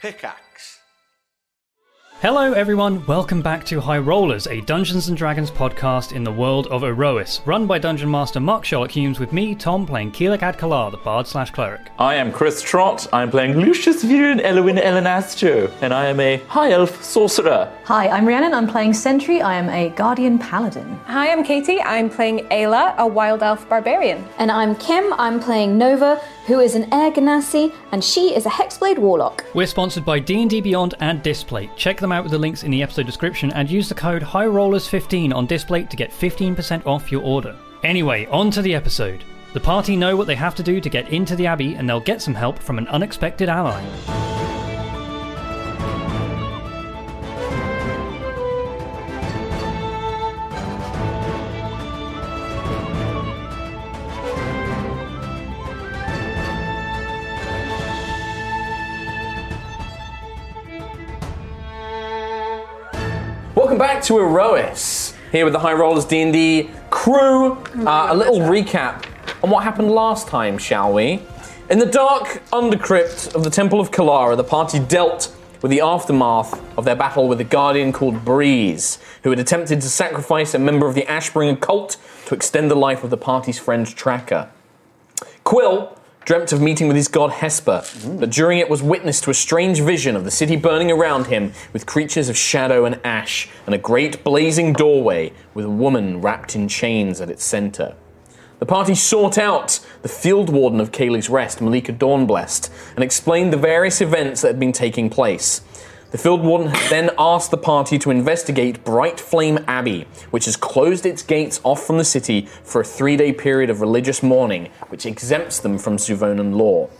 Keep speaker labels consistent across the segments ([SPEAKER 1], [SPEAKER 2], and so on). [SPEAKER 1] Pickaxe.
[SPEAKER 2] Hello, everyone. Welcome back to High Rollers, a Dungeons and Dragons podcast in the world of Erois, run by Dungeon Master Mark Sherlock Humes, with me, Tom, playing Keelik Adkalar, the bard slash cleric.
[SPEAKER 3] I am Chris Trott. I'm playing Lucius Viren Elwin Elenastro, and I am a high elf sorcerer.
[SPEAKER 4] Hi, I'm Rhiannon. I'm playing Sentry. I am a Guardian Paladin.
[SPEAKER 5] Hi, I'm Katie. I'm playing Ayla, a wild elf barbarian.
[SPEAKER 6] And I'm Kim. I'm playing Nova, who is an Air Ganassi, and she is a Hexblade Warlock.
[SPEAKER 2] We're sponsored by D&D Beyond and Displate. Check them out with the links in the episode description and use the code HIGHROLLERS15 on Displate to get 15% off your order. Anyway, on to the episode. The party know what they have to do to get into the Abbey and they'll get some help from an unexpected ally.
[SPEAKER 7] Welcome back to Erois, here with the High Rollers D&D crew. Uh, a little recap on what happened last time, shall we? In the dark undercrypt of the Temple of Kalara, the party dealt with the aftermath of their battle with a guardian called Breeze, who had attempted to sacrifice a member of the Ashbringer cult to extend the life of the party's friend Tracker. Quill dreamt of meeting with his god Hesper, but during it was witness to a strange vision of the city burning around him with creatures of shadow and ash, and a great blazing doorway with a woman wrapped in chains at its center. The party sought out the field warden of Cayley's Rest, Malika Dawnblessed, and explained the various events that had been taking place. The field warden had then asked the party to investigate Bright Flame Abbey, which has closed its gates off from the city for a three day period of religious mourning, which exempts them from Suvonan law.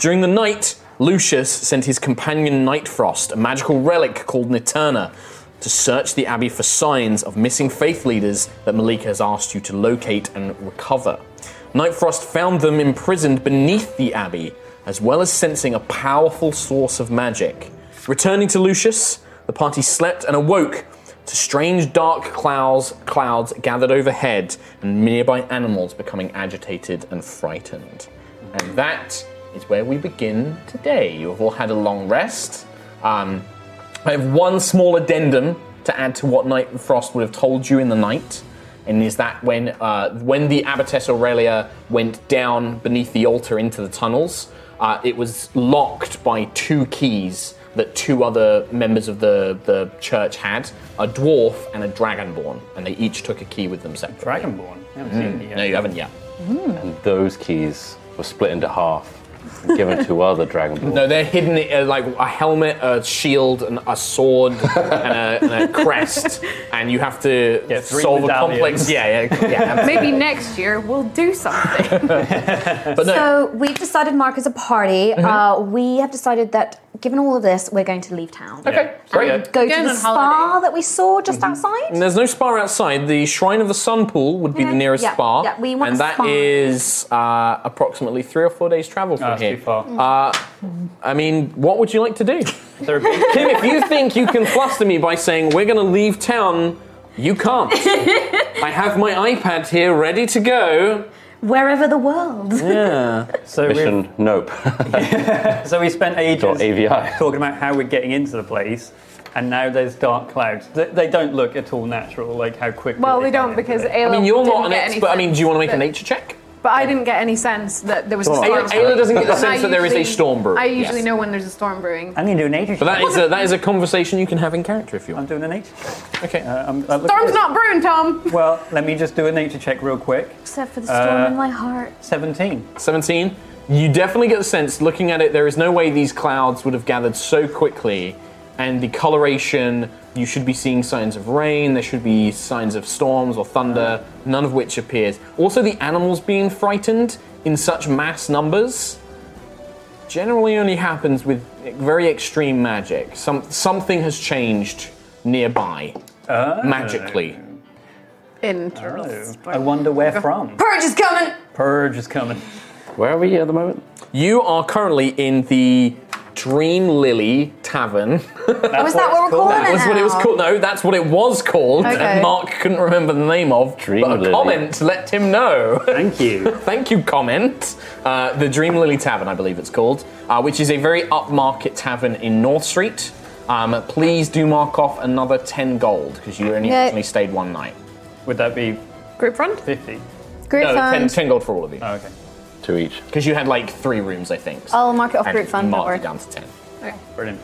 [SPEAKER 7] During the night, Lucius sent his companion Nightfrost, a magical relic called Niterna, to search the abbey for signs of missing faith leaders that Malika has asked you to locate and recover. Nightfrost found them imprisoned beneath the abbey, as well as sensing a powerful source of magic. Returning to Lucius, the party slept and awoke to strange dark clouds, clouds gathered overhead and nearby animals becoming agitated and frightened. And that is where we begin today. You've all had a long rest. Um, I have one small addendum to add to what Night Frost would have told you in the night, and is that when uh, when the Abbotess Aurelia went down beneath the altar into the tunnels, uh, it was locked by two keys that two other members of the, the church had, a dwarf and a dragonborn, and they each took a key with them separately. Mm.
[SPEAKER 2] Dragonborn.
[SPEAKER 7] No, you haven't yet.
[SPEAKER 8] And those keys were split into half and given to other Dragon Ball.
[SPEAKER 7] No, they're hidden uh, like a helmet, a shield, and a sword, and, a, and a crest, and you have to
[SPEAKER 2] three
[SPEAKER 7] solve
[SPEAKER 2] medallions.
[SPEAKER 7] a complex. Yeah, yeah, yeah.
[SPEAKER 5] Maybe next year we'll do something.
[SPEAKER 7] but no,
[SPEAKER 6] So we've decided, Mark, as a party, uh, we have decided that given all of this, we're going to leave town.
[SPEAKER 7] okay, great.
[SPEAKER 6] And go to
[SPEAKER 5] Going
[SPEAKER 6] the
[SPEAKER 5] on
[SPEAKER 6] spa
[SPEAKER 5] holiday.
[SPEAKER 6] that we saw just outside.
[SPEAKER 7] And there's no spa outside. The Shrine of the Sun Pool would be the
[SPEAKER 6] Okay.
[SPEAKER 7] nearest
[SPEAKER 6] Yeah,
[SPEAKER 7] spa,
[SPEAKER 6] yeah, we want
[SPEAKER 7] and
[SPEAKER 6] a
[SPEAKER 7] that
[SPEAKER 6] spa.
[SPEAKER 7] is uh, approximately three or four days' travel from
[SPEAKER 6] Ah,
[SPEAKER 2] That's
[SPEAKER 7] here. Uh,
[SPEAKER 2] too far.
[SPEAKER 3] Uh,
[SPEAKER 7] I mean, what would you like to do?
[SPEAKER 2] There are big-
[SPEAKER 7] Kim, if you think you can fluster me by saying we're going to leave town, you can't. I have my iPad here ready to go.
[SPEAKER 6] Wherever the world.
[SPEAKER 7] Yeah.
[SPEAKER 2] so, we
[SPEAKER 8] Mission Nope.
[SPEAKER 2] so we spent ages
[SPEAKER 8] Dot AVI.
[SPEAKER 2] talking about how we're getting into the place, and now there's dark clouds. They, they don't look at all natural, like how quickly.
[SPEAKER 5] well,
[SPEAKER 2] they
[SPEAKER 5] we don't
[SPEAKER 2] got into
[SPEAKER 5] because
[SPEAKER 2] it.
[SPEAKER 5] Ayla.
[SPEAKER 7] I mean, you're
[SPEAKER 5] didn't
[SPEAKER 7] not an
[SPEAKER 5] get any
[SPEAKER 7] expert. I mean, do you want to make a
[SPEAKER 5] sense that-
[SPEAKER 7] nature check?
[SPEAKER 5] But I didn't get any sense that there was a storm.
[SPEAKER 7] Ayla, Ayla doesn't get the
[SPEAKER 5] I
[SPEAKER 7] sense that there is a
[SPEAKER 5] usually-
[SPEAKER 7] storm brewing.
[SPEAKER 5] I usually
[SPEAKER 7] Yes.
[SPEAKER 5] know when there's a storm brewing.
[SPEAKER 2] I'm gonna do a nature.
[SPEAKER 7] But that
[SPEAKER 2] check.
[SPEAKER 7] is a, that is a conversation you can have in character if you
[SPEAKER 2] I'm
[SPEAKER 7] want.
[SPEAKER 2] doing a nature. check.
[SPEAKER 7] Okay.
[SPEAKER 2] Uh, I'm, I look at
[SPEAKER 5] Storm's
[SPEAKER 2] this.
[SPEAKER 5] not brewing, Tom.
[SPEAKER 2] Well, let me just do a nature check real quick.
[SPEAKER 6] Except for the storm
[SPEAKER 2] Uh,
[SPEAKER 6] in my heart.
[SPEAKER 2] Seventeen.
[SPEAKER 7] 17. You definitely get the sense, looking at it, there is no way these clouds would have gathered so quickly. And the coloration, you should be seeing signs of rain, there should be signs of storms or thunder, none of which appears. Also, the animals being frightened in such mass numbers generally only happens with very extreme magic. Some, something has changed nearby,
[SPEAKER 2] Uh,
[SPEAKER 7] magically.
[SPEAKER 2] Oh,
[SPEAKER 5] Interesting.
[SPEAKER 2] I wonder where from.
[SPEAKER 5] Purge is coming.
[SPEAKER 2] Purge is coming.
[SPEAKER 8] Where are we at the moment?
[SPEAKER 7] You are currently in the Dream Lily Tavern.
[SPEAKER 6] was Oh, that what we're calling it?
[SPEAKER 7] That's what it was
[SPEAKER 6] now?
[SPEAKER 7] called. No, that's what it was called,
[SPEAKER 6] Okay.
[SPEAKER 7] and Mark couldn't remember the name of.
[SPEAKER 9] Dream
[SPEAKER 7] but a
[SPEAKER 9] Lily.
[SPEAKER 7] comment let him know.
[SPEAKER 2] Thank you.
[SPEAKER 7] Thank you, comment. Uh, the Dream Lily Tavern, I believe it's called, uh, which is a very upmarket tavern in North Street. Um, please do mark off another 10 gold because you only
[SPEAKER 6] Okay.
[SPEAKER 7] actually stayed one night.
[SPEAKER 2] Would that be
[SPEAKER 10] Group fund?
[SPEAKER 2] 50?
[SPEAKER 6] Group
[SPEAKER 7] No, 10,
[SPEAKER 6] fund.
[SPEAKER 7] 10 Oh, gold for all of you.
[SPEAKER 2] Oh, okay.
[SPEAKER 9] to each.
[SPEAKER 7] Because you had like three rooms, I think.
[SPEAKER 6] I'll mark it off
[SPEAKER 7] And
[SPEAKER 6] group fund. Don't
[SPEAKER 7] Mark
[SPEAKER 6] worry.
[SPEAKER 7] it down to 10.
[SPEAKER 2] Brilliant.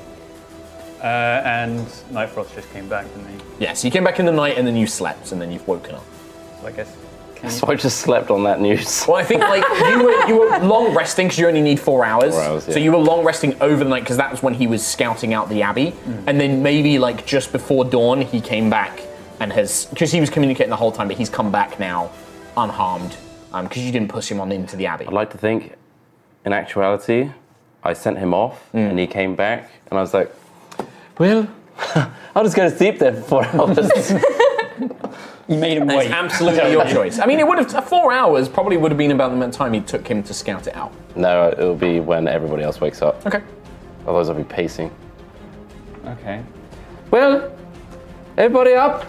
[SPEAKER 2] Uh, and Night Frost just came back, didn't he?
[SPEAKER 7] Yeah, so you came back in the night and then you slept and then you've woken up.
[SPEAKER 2] So I guess.
[SPEAKER 9] So I just slept on that news.
[SPEAKER 7] Well, I think like you were you were long resting because you only need four hours.
[SPEAKER 9] Four hours,
[SPEAKER 7] So
[SPEAKER 9] yeah.
[SPEAKER 7] you were long resting overnight because that was when he was scouting out the abbey, and then maybe like just before dawn he came back and has because he was communicating the whole time, but he's come back now unharmed because you didn't push him on into the abbey.
[SPEAKER 9] I'd like to think, in actuality, I sent him off
[SPEAKER 2] Mm.
[SPEAKER 9] and he came back, and I was like, well, I'll just go to sleep there for four hours.
[SPEAKER 2] You made him
[SPEAKER 7] It's absolutely your choice. I mean, it would have four hours probably would have been about the amount of time he took him to scout it out.
[SPEAKER 9] no, it'll be when everybody else wakes up.
[SPEAKER 7] Okay.
[SPEAKER 9] Otherwise, I'll be pacing.
[SPEAKER 2] Okay.
[SPEAKER 9] Well, everybody up?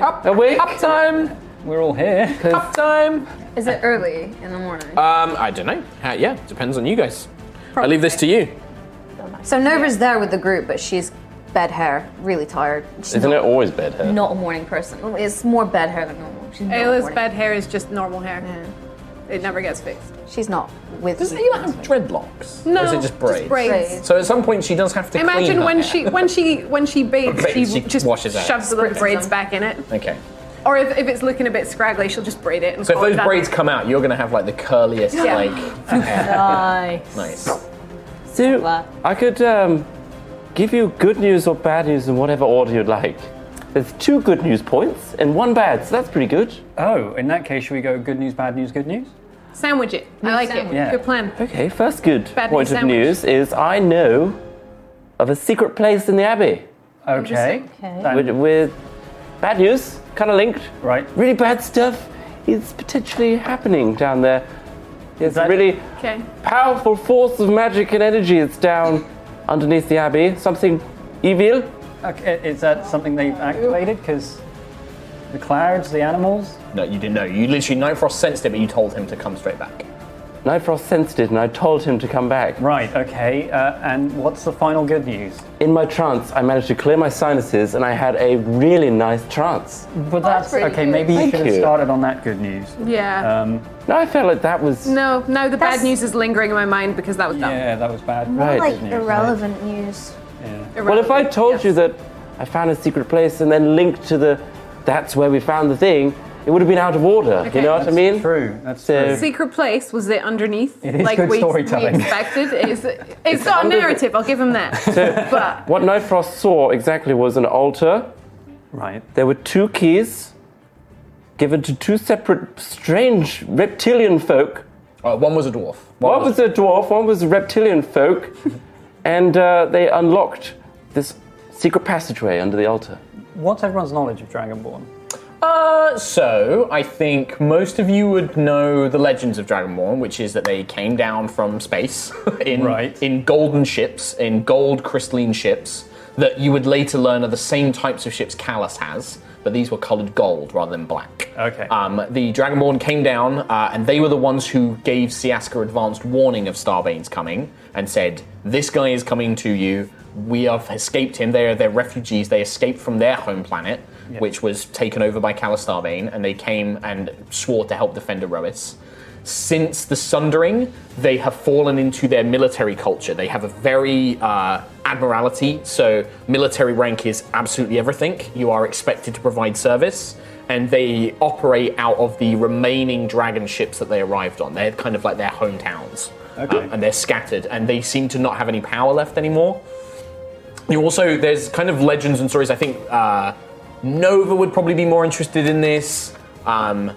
[SPEAKER 7] Up,
[SPEAKER 9] Awake?
[SPEAKER 7] up time,
[SPEAKER 2] We're all here.
[SPEAKER 7] up time.
[SPEAKER 6] Is it early in the morning?
[SPEAKER 7] Um, I don't know. Uh, yeah, depends on you guys. I leave this to you.
[SPEAKER 6] so Nova's there with the group, but she's bed hair, really tired. She's
[SPEAKER 9] Isn't
[SPEAKER 6] not,
[SPEAKER 9] it always bed hair?
[SPEAKER 6] not a morning person. It's more bed hair than normal. She's not
[SPEAKER 10] Ayla's
[SPEAKER 6] morning.
[SPEAKER 10] bed hair is just normal hair. It never gets fixed.
[SPEAKER 6] She's not with.
[SPEAKER 7] Does Ayla have dreadlocks?
[SPEAKER 10] No,
[SPEAKER 7] Or is it just braids?
[SPEAKER 6] braids.
[SPEAKER 7] So at some point she does have to clean
[SPEAKER 10] Imagine
[SPEAKER 7] her
[SPEAKER 10] when
[SPEAKER 7] hair.
[SPEAKER 10] she when she when she bathes, she,
[SPEAKER 7] Bathes, she
[SPEAKER 10] just
[SPEAKER 7] washes out.
[SPEAKER 10] shoves the little
[SPEAKER 6] Spritzes
[SPEAKER 10] braids
[SPEAKER 6] them.
[SPEAKER 10] back in it.
[SPEAKER 7] Okay.
[SPEAKER 10] Or if, if it's looking a bit scraggly, she'll just braid it. And
[SPEAKER 7] So if
[SPEAKER 10] call it
[SPEAKER 7] those
[SPEAKER 10] done.
[SPEAKER 7] braids come out, you're gonna have like the curliest
[SPEAKER 10] Oh, Yeah.
[SPEAKER 7] like hair.
[SPEAKER 4] Nice.
[SPEAKER 7] nice.
[SPEAKER 9] So, I could um, give you good news or bad news in whatever order you'd like. There's two good news points and one bad, so that's pretty good.
[SPEAKER 2] Oh, in that case, should we go good news, bad news, good news?
[SPEAKER 10] Sandwich it. I like it.
[SPEAKER 2] Yeah.
[SPEAKER 10] Good plan.
[SPEAKER 9] Okay, first good
[SPEAKER 10] Bad
[SPEAKER 9] point
[SPEAKER 10] news
[SPEAKER 9] of
[SPEAKER 10] sandwich.
[SPEAKER 9] news is I know of a secret place in the Abbey.
[SPEAKER 2] Okay.
[SPEAKER 4] Okay.
[SPEAKER 9] With, with bad news, kind of linked.
[SPEAKER 2] Right.
[SPEAKER 9] Really bad stuff is potentially happening down there. There's a
[SPEAKER 2] that-
[SPEAKER 9] really
[SPEAKER 10] Okay.
[SPEAKER 9] powerful force of magic and energy that's down underneath the Abbey. Something evil.
[SPEAKER 2] Okay, Is that something they've activated? Because the clouds, the animals.
[SPEAKER 7] No, you didn't know. You literally Nightfrost sensed it, but you told him to come straight back.
[SPEAKER 9] Nightfrost sensed it and I told him to come back.
[SPEAKER 2] Right. Okay. Uh, and what's the final good news?
[SPEAKER 9] In my trance, I managed to clear my sinuses and I had a really nice trance.
[SPEAKER 2] But that's,
[SPEAKER 6] pretty
[SPEAKER 2] okay.
[SPEAKER 6] good.
[SPEAKER 2] Maybe you
[SPEAKER 9] Thank
[SPEAKER 2] should have
[SPEAKER 9] you.
[SPEAKER 2] started on that good news.
[SPEAKER 10] Yeah.
[SPEAKER 2] Um,
[SPEAKER 9] No, I felt like that was.
[SPEAKER 10] no, no, the
[SPEAKER 6] That's-
[SPEAKER 10] bad news is lingering in my mind because that was dumb.
[SPEAKER 2] yeah, that was bad.
[SPEAKER 9] Right.
[SPEAKER 6] like
[SPEAKER 2] good news,
[SPEAKER 6] irrelevant news.
[SPEAKER 9] Well, if I
[SPEAKER 10] Irrelevant.
[SPEAKER 9] told
[SPEAKER 10] Yeah.
[SPEAKER 9] you that I found a secret place and then linked to the that's where we found the thing, it would have been out of order.
[SPEAKER 10] Okay.
[SPEAKER 9] you know what I
[SPEAKER 2] That's
[SPEAKER 9] mean?
[SPEAKER 2] True. That's
[SPEAKER 9] So-
[SPEAKER 2] true.
[SPEAKER 10] Secret place was it underneath?
[SPEAKER 2] It is good
[SPEAKER 10] we,
[SPEAKER 2] storytelling.
[SPEAKER 10] we expected. It's, it's, not a
[SPEAKER 9] under the-
[SPEAKER 10] narrative. I'll give him that. but
[SPEAKER 9] What Nightfrost saw exactly was an altar.
[SPEAKER 2] Right.
[SPEAKER 9] There were two keys given to two separate strange reptilian folk.
[SPEAKER 7] Uh, one was a dwarf.
[SPEAKER 9] One was a dwarf, one was a reptilian folk, and uh, they unlocked this secret passageway under the altar.
[SPEAKER 2] What's everyone's knowledge of Dragonborn?
[SPEAKER 7] Uh, so I think most of you would know the legends of Dragonborn, which is that they came down from space in
[SPEAKER 2] Right.
[SPEAKER 7] in golden ships, in gold crystalline ships that you would later learn are the same types of ships Callus has, but these were coloured gold rather than black.
[SPEAKER 2] Okay.
[SPEAKER 7] Um, the Dragonborn came down, uh, and they were the ones who gave Siaska advanced warning of Starbane's coming and said, This guy is coming to you. We have escaped him. They are their refugees. They escaped from their home planet, which was taken over by Callus Starbane, and they came and swore to help defend Erois. Since the Sundering, they have fallen into their military culture. They have a very uh, admiralty, so military rank is absolutely everything. You are expected to provide service and they operate out of the remaining dragon ships that they arrived on. They're kind of like their hometowns. uh,
[SPEAKER 2] Okay.
[SPEAKER 7] and they're scattered, and they seem to not have any power left anymore. You also, there's kind of legends and stories. I think uh, Nova would probably be more interested in this. Um,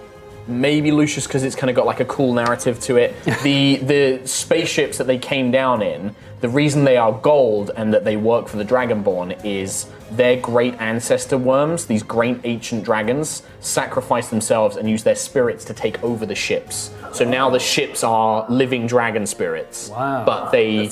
[SPEAKER 7] maybe Lucius because it's kind of got like a cool narrative to it. the the spaceships that they came down in, the reason they are gold and that they work for the Dragonborn is their great ancestor worms, these great ancient dragons, sacrifice themselves and use their spirits to take over the ships. So now the ships are living dragon spirits.
[SPEAKER 2] Wow.
[SPEAKER 7] But they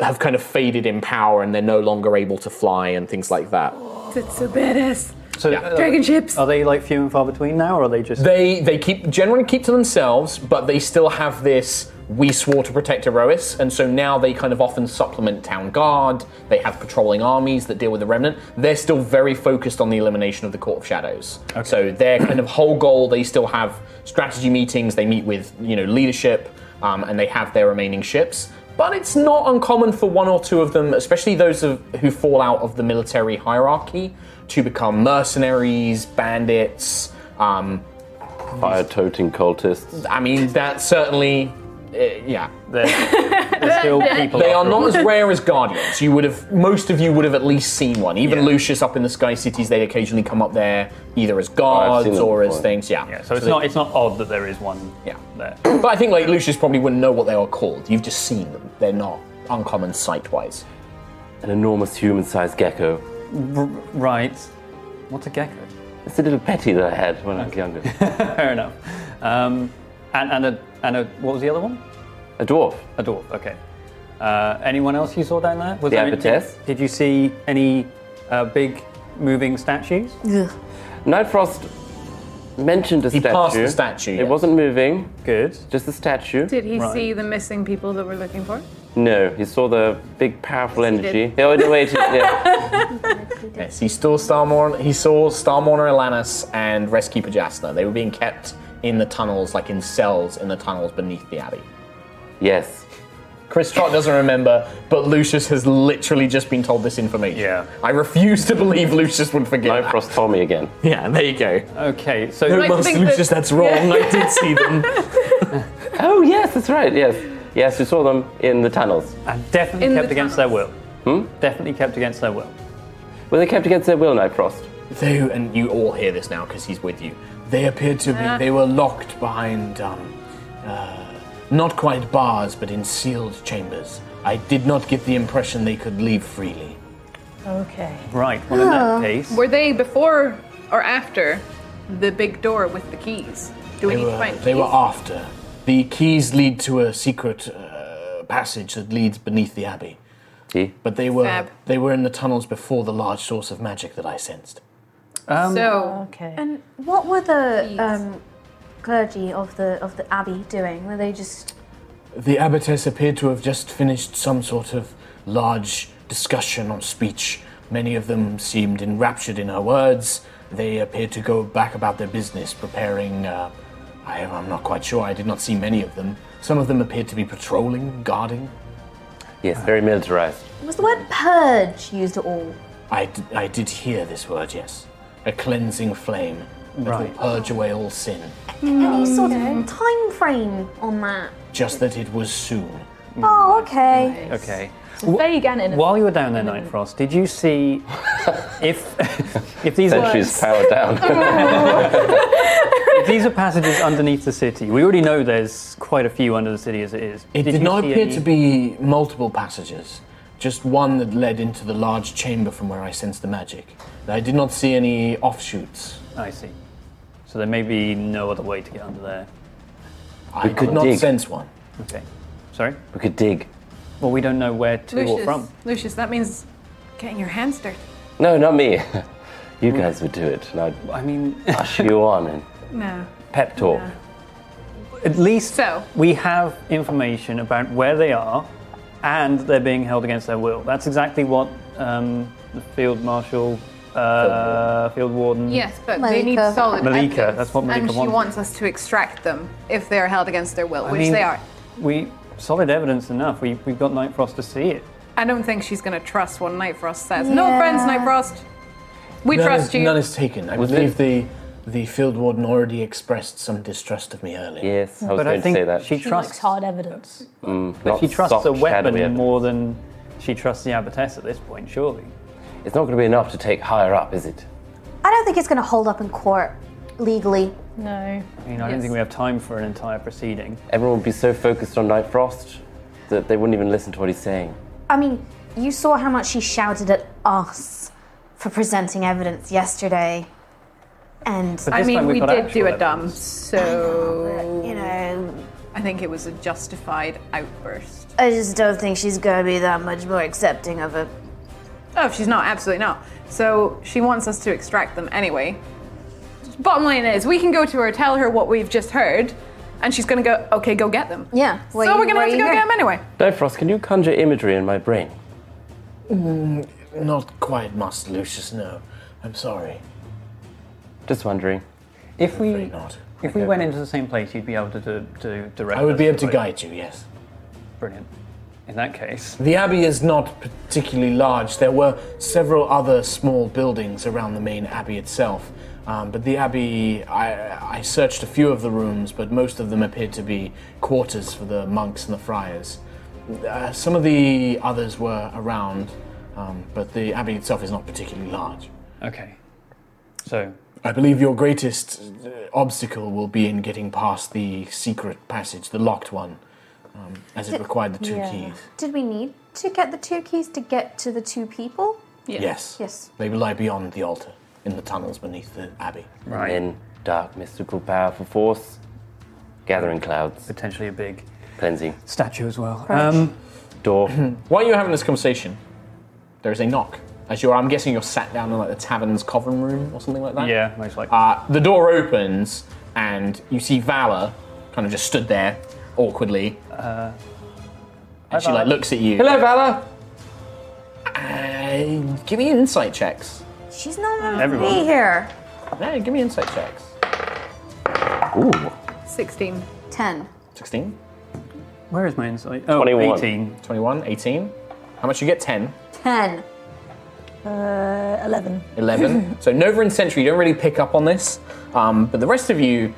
[SPEAKER 7] have kind of faded in power and they're no longer able to fly and things like that.
[SPEAKER 5] It's so badass.
[SPEAKER 2] So,
[SPEAKER 7] Yeah.
[SPEAKER 2] uh,
[SPEAKER 5] Dragon ships.
[SPEAKER 2] Are they like few and far between now, or are they just?
[SPEAKER 7] They they keep generally keep to themselves, but they still have this we swore to protect Erois, and so now they kind of often supplement town guard. They have patrolling armies that deal with the remnant. They're still very focused on the elimination of the Court of Shadows. So their kind of whole goal, they still have strategy meetings. They meet with you know leadership, um, and they have their remaining ships. But it's not uncommon for one or two of them, especially those of, who fall out of the military hierarchy, to become mercenaries, bandits. Um,
[SPEAKER 9] Fire toting cultists.
[SPEAKER 7] I mean, that certainly, uh, yeah.
[SPEAKER 2] They're still people.
[SPEAKER 7] They are
[SPEAKER 2] after all.
[SPEAKER 7] not as rare as Guardians. You would have, most of you would have at least seen one. Even Lucius up in the Sky Cities, they occasionally come up there either as guards
[SPEAKER 9] seen them
[SPEAKER 7] or as
[SPEAKER 9] before.
[SPEAKER 7] things. Yeah.
[SPEAKER 2] Yeah, so it's
[SPEAKER 7] they-
[SPEAKER 2] not. It's not odd that there is one.
[SPEAKER 7] Yeah.
[SPEAKER 2] There.
[SPEAKER 7] But I think like Lucius probably wouldn't know what they are called. You've just seen them. They're not uncommon sight-wise.
[SPEAKER 9] An enormous human-sized gecko.
[SPEAKER 2] Right. What's a gecko?
[SPEAKER 9] It's a little petty that I had when I was younger.
[SPEAKER 2] Fair enough. Um, and and a and a what was the other one?
[SPEAKER 9] A dwarf.
[SPEAKER 2] A dwarf. Okay. Uh, anyone else you saw down there? Was
[SPEAKER 9] The
[SPEAKER 2] there any-
[SPEAKER 9] abattoirs.
[SPEAKER 2] Did, did you see any uh, big moving statues?
[SPEAKER 9] Nightfrost mentioned a
[SPEAKER 7] He
[SPEAKER 9] statue.
[SPEAKER 7] passed the statue, yeah.
[SPEAKER 9] It wasn't moving,
[SPEAKER 2] Good.
[SPEAKER 9] just the statue.
[SPEAKER 5] Did he
[SPEAKER 2] Right.
[SPEAKER 5] see the missing people that we're looking for?
[SPEAKER 9] No, he saw the big, powerful
[SPEAKER 5] Yes, he
[SPEAKER 9] energy.
[SPEAKER 5] did.
[SPEAKER 9] Oh, no, wait, yeah.
[SPEAKER 7] Yes, he saw Starmorn. He saw Starmourner Elanis and Rescuer Jasna. They were being kept in the tunnels, like in cells in the tunnels beneath the abbey.
[SPEAKER 9] yes.
[SPEAKER 7] Chris Trott doesn't remember, but Lucius has literally just been told this information.
[SPEAKER 2] Yeah.
[SPEAKER 7] I refuse to believe Lucius would forget. that.
[SPEAKER 9] Nightfrost told me again.
[SPEAKER 7] Yeah, there you go.
[SPEAKER 2] Okay. So
[SPEAKER 7] No,
[SPEAKER 5] I
[SPEAKER 7] Mas-
[SPEAKER 5] think
[SPEAKER 7] Lucius,
[SPEAKER 5] that-
[SPEAKER 7] that's wrong. I did see them.
[SPEAKER 9] Oh, yes, that's right, yes. Yes, you saw them in the tunnels.
[SPEAKER 2] and definitely
[SPEAKER 5] In the
[SPEAKER 2] kept against their will. Definitely kept against their will.
[SPEAKER 9] Were they kept against their will, Nightfrost?
[SPEAKER 7] They, and you all hear this now because he's with you. They appeared to be, they were locked behind, um, uh, not quite bars, but in sealed chambers. I did not get the impression they could leave freely.
[SPEAKER 4] Okay.
[SPEAKER 2] Right. Well, in that case,
[SPEAKER 5] Were they before or after the big door with the keys? Do we
[SPEAKER 7] They
[SPEAKER 5] need to
[SPEAKER 7] were,
[SPEAKER 5] find keys?
[SPEAKER 7] they were after. The keys lead to a secret uh, passage that leads beneath the abbey.
[SPEAKER 9] See?
[SPEAKER 7] But they were
[SPEAKER 5] Fab.
[SPEAKER 7] they were in the tunnels before the large source of magic that I sensed.
[SPEAKER 10] Um,
[SPEAKER 5] so
[SPEAKER 4] Okay.
[SPEAKER 6] And what were the um, clergy of the of the abbey doing? Were they just
[SPEAKER 7] The abbotess appeared to have just finished some sort of large discussion or speech. Many of them seemed enraptured in her words. They appeared to go back about their business, preparing. Uh, I, I'm not quite sure. I did not see many of them. Some of them appeared to be patrolling, guarding.
[SPEAKER 9] Yes, very militarized.
[SPEAKER 6] was the word purge used at all?
[SPEAKER 7] I, d- I did hear this word, yes. A cleansing flame that
[SPEAKER 2] Right.
[SPEAKER 7] will purge away all sin.
[SPEAKER 6] Any sort of time frame on that?
[SPEAKER 7] Just that it was soon.
[SPEAKER 6] Oh, okay.
[SPEAKER 2] okay.
[SPEAKER 10] Vague and innocent.
[SPEAKER 2] While you were down there, Nightfrost, did you see if if these were,
[SPEAKER 9] Sentries powered down.
[SPEAKER 2] if these are passages underneath the city? We already know there's quite a few under the city as it is.
[SPEAKER 7] It did,
[SPEAKER 2] you
[SPEAKER 7] not
[SPEAKER 2] see
[SPEAKER 7] appear
[SPEAKER 2] any-
[SPEAKER 7] to be multiple passages, just one that led into the large chamber from where I sensed the magic. I did not see any offshoots.
[SPEAKER 2] I see. So there may be no other way to get under there.
[SPEAKER 7] I
[SPEAKER 9] could
[SPEAKER 7] could not
[SPEAKER 9] dig.
[SPEAKER 7] sense one.
[SPEAKER 2] Okay. Sorry.
[SPEAKER 9] we could dig.
[SPEAKER 2] Well, we don't know where to or
[SPEAKER 5] Lucius,
[SPEAKER 2] from.
[SPEAKER 5] Lucius, that means getting your hands dirty.
[SPEAKER 9] No, not me. You guys would do it. And I'd
[SPEAKER 2] I mean,
[SPEAKER 9] push you on and
[SPEAKER 5] No.
[SPEAKER 9] pep talk.
[SPEAKER 5] Yeah.
[SPEAKER 2] at least
[SPEAKER 5] So.
[SPEAKER 2] we have information about where they are, and they're being held against their will. That's exactly what um, the field marshal, uh, field warden.
[SPEAKER 5] Yes, but they
[SPEAKER 6] Malika.
[SPEAKER 5] need solid
[SPEAKER 2] Malika,
[SPEAKER 5] evidence,
[SPEAKER 2] that's what Malika
[SPEAKER 5] and she
[SPEAKER 2] wants.
[SPEAKER 5] wants us to extract them if they are held against their will,
[SPEAKER 2] I
[SPEAKER 5] which
[SPEAKER 2] mean,
[SPEAKER 5] they are.
[SPEAKER 2] We solid evidence enough. We we've got Nightfrost to see it.
[SPEAKER 5] I don't think she's going to trust what Nightfrost says. No
[SPEAKER 6] Yeah.
[SPEAKER 5] offense, Nightfrost. We
[SPEAKER 7] None
[SPEAKER 5] trust
[SPEAKER 7] is,
[SPEAKER 5] you.
[SPEAKER 7] None is taken. I
[SPEAKER 9] Was
[SPEAKER 7] believe the, the field warden already expressed some distrust of me earlier.
[SPEAKER 9] Yes, I was
[SPEAKER 2] But
[SPEAKER 9] going
[SPEAKER 2] I think
[SPEAKER 9] to say that. Hmm,
[SPEAKER 2] she trusts
[SPEAKER 4] hard evidence.
[SPEAKER 9] Not
[SPEAKER 2] she trusts
[SPEAKER 9] soft,
[SPEAKER 2] a
[SPEAKER 9] shadowy
[SPEAKER 2] weapon
[SPEAKER 9] evidence.
[SPEAKER 2] more than she trusts the abbotess at this point. Surely.
[SPEAKER 9] It's not going to be enough to take higher up, is it?
[SPEAKER 6] I don't think it's going to hold up in court legally.
[SPEAKER 10] No.
[SPEAKER 4] Uh,
[SPEAKER 2] I mean, I don't think we have time for an entire proceeding.
[SPEAKER 9] Everyone would be so focused on Night Frost that they wouldn't even listen to what he's saying.
[SPEAKER 6] I mean, you saw how much she shouted at us for presenting evidence yesterday. And,
[SPEAKER 2] But
[SPEAKER 5] I
[SPEAKER 2] this
[SPEAKER 5] mean,
[SPEAKER 2] time we've
[SPEAKER 5] we
[SPEAKER 2] got
[SPEAKER 5] did
[SPEAKER 2] actual
[SPEAKER 5] do a
[SPEAKER 2] evidence.
[SPEAKER 5] dumb, so
[SPEAKER 6] you know,
[SPEAKER 5] I think it was a justified outburst.
[SPEAKER 6] I just don't think she's going to be that much more accepting of it.
[SPEAKER 5] Oh, she's not, absolutely not. So she wants us to extract them anyway. Bottom line is, we can go to her, tell her what we've just heard, and she's gonna go, okay, go get them.
[SPEAKER 6] Yeah. where
[SPEAKER 5] so
[SPEAKER 6] you-
[SPEAKER 5] we're gonna
[SPEAKER 6] where
[SPEAKER 5] have to
[SPEAKER 6] you
[SPEAKER 5] go get them anyway.
[SPEAKER 9] Difrost, can you conjure imagery in my brain?
[SPEAKER 7] Not quite, Master Lucius, no. I'm sorry.
[SPEAKER 9] Just wondering.
[SPEAKER 2] If
[SPEAKER 7] Really
[SPEAKER 2] we
[SPEAKER 7] not.
[SPEAKER 2] if we went into the same place, you'd be able to do, to direct.
[SPEAKER 7] I would
[SPEAKER 2] us
[SPEAKER 7] be able
[SPEAKER 2] the
[SPEAKER 7] to
[SPEAKER 2] way-
[SPEAKER 7] guide you, yes.
[SPEAKER 2] Brilliant. In that case,
[SPEAKER 7] The abbey is not particularly large. There were several other small buildings around the main abbey itself. Um, but the abbey, I, I searched a few of the rooms, but most of them appeared to be quarters for the monks and the friars. Uh, some of the others were around, um, but the abbey itself is not particularly large.
[SPEAKER 2] okay. So
[SPEAKER 7] I believe your greatest uh, obstacle will be in getting past the secret passage, the locked one, um, as it required the two keys.
[SPEAKER 6] Did we need to get the two keys to get to the two people?
[SPEAKER 7] Yes.
[SPEAKER 6] Yes.
[SPEAKER 7] They lie beyond the altar, in the tunnels beneath the abbey.
[SPEAKER 2] right,
[SPEAKER 9] In dark, mystical, powerful force, gathering clouds,
[SPEAKER 2] potentially a big
[SPEAKER 9] cleansing,
[SPEAKER 2] statue as well. Um,
[SPEAKER 9] door.
[SPEAKER 7] While you're having this conversation, there is a knock. As you're, I'm guessing you're sat down in like the tavern's coven room or something like that.
[SPEAKER 2] yeah, most likely.
[SPEAKER 7] Uh, the door opens, and you see Valor kind of just stood there awkwardly. Uh, and she like
[SPEAKER 2] Valor.
[SPEAKER 7] looks at you.
[SPEAKER 3] Hello, Valor.
[SPEAKER 7] Uh, give me insight checks.
[SPEAKER 6] She's not meant
[SPEAKER 2] Everyone.
[SPEAKER 6] to be here.
[SPEAKER 7] Yeah, give me insight checks.
[SPEAKER 5] 16.
[SPEAKER 6] Ten.
[SPEAKER 7] 16,
[SPEAKER 2] Where is my insight? Oh,
[SPEAKER 9] 21.
[SPEAKER 2] 18.
[SPEAKER 7] 21, 18. How much you get? 10.
[SPEAKER 6] Ten.
[SPEAKER 7] 11. so Nova and Sentry, you don't really pick up on this, um, but the rest of you,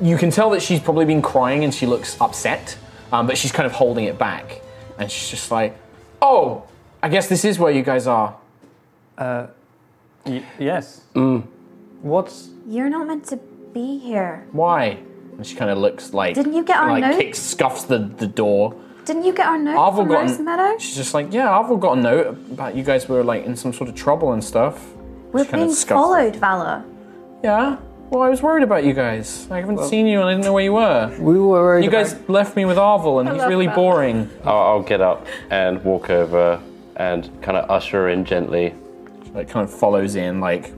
[SPEAKER 7] you can tell that she's probably been crying and she looks upset, um, but she's kind of holding it back. And she's just like, oh, I guess this is where you guys are.
[SPEAKER 2] Y- yes.
[SPEAKER 8] Mm.
[SPEAKER 2] What's
[SPEAKER 6] You're not meant to be here.
[SPEAKER 7] Why? And she kind of looks like.
[SPEAKER 6] Didn't you get our
[SPEAKER 7] Like,
[SPEAKER 6] note?
[SPEAKER 7] kicks, scuffs the, the door.
[SPEAKER 6] Didn't you get our note
[SPEAKER 7] Arvel
[SPEAKER 6] from
[SPEAKER 7] got.
[SPEAKER 6] Rose Meadow?
[SPEAKER 7] She's just like, yeah, Arvel got a note about you guys were like in some sort of trouble and stuff.
[SPEAKER 6] We're
[SPEAKER 7] she kinda
[SPEAKER 6] being
[SPEAKER 7] scuffs.
[SPEAKER 6] followed, Valor.
[SPEAKER 7] Yeah? Well, I was worried about you guys. I haven't seen you and I didn't know where you were.
[SPEAKER 2] we were worried
[SPEAKER 7] You guys left me with Arvel and he's
[SPEAKER 5] love
[SPEAKER 7] really
[SPEAKER 5] that.
[SPEAKER 7] boring.
[SPEAKER 9] I'll, I'll get up and walk over and kind of usher in gently.
[SPEAKER 7] like kind of follows in like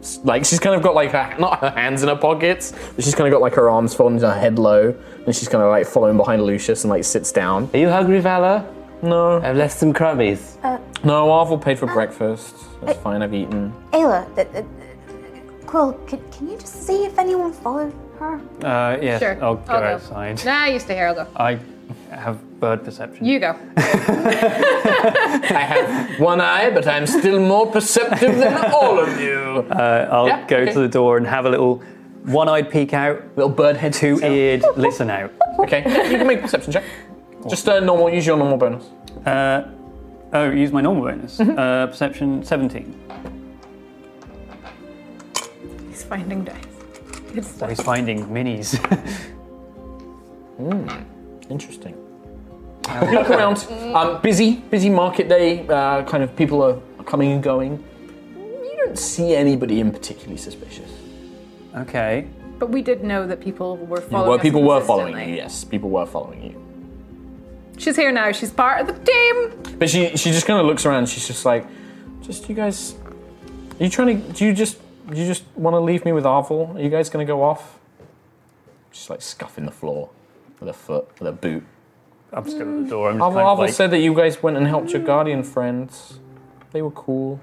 [SPEAKER 7] s- like she's kind of got like her not her hands in her pockets but she's kind of got like her arms folded her head low and she's kind of like following behind lucius and like sits down
[SPEAKER 9] Are you hungry, Valor?
[SPEAKER 7] no
[SPEAKER 9] I've left some crummies.
[SPEAKER 7] no arvel paid for
[SPEAKER 6] Ah.
[SPEAKER 7] breakfast that's fine i've eaten
[SPEAKER 6] Ayla, th- th- th- Quill, can, can you just see if anyone followed her?
[SPEAKER 2] Uh, yes,
[SPEAKER 7] Oh,
[SPEAKER 5] Sure.
[SPEAKER 2] I'll go
[SPEAKER 5] I'll go.
[SPEAKER 2] outside.
[SPEAKER 5] Nah, you stay here, I'll go.
[SPEAKER 2] I
[SPEAKER 7] Uh,
[SPEAKER 2] have bird perception.
[SPEAKER 5] You go.
[SPEAKER 7] i have one eye but i'm still more perceptive than all of you
[SPEAKER 2] I'll
[SPEAKER 7] Yeah,
[SPEAKER 2] go
[SPEAKER 7] okay.
[SPEAKER 2] to the door and have a little one-eyed peek out,
[SPEAKER 7] little bird head
[SPEAKER 2] two-eared listen out.
[SPEAKER 7] okay you can make a perception check just a normal use your normal bonus
[SPEAKER 2] Uh, oh, use my normal bonus. Uh, perception 17.
[SPEAKER 5] He's finding dice. Good
[SPEAKER 2] So
[SPEAKER 5] stuff.
[SPEAKER 2] he's finding minis.
[SPEAKER 7] Interesting. You Look around. Um, busy, busy market day. Uh, kind of people are coming and going. You don't see anybody in particularly suspicious.
[SPEAKER 2] okay.
[SPEAKER 5] But we did know that people were following
[SPEAKER 7] Well,
[SPEAKER 5] us
[SPEAKER 7] people were following you.
[SPEAKER 5] consistently.
[SPEAKER 7] Yes, people were following you.
[SPEAKER 5] She's here now. She's part of the team.
[SPEAKER 7] But she, she just kind of looks around. She's just like, just you guys. Are you trying to? Do you just, you just want to leave me with Arvel? Are you guys going to go off? She's like scuffing the floor with a foot, with a boot.
[SPEAKER 2] I'm still at the door. I'm just
[SPEAKER 7] Arvel,
[SPEAKER 2] kind of
[SPEAKER 7] Arvel
[SPEAKER 2] like,
[SPEAKER 7] said that you guys went and helped your guardian friends. They were cool.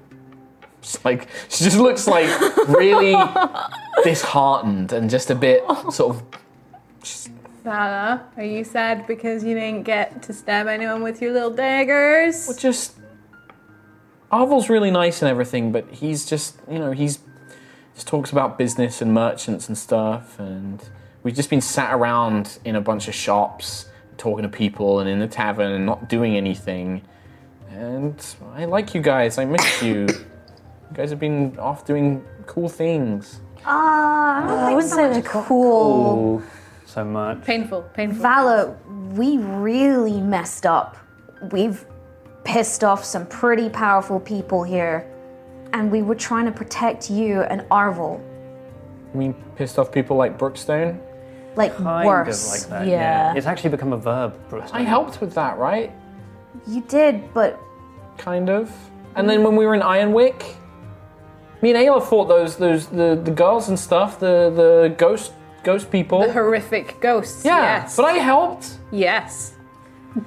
[SPEAKER 7] Just like she just looks like really disheartened and just a bit sort of.
[SPEAKER 5] Vala, are you sad because you didn't get to stab anyone with your little daggers?
[SPEAKER 7] But just Arvel's really nice and everything, but he's just you know he's just talks about business and merchants and stuff, and we've just been sat around in a bunch of shops talking to people and in the tavern and not doing anything. And I like you guys. I miss you. You guys have been off doing cool things.
[SPEAKER 6] Ah, I wouldn't say they're cool.
[SPEAKER 2] "Ooh, so much.
[SPEAKER 5] Painful, painful.
[SPEAKER 6] Valor, we really messed up. We've pissed off some pretty powerful people here, and we were trying to protect you and Arvel.
[SPEAKER 7] I mean, pissed off people like Brookstone.
[SPEAKER 6] Like
[SPEAKER 2] Kind
[SPEAKER 6] worse.
[SPEAKER 2] of like that.
[SPEAKER 4] yeah.
[SPEAKER 2] Uh, It's actually become a verb. Bruce.
[SPEAKER 7] I helped with that, right?
[SPEAKER 6] You did, but
[SPEAKER 7] Kind of.
[SPEAKER 5] Mm.
[SPEAKER 7] And then when we were in Ironwick, me and Ayla fought those those the, the girls and stuff, the the ghost ghost people.
[SPEAKER 5] The horrific ghosts.
[SPEAKER 7] Oh. yeah,
[SPEAKER 5] Yes.
[SPEAKER 7] but I helped.
[SPEAKER 5] yes.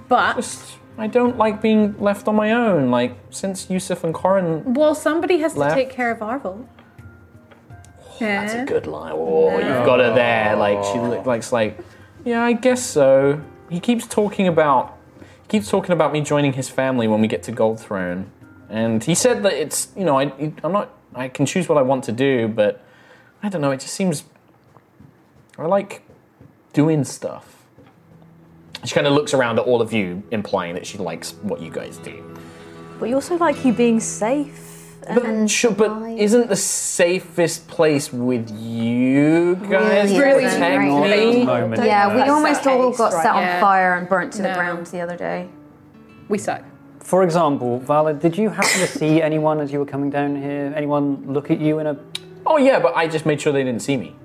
[SPEAKER 5] But
[SPEAKER 7] Just I don't like being left on my own. Like since Yusuf and Corin.
[SPEAKER 5] well, somebody has
[SPEAKER 7] Left.
[SPEAKER 5] to take care of Arvel. Eh? yeah.
[SPEAKER 7] Oh, That's a good line. Oh, you've got her there. Like she look- likes like. Yeah, I guess so. He keeps talking about he keeps talking about me joining his family when we get to Gold Throne, and he said that it's you know I I'm not I can choose what I want to do, but I don't know. It just seems I like doing stuff. She kind of looks around at all of you, implying that she likes what you guys do.
[SPEAKER 4] But you also like you being safe.
[SPEAKER 7] But, sure, but isn't the safest place with you guys?
[SPEAKER 6] Really
[SPEAKER 7] Really,
[SPEAKER 6] isn't,
[SPEAKER 7] protect
[SPEAKER 6] right?
[SPEAKER 7] me?
[SPEAKER 2] Moment.
[SPEAKER 6] yeah, we
[SPEAKER 2] Uh,
[SPEAKER 5] that's
[SPEAKER 6] almost
[SPEAKER 5] the
[SPEAKER 6] all
[SPEAKER 5] case,
[SPEAKER 6] got
[SPEAKER 5] right?
[SPEAKER 6] set on
[SPEAKER 5] Yeah.
[SPEAKER 6] fire and burnt to the
[SPEAKER 5] No.
[SPEAKER 6] ground the other day.
[SPEAKER 5] We suck.
[SPEAKER 2] For example, Vala, did you happen to see anyone as you were coming down here? Anyone look at you in a?
[SPEAKER 7] Oh yeah, but I just made sure they didn't see me.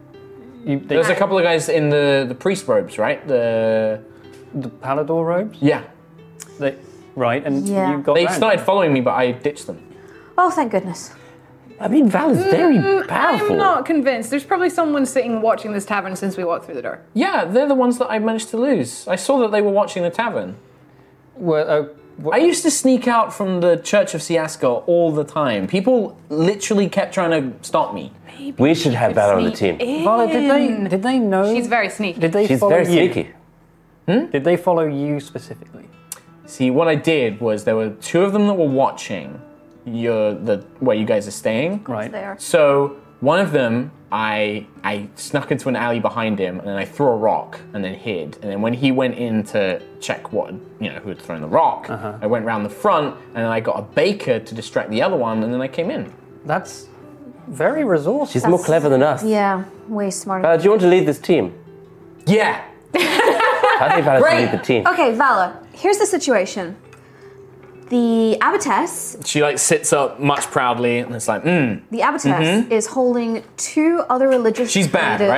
[SPEAKER 2] You, they,
[SPEAKER 7] There's a couple of guys in the the priest robes, right? The
[SPEAKER 2] the Palador robes,
[SPEAKER 7] yeah,
[SPEAKER 2] they, right? And
[SPEAKER 6] Yeah.
[SPEAKER 2] you got
[SPEAKER 7] they
[SPEAKER 2] round.
[SPEAKER 7] started following me, but I ditched them.
[SPEAKER 6] Oh, thank goodness.
[SPEAKER 9] I mean, Val is very powerful.
[SPEAKER 5] Mm, I'm not convinced. There's probably someone sitting watching this tavern since we walked through the door.
[SPEAKER 7] Yeah, they're the ones that I managed to lose. I saw that they were watching the tavern.
[SPEAKER 2] Well, uh,
[SPEAKER 7] I used to sneak out from the Church of Siasco all the time. People literally kept trying to stop me.
[SPEAKER 9] we should have Val on the team.
[SPEAKER 2] Vala, did they did they know?
[SPEAKER 5] She's very sneaky.
[SPEAKER 2] Did they
[SPEAKER 9] She's
[SPEAKER 2] follow
[SPEAKER 9] very
[SPEAKER 2] you?
[SPEAKER 9] sneaky.
[SPEAKER 2] Did they follow you specifically?
[SPEAKER 7] See, what I did was there were two of them that were watching your the where you guys are staying.
[SPEAKER 2] Right.
[SPEAKER 6] There.
[SPEAKER 7] So one of them, I I snuck into an alley behind him, and then I threw a rock, and then hid. And then when he went in to check what you know who had thrown the rock, I went round the front, and then I got a baker to distract the other one, and then I came in.
[SPEAKER 2] That's very resourceful.
[SPEAKER 9] She's more clever than us.
[SPEAKER 6] Yeah, way smarter.
[SPEAKER 9] Val, Uh, do you want to lead this team?
[SPEAKER 7] Yeah,
[SPEAKER 9] I think Val should
[SPEAKER 6] Great.
[SPEAKER 9] lead the team.
[SPEAKER 6] Okay, Vala, here's the situation. The abbotess,
[SPEAKER 7] she like sits up much proudly, and it's like, mm.
[SPEAKER 6] the abbotess is holding two other religious.
[SPEAKER 7] She's bad,
[SPEAKER 6] leaders.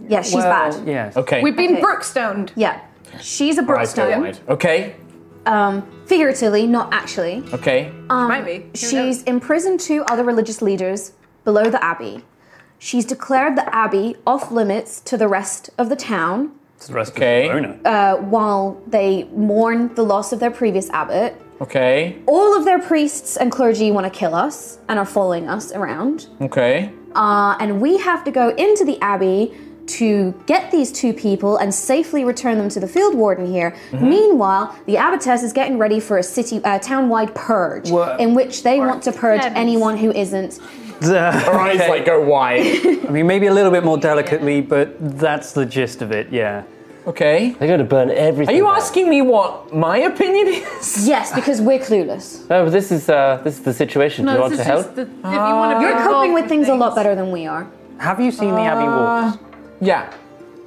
[SPEAKER 7] right?
[SPEAKER 6] Yeah, she's bad.
[SPEAKER 2] Yes.
[SPEAKER 7] okay.
[SPEAKER 5] We've been
[SPEAKER 6] Okay.
[SPEAKER 5] Brookstoned.
[SPEAKER 6] Yeah, she's a
[SPEAKER 7] Eyes go
[SPEAKER 6] brookstone.
[SPEAKER 7] wide. Okay,
[SPEAKER 6] Um, figuratively, not actually.
[SPEAKER 7] okay.
[SPEAKER 6] Um,
[SPEAKER 5] Might be. Who
[SPEAKER 6] She's
[SPEAKER 5] knows?
[SPEAKER 6] imprisoned two other religious leaders below the abbey. She's declared the abbey off limits to the rest of the town
[SPEAKER 2] It's the rest
[SPEAKER 7] Okay.
[SPEAKER 2] of the owner.
[SPEAKER 6] while they mourn the loss of their previous abbot.
[SPEAKER 7] Okay,
[SPEAKER 6] All of their priests and clergy want to kill us and are following us around.
[SPEAKER 7] okay.
[SPEAKER 6] Uh, and we have to go into the abbey to get these two people and safely return them to the field warden here.
[SPEAKER 2] Mm-hmm.
[SPEAKER 6] Meanwhile, the abbotess is getting ready for a city, uh, town-wide purge,
[SPEAKER 2] What?
[SPEAKER 6] in which they want to purge
[SPEAKER 5] Heavens.
[SPEAKER 6] anyone who isn't.
[SPEAKER 7] Her eyes like go wide.
[SPEAKER 2] I mean, maybe a little bit more delicately, but that's the gist of it. Yeah.
[SPEAKER 7] Okay.
[SPEAKER 9] They're going to burn everything.
[SPEAKER 7] Are you
[SPEAKER 9] down.
[SPEAKER 7] asking me what my opinion is?
[SPEAKER 6] Yes, because we're clueless.
[SPEAKER 9] No, but this is uh, this is the situation. do you want to help?
[SPEAKER 5] the, if you want to be
[SPEAKER 6] You're coping
[SPEAKER 5] involved
[SPEAKER 6] with things a lot better than we are.
[SPEAKER 2] Have you seen the Abbey
[SPEAKER 7] Uh,
[SPEAKER 2] walls?
[SPEAKER 7] Yeah,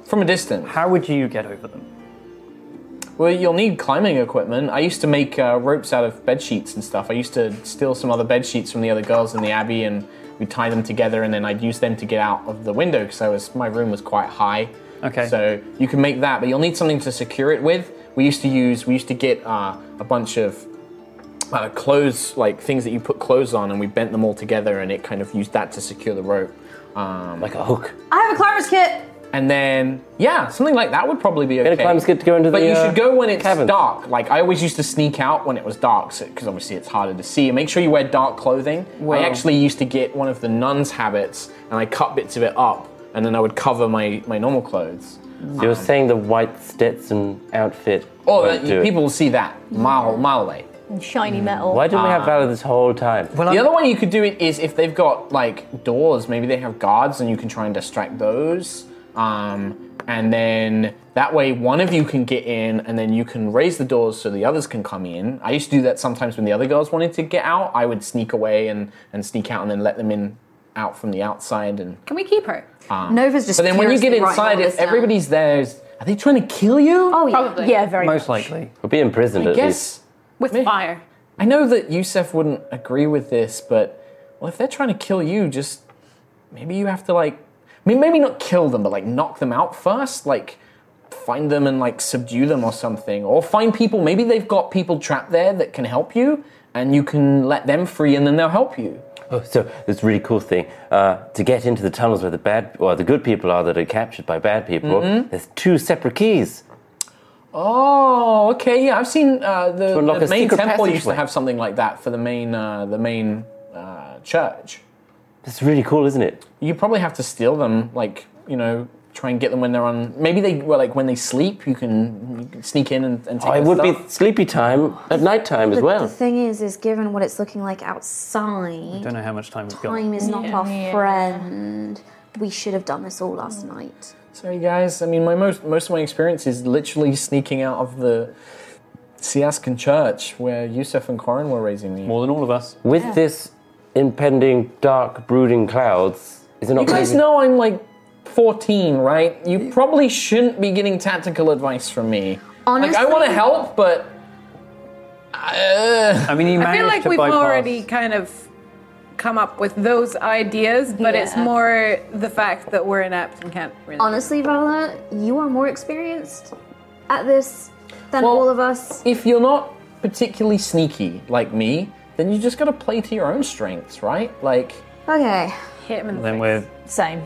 [SPEAKER 7] from a distance.
[SPEAKER 2] How would you get over them?
[SPEAKER 7] Well, you'll need climbing equipment. I used to make uh, ropes out of bed sheets and stuff. I used to steal some other bed sheets from the other girls in the abbey, and we'd tie them together, and then I'd use them to get out of the window because I was my room was quite high.
[SPEAKER 2] Okay.
[SPEAKER 7] So you can make that, but you'll need something to secure it with. We used to use. We used to get uh, a bunch of uh, clothes, like things that you put clothes on, and we bent them all together, and it kind of used that to secure the rope. Um,
[SPEAKER 9] Like a hook.
[SPEAKER 6] I have a climber's kit.
[SPEAKER 7] and then yeah, something like that would probably be okay.
[SPEAKER 9] a climb's good to go into
[SPEAKER 7] but
[SPEAKER 9] the,
[SPEAKER 7] you
[SPEAKER 9] uh,
[SPEAKER 7] should go when it's
[SPEAKER 9] caverns.
[SPEAKER 7] dark. Like I always used to sneak out when it was dark, because obviously it's harder to see. And make sure you wear dark clothing.
[SPEAKER 2] Well-
[SPEAKER 7] I actually used to get one of the nuns' habits, and I cut bits of it up, and then I would cover my my normal clothes.
[SPEAKER 9] You're saying the white Stetson outfit.
[SPEAKER 7] Oh,
[SPEAKER 9] won't
[SPEAKER 7] that,
[SPEAKER 9] do it.
[SPEAKER 7] people will see that mile mile away.
[SPEAKER 4] And
[SPEAKER 2] Mm,
[SPEAKER 4] shiny metal.
[SPEAKER 9] Why didn't we
[SPEAKER 7] Ah.
[SPEAKER 9] have Valor this whole time? Well,
[SPEAKER 7] the other way you could do it is if they've got like doors, maybe they have guards, and you can try and distract those. Um, and then that way, one of you can get in, and then you can raise the doors so the others can come in. I used to do that sometimes when the other girls wanted to get out. I would sneak away and, and sneak out, and then let them in out from the outside. And
[SPEAKER 5] Can we keep her?
[SPEAKER 6] Nova's just.
[SPEAKER 7] but then when you get
[SPEAKER 6] furiously writing all
[SPEAKER 7] inside,
[SPEAKER 6] this
[SPEAKER 7] if
[SPEAKER 6] down.
[SPEAKER 7] everybody's there, is, are they trying to kill you?
[SPEAKER 6] Oh yeah.
[SPEAKER 5] Probably.
[SPEAKER 4] Yeah, very
[SPEAKER 2] Most
[SPEAKER 4] much.
[SPEAKER 2] likely.
[SPEAKER 9] we'll be imprisoned
[SPEAKER 7] I
[SPEAKER 9] at
[SPEAKER 7] guess.
[SPEAKER 5] With fire.
[SPEAKER 7] Yes. I know that Yusef wouldn't agree with this, but well, if they're trying to kill you, just maybe you have to like, I mean, maybe not kill them, but like knock them out first, like find them and like subdue them or something, or find people. Maybe they've got people trapped there that can help you, and you can let them free, and then they'll help you.
[SPEAKER 9] Oh, so this really cool thing uh, to get into the tunnels where the bad or the good people are that are captured by bad people.
[SPEAKER 7] Mm-hmm.
[SPEAKER 9] There's two separate keys.
[SPEAKER 7] Oh, okay, yeah. I've seen uh, the,
[SPEAKER 9] To unlock
[SPEAKER 7] the
[SPEAKER 9] a
[SPEAKER 7] main
[SPEAKER 9] secret
[SPEAKER 7] temple used to
[SPEAKER 9] passageway.
[SPEAKER 7] have something like that for the main uh, the main uh, church.
[SPEAKER 9] That's really cool, isn't it?
[SPEAKER 7] You probably have to steal them, like you know, try and get them when they're on. Maybe they well, like when they sleep, you can, you can sneak in and, and take.
[SPEAKER 9] Oh, it
[SPEAKER 7] their
[SPEAKER 9] would
[SPEAKER 7] stuff.
[SPEAKER 9] be sleepy time at night time as
[SPEAKER 6] But
[SPEAKER 9] well.
[SPEAKER 6] the thing is, is given what it's looking like outside,
[SPEAKER 2] Don't know how much time we've got.
[SPEAKER 6] time is not our friend. We should have done this all last night.
[SPEAKER 7] Sorry, guys. I mean, my most most of my experience is literally sneaking out of the Siaskan church where Yusuf and Corin were raising me.
[SPEAKER 2] More than all of us.
[SPEAKER 9] With this impending dark brooding clouds, is it not?
[SPEAKER 7] You guys
[SPEAKER 9] crazy?
[SPEAKER 7] know I'm like 14, right? You probably shouldn't be getting tactical advice from me. like, I
[SPEAKER 6] Honestly-
[SPEAKER 7] want to help, but. Uh,
[SPEAKER 2] I mean, you
[SPEAKER 5] I
[SPEAKER 2] managed
[SPEAKER 5] feel like
[SPEAKER 2] to
[SPEAKER 5] we've
[SPEAKER 2] bypass.
[SPEAKER 5] already kind of come up with those ideas, but it's
[SPEAKER 4] Yeah.
[SPEAKER 5] more the fact that we're inept and can't really.
[SPEAKER 6] Honestly, Vala, you are more experienced at this than
[SPEAKER 7] Well-
[SPEAKER 6] all of us.
[SPEAKER 7] if you're not particularly sneaky like me, then you just gotta play to your own strengths, right? Like,
[SPEAKER 6] Okay,
[SPEAKER 5] hit him in the
[SPEAKER 2] Then
[SPEAKER 5] face.
[SPEAKER 2] we're.
[SPEAKER 4] Same.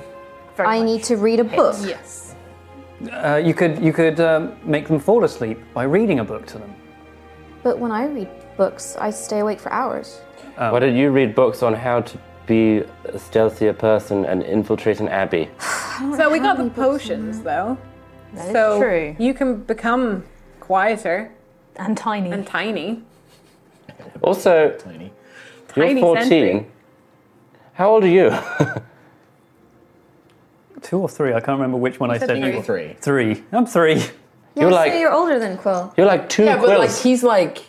[SPEAKER 5] Very
[SPEAKER 6] I
[SPEAKER 5] much.
[SPEAKER 6] need to read a book.
[SPEAKER 5] Yes.
[SPEAKER 2] Uh, you could you could um, make them fall asleep by reading a book to them.
[SPEAKER 6] But when I read books, I stay awake for hours.
[SPEAKER 9] Why don't you read books on how to be a stealthier person and infiltrate an abbey?
[SPEAKER 5] So we got the
[SPEAKER 6] many books
[SPEAKER 5] potions though.
[SPEAKER 4] That is
[SPEAKER 5] so
[SPEAKER 4] true.
[SPEAKER 5] you can become quieter
[SPEAKER 4] And tiny.
[SPEAKER 5] and tiny.
[SPEAKER 9] Also,
[SPEAKER 7] tiny.
[SPEAKER 9] you're
[SPEAKER 5] Tiny
[SPEAKER 9] 14.
[SPEAKER 5] sentry.
[SPEAKER 9] How old are you?
[SPEAKER 2] Two or three, I can't remember which one I
[SPEAKER 5] said
[SPEAKER 2] said.
[SPEAKER 5] three.
[SPEAKER 2] before.
[SPEAKER 7] Three.
[SPEAKER 2] Three. I'm three.
[SPEAKER 6] Yeah,
[SPEAKER 9] You're
[SPEAKER 6] so
[SPEAKER 9] like-
[SPEAKER 6] you're older than Quill.
[SPEAKER 9] You're like two
[SPEAKER 7] Yeah, but like,
[SPEAKER 9] quills.
[SPEAKER 7] he's like.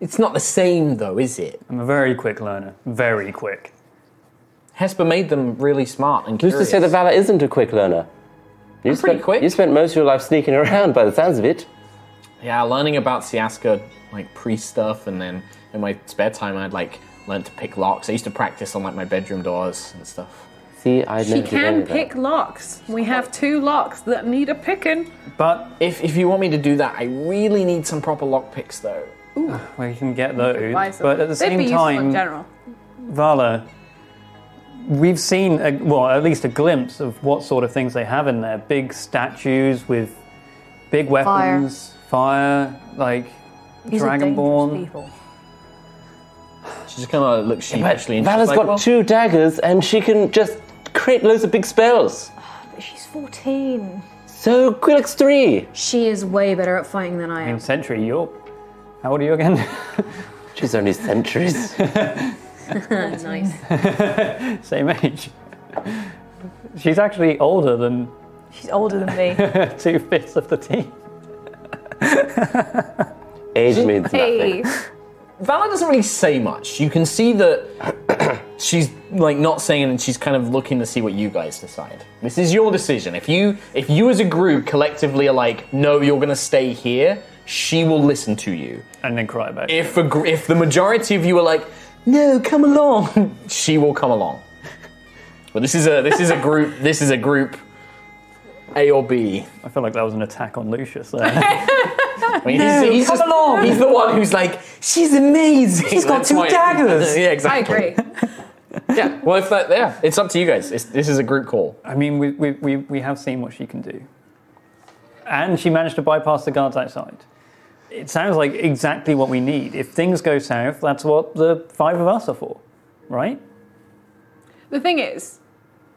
[SPEAKER 7] It's not the same, though, is it?
[SPEAKER 2] I'm a very quick learner. Very quick.
[SPEAKER 7] Hesper made them really smart and
[SPEAKER 9] Who's
[SPEAKER 7] curious.
[SPEAKER 9] to say that Valor isn't a quick learner? You
[SPEAKER 7] pretty
[SPEAKER 9] spent,
[SPEAKER 7] quick.
[SPEAKER 9] You spent most of your life sneaking around, by the sounds of it.
[SPEAKER 7] Yeah, learning about Siaska, like priest stuff, and then in my spare time, I'd like learn to pick locks. I used to practice on like my bedroom doors and stuff.
[SPEAKER 9] See, I
[SPEAKER 5] She
[SPEAKER 9] never did any
[SPEAKER 5] can
[SPEAKER 9] of that.
[SPEAKER 5] pick locks. We have two locks that need a picking.
[SPEAKER 2] But
[SPEAKER 7] If, if you want me to do that, I really need some proper lock picks though.
[SPEAKER 2] we can get
[SPEAKER 5] Buy
[SPEAKER 2] those.
[SPEAKER 5] some.
[SPEAKER 2] But at the
[SPEAKER 5] They'd be
[SPEAKER 2] same
[SPEAKER 5] useful in
[SPEAKER 2] time,
[SPEAKER 5] general.
[SPEAKER 2] Vala, we've seen a, well at least a glimpse of what sort of things they have in there. Big statues with big weapons, fire, like
[SPEAKER 4] These are dangerous
[SPEAKER 2] dragonborn.
[SPEAKER 4] people.
[SPEAKER 7] She just kind of looks sheepishly. and she's
[SPEAKER 9] Valor's
[SPEAKER 7] like,
[SPEAKER 9] got
[SPEAKER 7] "Well,
[SPEAKER 9] two daggers, and she can just create loads of big spells.
[SPEAKER 4] But she's 14.
[SPEAKER 9] So Quillix three.
[SPEAKER 6] She is way better at fighting than I am.
[SPEAKER 2] In century, you're. How old are you again?
[SPEAKER 9] She's only centuries.
[SPEAKER 6] nice.
[SPEAKER 2] Same age. She's actually older than
[SPEAKER 4] She's older than me.
[SPEAKER 2] two fifths of the team.
[SPEAKER 9] Age means nothing.
[SPEAKER 7] Valor doesn't really say much. You can see that she's like not saying, and she's kind of looking to see what you guys decide. This is your decision. If you if you as a group collectively are like, no, you're gonna stay here, she will listen to you.
[SPEAKER 2] And then cry back.
[SPEAKER 7] if a, gr- if the majority of you are like, no, come along, she will come along. But this is a this is a group this is a group A or B.
[SPEAKER 2] I feel like that was an attack on Lucius there.
[SPEAKER 7] I mean, he's, he's
[SPEAKER 2] come
[SPEAKER 7] just-
[SPEAKER 2] along.
[SPEAKER 7] He's the one who's like, she's amazing. She's
[SPEAKER 2] got two daggers.
[SPEAKER 7] yeah,
[SPEAKER 5] I
[SPEAKER 7] exactly.
[SPEAKER 5] agree.
[SPEAKER 7] Yeah. Well, if that yeah, it's up to you guys. It's, this is a group call.
[SPEAKER 2] I mean, we, we, we, we have seen what she can do. And she managed to bypass the guards outside. It sounds like exactly what we need. If things go south, that's what the five of us are for, right?
[SPEAKER 5] The thing is,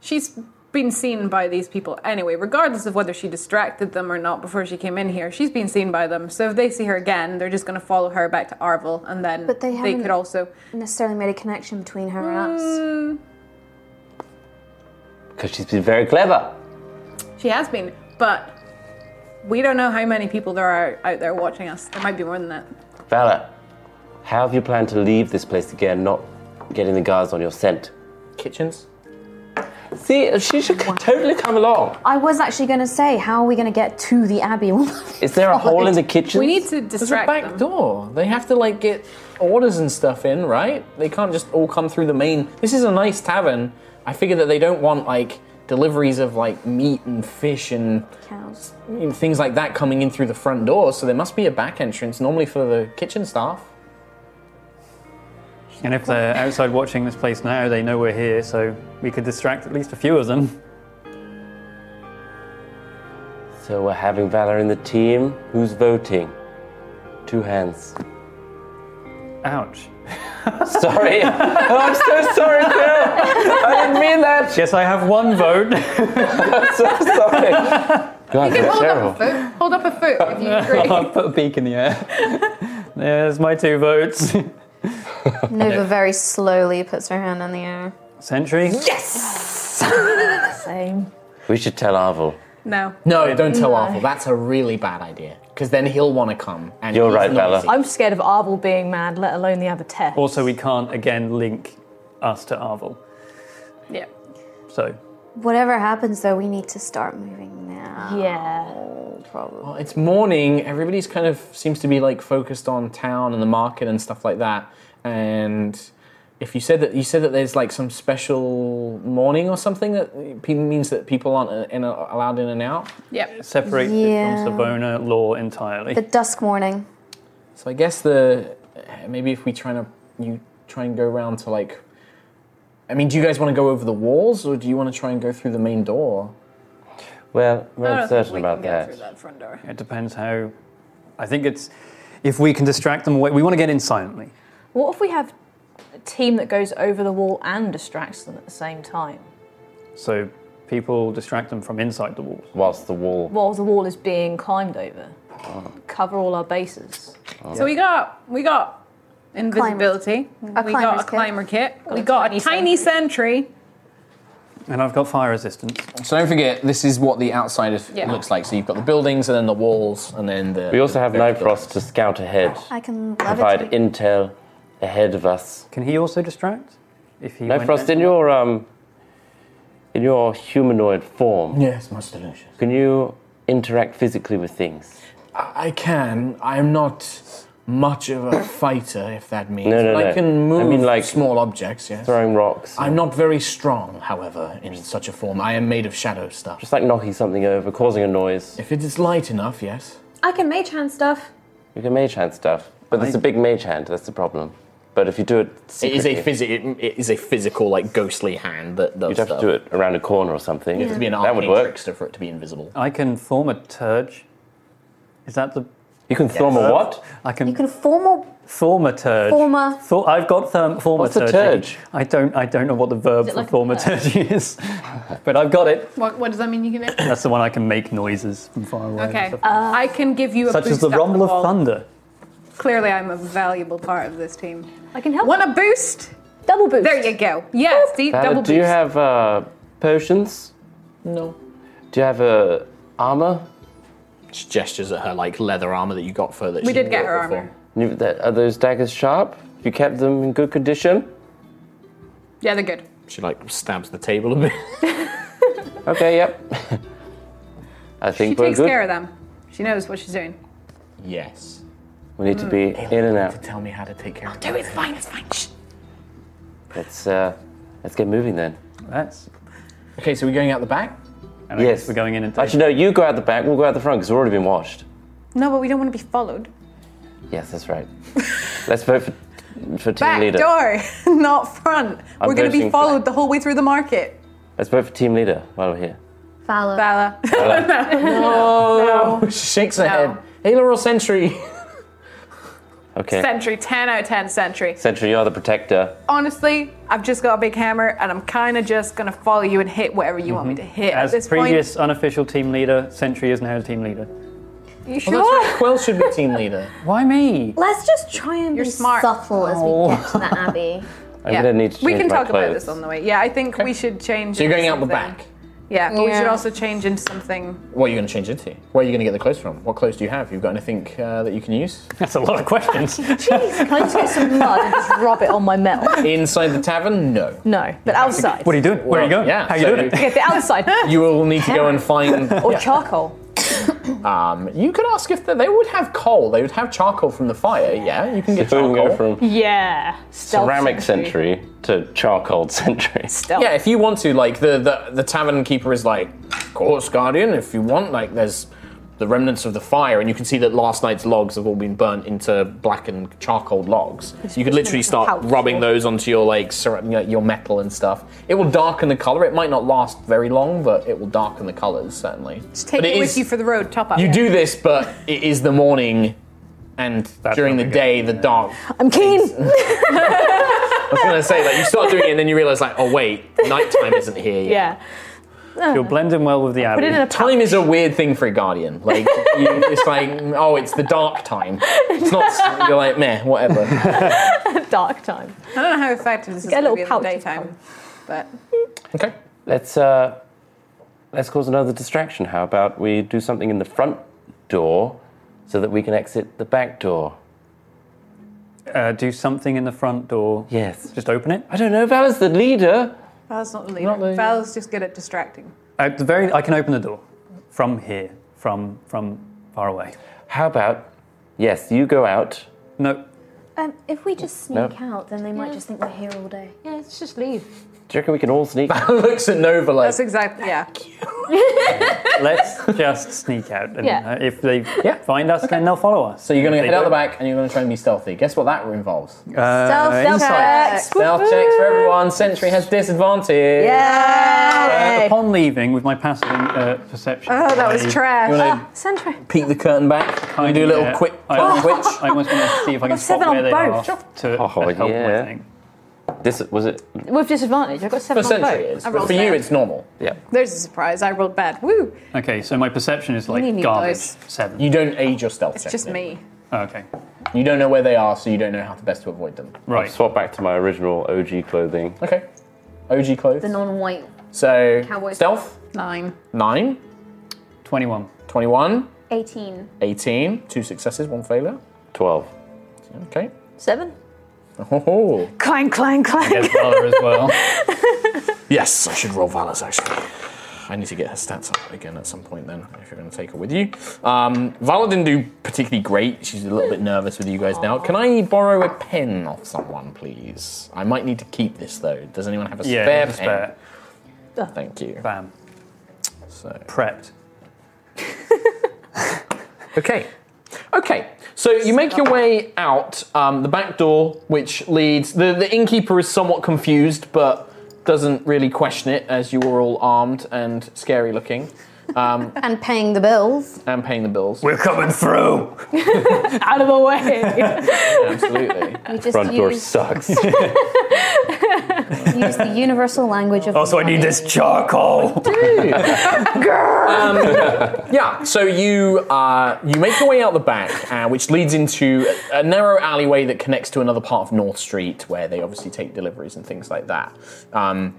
[SPEAKER 5] she's been seen by these people anyway, regardless of whether she distracted them or not before she came in here. She's been seen by them, so if they see her again, they're just going to follow her back to Arvel, and then
[SPEAKER 6] But they haven't-
[SPEAKER 5] could also.
[SPEAKER 6] Necessarily made a connection between her and
[SPEAKER 7] Mm.
[SPEAKER 6] us.
[SPEAKER 9] Because she's been very clever.
[SPEAKER 5] She has been, but we don't know how many people there are out there watching us. There might be more than that.
[SPEAKER 9] Valor, how have you planned to leave this place again, not getting the guards on your scent?
[SPEAKER 7] Kitchens.
[SPEAKER 9] See, she should c- totally come along.
[SPEAKER 6] I was actually going to say, how are we going to get to the abbey?
[SPEAKER 9] Is there a hole in the kitchen?
[SPEAKER 5] We need to
[SPEAKER 7] There's a
[SPEAKER 5] distract
[SPEAKER 7] back
[SPEAKER 5] them.
[SPEAKER 7] door. They have to like get orders and stuff in, right? They can't just all come through the main. This is a nice tavern. I figure that they don't want like deliveries of like meat and fish and
[SPEAKER 6] Cows.
[SPEAKER 7] you know, things like that coming in through the front door. So there must be a back entrance, normally for the kitchen staff.
[SPEAKER 2] And if they're outside watching this place now, they know we're here, so we could distract at least a few of them.
[SPEAKER 9] So we're having Valor in the team. Who's voting? Two hands.
[SPEAKER 2] Ouch.
[SPEAKER 9] Sorry. Oh, I'm so sorry, Phil. I didn't mean that.
[SPEAKER 2] Yes, I have one vote.
[SPEAKER 9] I'm so sorry. God,
[SPEAKER 10] You can
[SPEAKER 9] that's
[SPEAKER 10] hold
[SPEAKER 9] terrible.
[SPEAKER 10] up a foot. Hold up a foot if you agree.
[SPEAKER 2] I'll put a beak in the air. There's my two votes.
[SPEAKER 6] Nova very slowly puts her hand in the air.
[SPEAKER 2] Sentry.
[SPEAKER 4] Same.
[SPEAKER 9] We should tell Arvel.
[SPEAKER 5] No.
[SPEAKER 7] No, don't tell Arthur. That's a really bad idea because then he'll want to come. And
[SPEAKER 9] You're
[SPEAKER 7] he's
[SPEAKER 9] right, Bella.
[SPEAKER 7] noisy.
[SPEAKER 4] I'm scared of Arvel being mad, let alone the abbotess.
[SPEAKER 2] Also, we can't again link us to Arvel.
[SPEAKER 5] Yeah.
[SPEAKER 2] So,
[SPEAKER 6] Whatever happens, though, we need to start moving now.
[SPEAKER 4] Yeah.
[SPEAKER 6] Probably.
[SPEAKER 7] Well, It's morning. Everybody's kind of seems to be like focused on town and the market and stuff like that. And if you said that you said that there's like some special morning or something that pe- means that people aren't uh, in, allowed in and out.
[SPEAKER 5] Yep.
[SPEAKER 2] separated
[SPEAKER 6] Yeah.
[SPEAKER 2] from Savona law entirely.
[SPEAKER 6] The dusk morning.
[SPEAKER 7] So I guess the maybe if we try to you try and go round to like. I mean, do you guys want to go over the walls or do you want to try and go through the main door?
[SPEAKER 9] Well, we're
[SPEAKER 5] Oh, I don't think
[SPEAKER 9] uncertain
[SPEAKER 5] we
[SPEAKER 9] about
[SPEAKER 5] can go through
[SPEAKER 9] that.
[SPEAKER 5] that front door.
[SPEAKER 2] It depends how. I think it's if we can distract them away. We want to get in silently.
[SPEAKER 4] What if we have a team that goes over the wall and distracts them at the same time?
[SPEAKER 2] So people distract them from inside the walls.
[SPEAKER 9] Whilst the wall.
[SPEAKER 4] While the wall is being climbed over. Cover all our bases.
[SPEAKER 5] So we got we got invisibility. we
[SPEAKER 6] climber's
[SPEAKER 5] got a
[SPEAKER 6] kit.
[SPEAKER 5] climber kit. We got a tiny sentry.
[SPEAKER 2] And I've got fire resistance.
[SPEAKER 7] So don't forget, this is what the outside of
[SPEAKER 5] Yeah.
[SPEAKER 7] looks like. So you've got the buildings and then the walls and then the.
[SPEAKER 9] We also have
[SPEAKER 7] the buildings.
[SPEAKER 9] Nifrost to scout ahead,
[SPEAKER 6] I can
[SPEAKER 9] provide
[SPEAKER 6] levitate.
[SPEAKER 9] intel ahead of us.
[SPEAKER 2] Can he also distract? If he went
[SPEAKER 9] Nifrost, in your um, in your humanoid form,
[SPEAKER 7] Yes, much delicious.
[SPEAKER 9] can you interact physically with things?
[SPEAKER 7] I can. I'm not much of a fighter, if that means.
[SPEAKER 9] No, no,
[SPEAKER 7] I
[SPEAKER 9] no.
[SPEAKER 7] can
[SPEAKER 9] I
[SPEAKER 7] move
[SPEAKER 9] mean, like-
[SPEAKER 7] small objects, yes.
[SPEAKER 9] Throwing rocks,
[SPEAKER 7] I'm not very strong, however, in such a form. I am made of shadow stuff.
[SPEAKER 9] just like knocking something over, causing a noise.
[SPEAKER 7] if it is light enough, yes.
[SPEAKER 6] I can mage hand stuff.
[SPEAKER 9] You can mage hand stuff, but there's a big mage hand. That's the problem. But if you do it,
[SPEAKER 7] It is, a
[SPEAKER 9] secretly,
[SPEAKER 7] phys- it is a physical, like, ghostly hand that does
[SPEAKER 9] You'd have to do it around a corner or something.
[SPEAKER 7] It has to be an
[SPEAKER 9] that would
[SPEAKER 7] arcane
[SPEAKER 9] work.
[SPEAKER 7] trickster for it to be invisible.
[SPEAKER 2] I can form a turge. Is that the?
[SPEAKER 9] You can throw a what?
[SPEAKER 2] I can,
[SPEAKER 6] You can form
[SPEAKER 2] form a turge.
[SPEAKER 6] Form a-
[SPEAKER 2] Thor- I've got therm- form
[SPEAKER 9] What's a turge?
[SPEAKER 2] I don't. I don't know what the verb for
[SPEAKER 4] like a
[SPEAKER 2] form a
[SPEAKER 4] verb?
[SPEAKER 2] turge is, but I've got it.
[SPEAKER 5] What, what does that mean you can do?
[SPEAKER 2] That's the one I can make noises from far away. and
[SPEAKER 5] Okay.
[SPEAKER 2] stuff.
[SPEAKER 5] I can give you a
[SPEAKER 2] Such
[SPEAKER 5] boost
[SPEAKER 2] as the
[SPEAKER 5] up
[SPEAKER 2] rumble
[SPEAKER 5] the
[SPEAKER 2] of
[SPEAKER 5] wall.
[SPEAKER 2] thunder.
[SPEAKER 5] Clearly I'm a valuable part of this team.
[SPEAKER 4] I can help.
[SPEAKER 5] Want a boost?
[SPEAKER 4] Double boost.
[SPEAKER 5] There you go. Yes, see,
[SPEAKER 9] Valor,
[SPEAKER 5] double
[SPEAKER 9] do you
[SPEAKER 5] boost.
[SPEAKER 9] have uh, potions?
[SPEAKER 7] No.
[SPEAKER 9] Do you have uh, armor?
[SPEAKER 7] She gestures at her, like, leather armor that you got for that
[SPEAKER 5] We
[SPEAKER 7] she
[SPEAKER 5] did get
[SPEAKER 7] wore
[SPEAKER 5] her
[SPEAKER 7] before.
[SPEAKER 5] armor.
[SPEAKER 9] You- that- Are those daggers sharp? You kept them in good condition?
[SPEAKER 5] yeah, they're good.
[SPEAKER 7] She, like, stabs the table a bit.
[SPEAKER 9] Okay, yep. I think
[SPEAKER 5] She
[SPEAKER 9] we're
[SPEAKER 5] takes
[SPEAKER 9] good.
[SPEAKER 5] care of them. She knows what she's doing.
[SPEAKER 7] yes.
[SPEAKER 9] we need to be in and out.
[SPEAKER 7] Tell me how to take care of
[SPEAKER 5] Do it's fine. It's fine. Shh.
[SPEAKER 9] Let's uh, let's get moving then.
[SPEAKER 2] That's.
[SPEAKER 7] Okay, so we're going out the back?
[SPEAKER 2] And I
[SPEAKER 9] Yes.
[SPEAKER 2] guess we're going in and
[SPEAKER 9] Actually, no. You go out the back. We'll go out the front because we've already been washed.
[SPEAKER 5] No, but we don't want to be followed.
[SPEAKER 9] Yes, that's right. let's vote for for team
[SPEAKER 5] Back
[SPEAKER 9] leader.
[SPEAKER 5] door, not front.
[SPEAKER 9] I'm
[SPEAKER 5] we're going to
[SPEAKER 9] voting
[SPEAKER 5] be
[SPEAKER 9] for-
[SPEAKER 5] followed the whole way through the market.
[SPEAKER 9] Let's vote for team leader while we're here.
[SPEAKER 6] Valor.
[SPEAKER 5] Bella.
[SPEAKER 7] Oh, she shakes her
[SPEAKER 5] No.
[SPEAKER 7] head. Ailer or Sentry?
[SPEAKER 9] Okay.
[SPEAKER 5] Sentry, 10 out of 10 Sentry.
[SPEAKER 9] Sentry, you're the protector.
[SPEAKER 5] Honestly, I've just got a big hammer and I'm kind of just going to follow you and hit whatever you
[SPEAKER 7] Mhm.
[SPEAKER 5] want me to hit at
[SPEAKER 2] As
[SPEAKER 5] this
[SPEAKER 2] previous unofficial team leader, Sentry is now the team leader.
[SPEAKER 5] point. You sure?
[SPEAKER 7] Well, that's right. Quill should be team leader.
[SPEAKER 2] Why me?
[SPEAKER 6] Let's just try and
[SPEAKER 5] You're
[SPEAKER 6] be
[SPEAKER 5] smart.
[SPEAKER 6] subtle as
[SPEAKER 2] Oh.
[SPEAKER 6] we get to the abbey.
[SPEAKER 9] I'm gonna need to
[SPEAKER 5] we
[SPEAKER 9] change
[SPEAKER 5] can
[SPEAKER 9] my
[SPEAKER 5] talk about
[SPEAKER 9] clothes.
[SPEAKER 5] this on the way. Yeah, I think we should change.
[SPEAKER 7] So you're
[SPEAKER 5] it
[SPEAKER 7] going
[SPEAKER 5] to
[SPEAKER 7] out the
[SPEAKER 5] something-
[SPEAKER 7] back.
[SPEAKER 5] Yeah, but we
[SPEAKER 10] Yeah.
[SPEAKER 5] should also change into something.
[SPEAKER 7] What are you going to change into? Where are you going to get the clothes from? What clothes do you have? You've got anything uh, that you can use?
[SPEAKER 2] That's a lot of questions.
[SPEAKER 4] Can I just get some mud and just rub it on my metal?
[SPEAKER 7] Inside the tavern? No.
[SPEAKER 4] No, but outside.
[SPEAKER 2] what are you doing? Where are you
[SPEAKER 7] Well,
[SPEAKER 2] going?
[SPEAKER 7] yeah,
[SPEAKER 2] How are you
[SPEAKER 7] so-
[SPEAKER 2] doing it?
[SPEAKER 4] Get the outside
[SPEAKER 7] You will need to go and find.
[SPEAKER 4] or charcoal.
[SPEAKER 7] Um, you could ask if they, they would have coal. They would have charcoal from the fire. Yeah, you can get
[SPEAKER 9] So we can
[SPEAKER 7] charcoal.
[SPEAKER 9] go from
[SPEAKER 4] Yeah, Stealth
[SPEAKER 9] ceramic century to charcoal century.
[SPEAKER 4] Stealth.
[SPEAKER 7] Yeah, if you want to, like the, the the tavern keeper is like, of course, guardian. If you want, like, there's the remnants of the fire, and you can see that last night's logs have all been burnt into black and charcoal logs. you could literally start
[SPEAKER 4] Ouch.
[SPEAKER 7] rubbing those onto your like cera- you know, your metal and stuff. It will darken the color. It might not last very long, but it will darken the colors certainly. Just
[SPEAKER 5] Take it, with you for the road, top up.
[SPEAKER 7] You do this, but it is the morning, and during the
[SPEAKER 2] when we
[SPEAKER 7] day, the dark
[SPEAKER 4] I'm keen.
[SPEAKER 7] I was gonna say, like, you start doing it and then you realize, like, oh wait, nighttime isn't here yet.
[SPEAKER 4] Yeah.
[SPEAKER 2] You're blending well with the
[SPEAKER 4] Put it in
[SPEAKER 2] abbey.
[SPEAKER 4] a
[SPEAKER 7] Time is a weird thing for a guardian. Like, you, it's like, oh, it's the dark time. It's not. You're like, meh, whatever.
[SPEAKER 4] dark time.
[SPEAKER 5] I don't know how effective this is
[SPEAKER 4] Get a
[SPEAKER 5] going to
[SPEAKER 4] little
[SPEAKER 5] be in the
[SPEAKER 4] pouch of
[SPEAKER 5] daytime, but
[SPEAKER 7] Okay.
[SPEAKER 9] Let's uh, let's cause another distraction. How about we do something in the front door so that we can exit the back door?
[SPEAKER 2] Uh, do something in the front door.
[SPEAKER 9] Yes.
[SPEAKER 2] Just open it.
[SPEAKER 9] I don't know. Vala's the leader.
[SPEAKER 5] Val's not the leader. Val's just good at distracting.
[SPEAKER 2] At the very, I can open the door from here, from from far away.
[SPEAKER 9] How about yes, you go out.
[SPEAKER 2] No,
[SPEAKER 6] Um, if we just
[SPEAKER 9] No.
[SPEAKER 6] sneak out, then they might just think we're here all day.
[SPEAKER 4] Yeah, let's just leave.
[SPEAKER 9] Do you reckon we can all sneak?
[SPEAKER 7] Looks at Nova like,
[SPEAKER 5] That's exactly yeah.
[SPEAKER 2] let's just sneak out. And
[SPEAKER 4] Yeah.
[SPEAKER 2] uh, if they
[SPEAKER 7] Yeah.
[SPEAKER 2] find us, then they'll follow us.
[SPEAKER 7] so you're gonna
[SPEAKER 2] If they
[SPEAKER 7] head out the
[SPEAKER 2] don't,
[SPEAKER 7] back and you're gonna try and be stealthy. Guess what that involves?
[SPEAKER 2] uh,
[SPEAKER 6] Stealth
[SPEAKER 2] insight.
[SPEAKER 6] checks.
[SPEAKER 7] Stealth checks for everyone. Sentry has disadvantage.
[SPEAKER 2] Uh, upon leaving, with my passive uh, perception.
[SPEAKER 5] Oh, that
[SPEAKER 2] I-
[SPEAKER 5] was trash. Ah,
[SPEAKER 7] You wanna
[SPEAKER 4] Central.
[SPEAKER 7] peek the curtain back? Can you do a little
[SPEAKER 2] yeah,
[SPEAKER 7] quick
[SPEAKER 2] I-
[SPEAKER 7] turn twitch?
[SPEAKER 2] I almost want to see if I can
[SPEAKER 4] I've
[SPEAKER 2] spot
[SPEAKER 4] got seven
[SPEAKER 2] where
[SPEAKER 4] on
[SPEAKER 2] they
[SPEAKER 4] both.
[SPEAKER 2] are to
[SPEAKER 9] Oh,
[SPEAKER 2] help my
[SPEAKER 9] yeah.
[SPEAKER 2] thing.
[SPEAKER 9] This was it.
[SPEAKER 4] With disadvantage. I've got seven
[SPEAKER 7] For
[SPEAKER 4] on
[SPEAKER 7] Sentry
[SPEAKER 4] both.
[SPEAKER 7] it is. But for you, it's normal.
[SPEAKER 9] Yeah.
[SPEAKER 5] There's a surprise. I rolled bad. Woo!
[SPEAKER 2] Okay, so my perception is like
[SPEAKER 4] need me
[SPEAKER 2] garbage.
[SPEAKER 4] those.
[SPEAKER 2] Seven.
[SPEAKER 7] You don't aid your stealth
[SPEAKER 5] It's
[SPEAKER 7] check,
[SPEAKER 5] just
[SPEAKER 7] Nick.
[SPEAKER 5] me.
[SPEAKER 2] Oh, okay,
[SPEAKER 7] You don't know where they are, so you don't know how to best to avoid them.
[SPEAKER 2] right.
[SPEAKER 9] Swap back to my original OG clothing.
[SPEAKER 7] Okay. OG clothes.
[SPEAKER 6] The non-white.
[SPEAKER 7] so
[SPEAKER 6] Cowboy.
[SPEAKER 7] stealth
[SPEAKER 5] Nine.
[SPEAKER 7] 9,
[SPEAKER 2] Twenty-one.
[SPEAKER 7] 21,
[SPEAKER 6] 18.
[SPEAKER 7] 18, two successes, one failure.
[SPEAKER 9] Twelve.
[SPEAKER 7] Okay.
[SPEAKER 4] Seven.
[SPEAKER 7] Oh.
[SPEAKER 4] Clang, clang, clang.
[SPEAKER 2] Yes, Vala as well.
[SPEAKER 7] Yes, I should roll Valor's actually. I need to get her stats up again at some point then, if you're going to take her with you. Um, Valor didn't do particularly great. She's a little bit nervous with you guys now. Can I borrow a pen off someone, please? I might need to keep this though. Does anyone have a
[SPEAKER 2] Yeah,
[SPEAKER 7] spare
[SPEAKER 2] just
[SPEAKER 7] pen?
[SPEAKER 2] spare.
[SPEAKER 7] Thank you.
[SPEAKER 2] Bam.
[SPEAKER 7] So.
[SPEAKER 2] Prepped.
[SPEAKER 7] Okay. Okay. So you make your way out um, the back door, which leads. The, the innkeeper is somewhat confused, but doesn't really question it, as you were all armed and scary looking
[SPEAKER 6] And paying the bills.
[SPEAKER 7] and paying the bills.
[SPEAKER 2] We're coming through.
[SPEAKER 4] Out of the way.
[SPEAKER 7] Absolutely.
[SPEAKER 6] We just
[SPEAKER 9] Front door
[SPEAKER 6] use,
[SPEAKER 9] sucks.
[SPEAKER 6] use the universal language of. the body.
[SPEAKER 2] charcoal.
[SPEAKER 7] Yeah. So you uh, you make your way out the back, uh, which leads into a a narrow alleyway that connects to another part of North Street, where they obviously take deliveries and things like that. Um,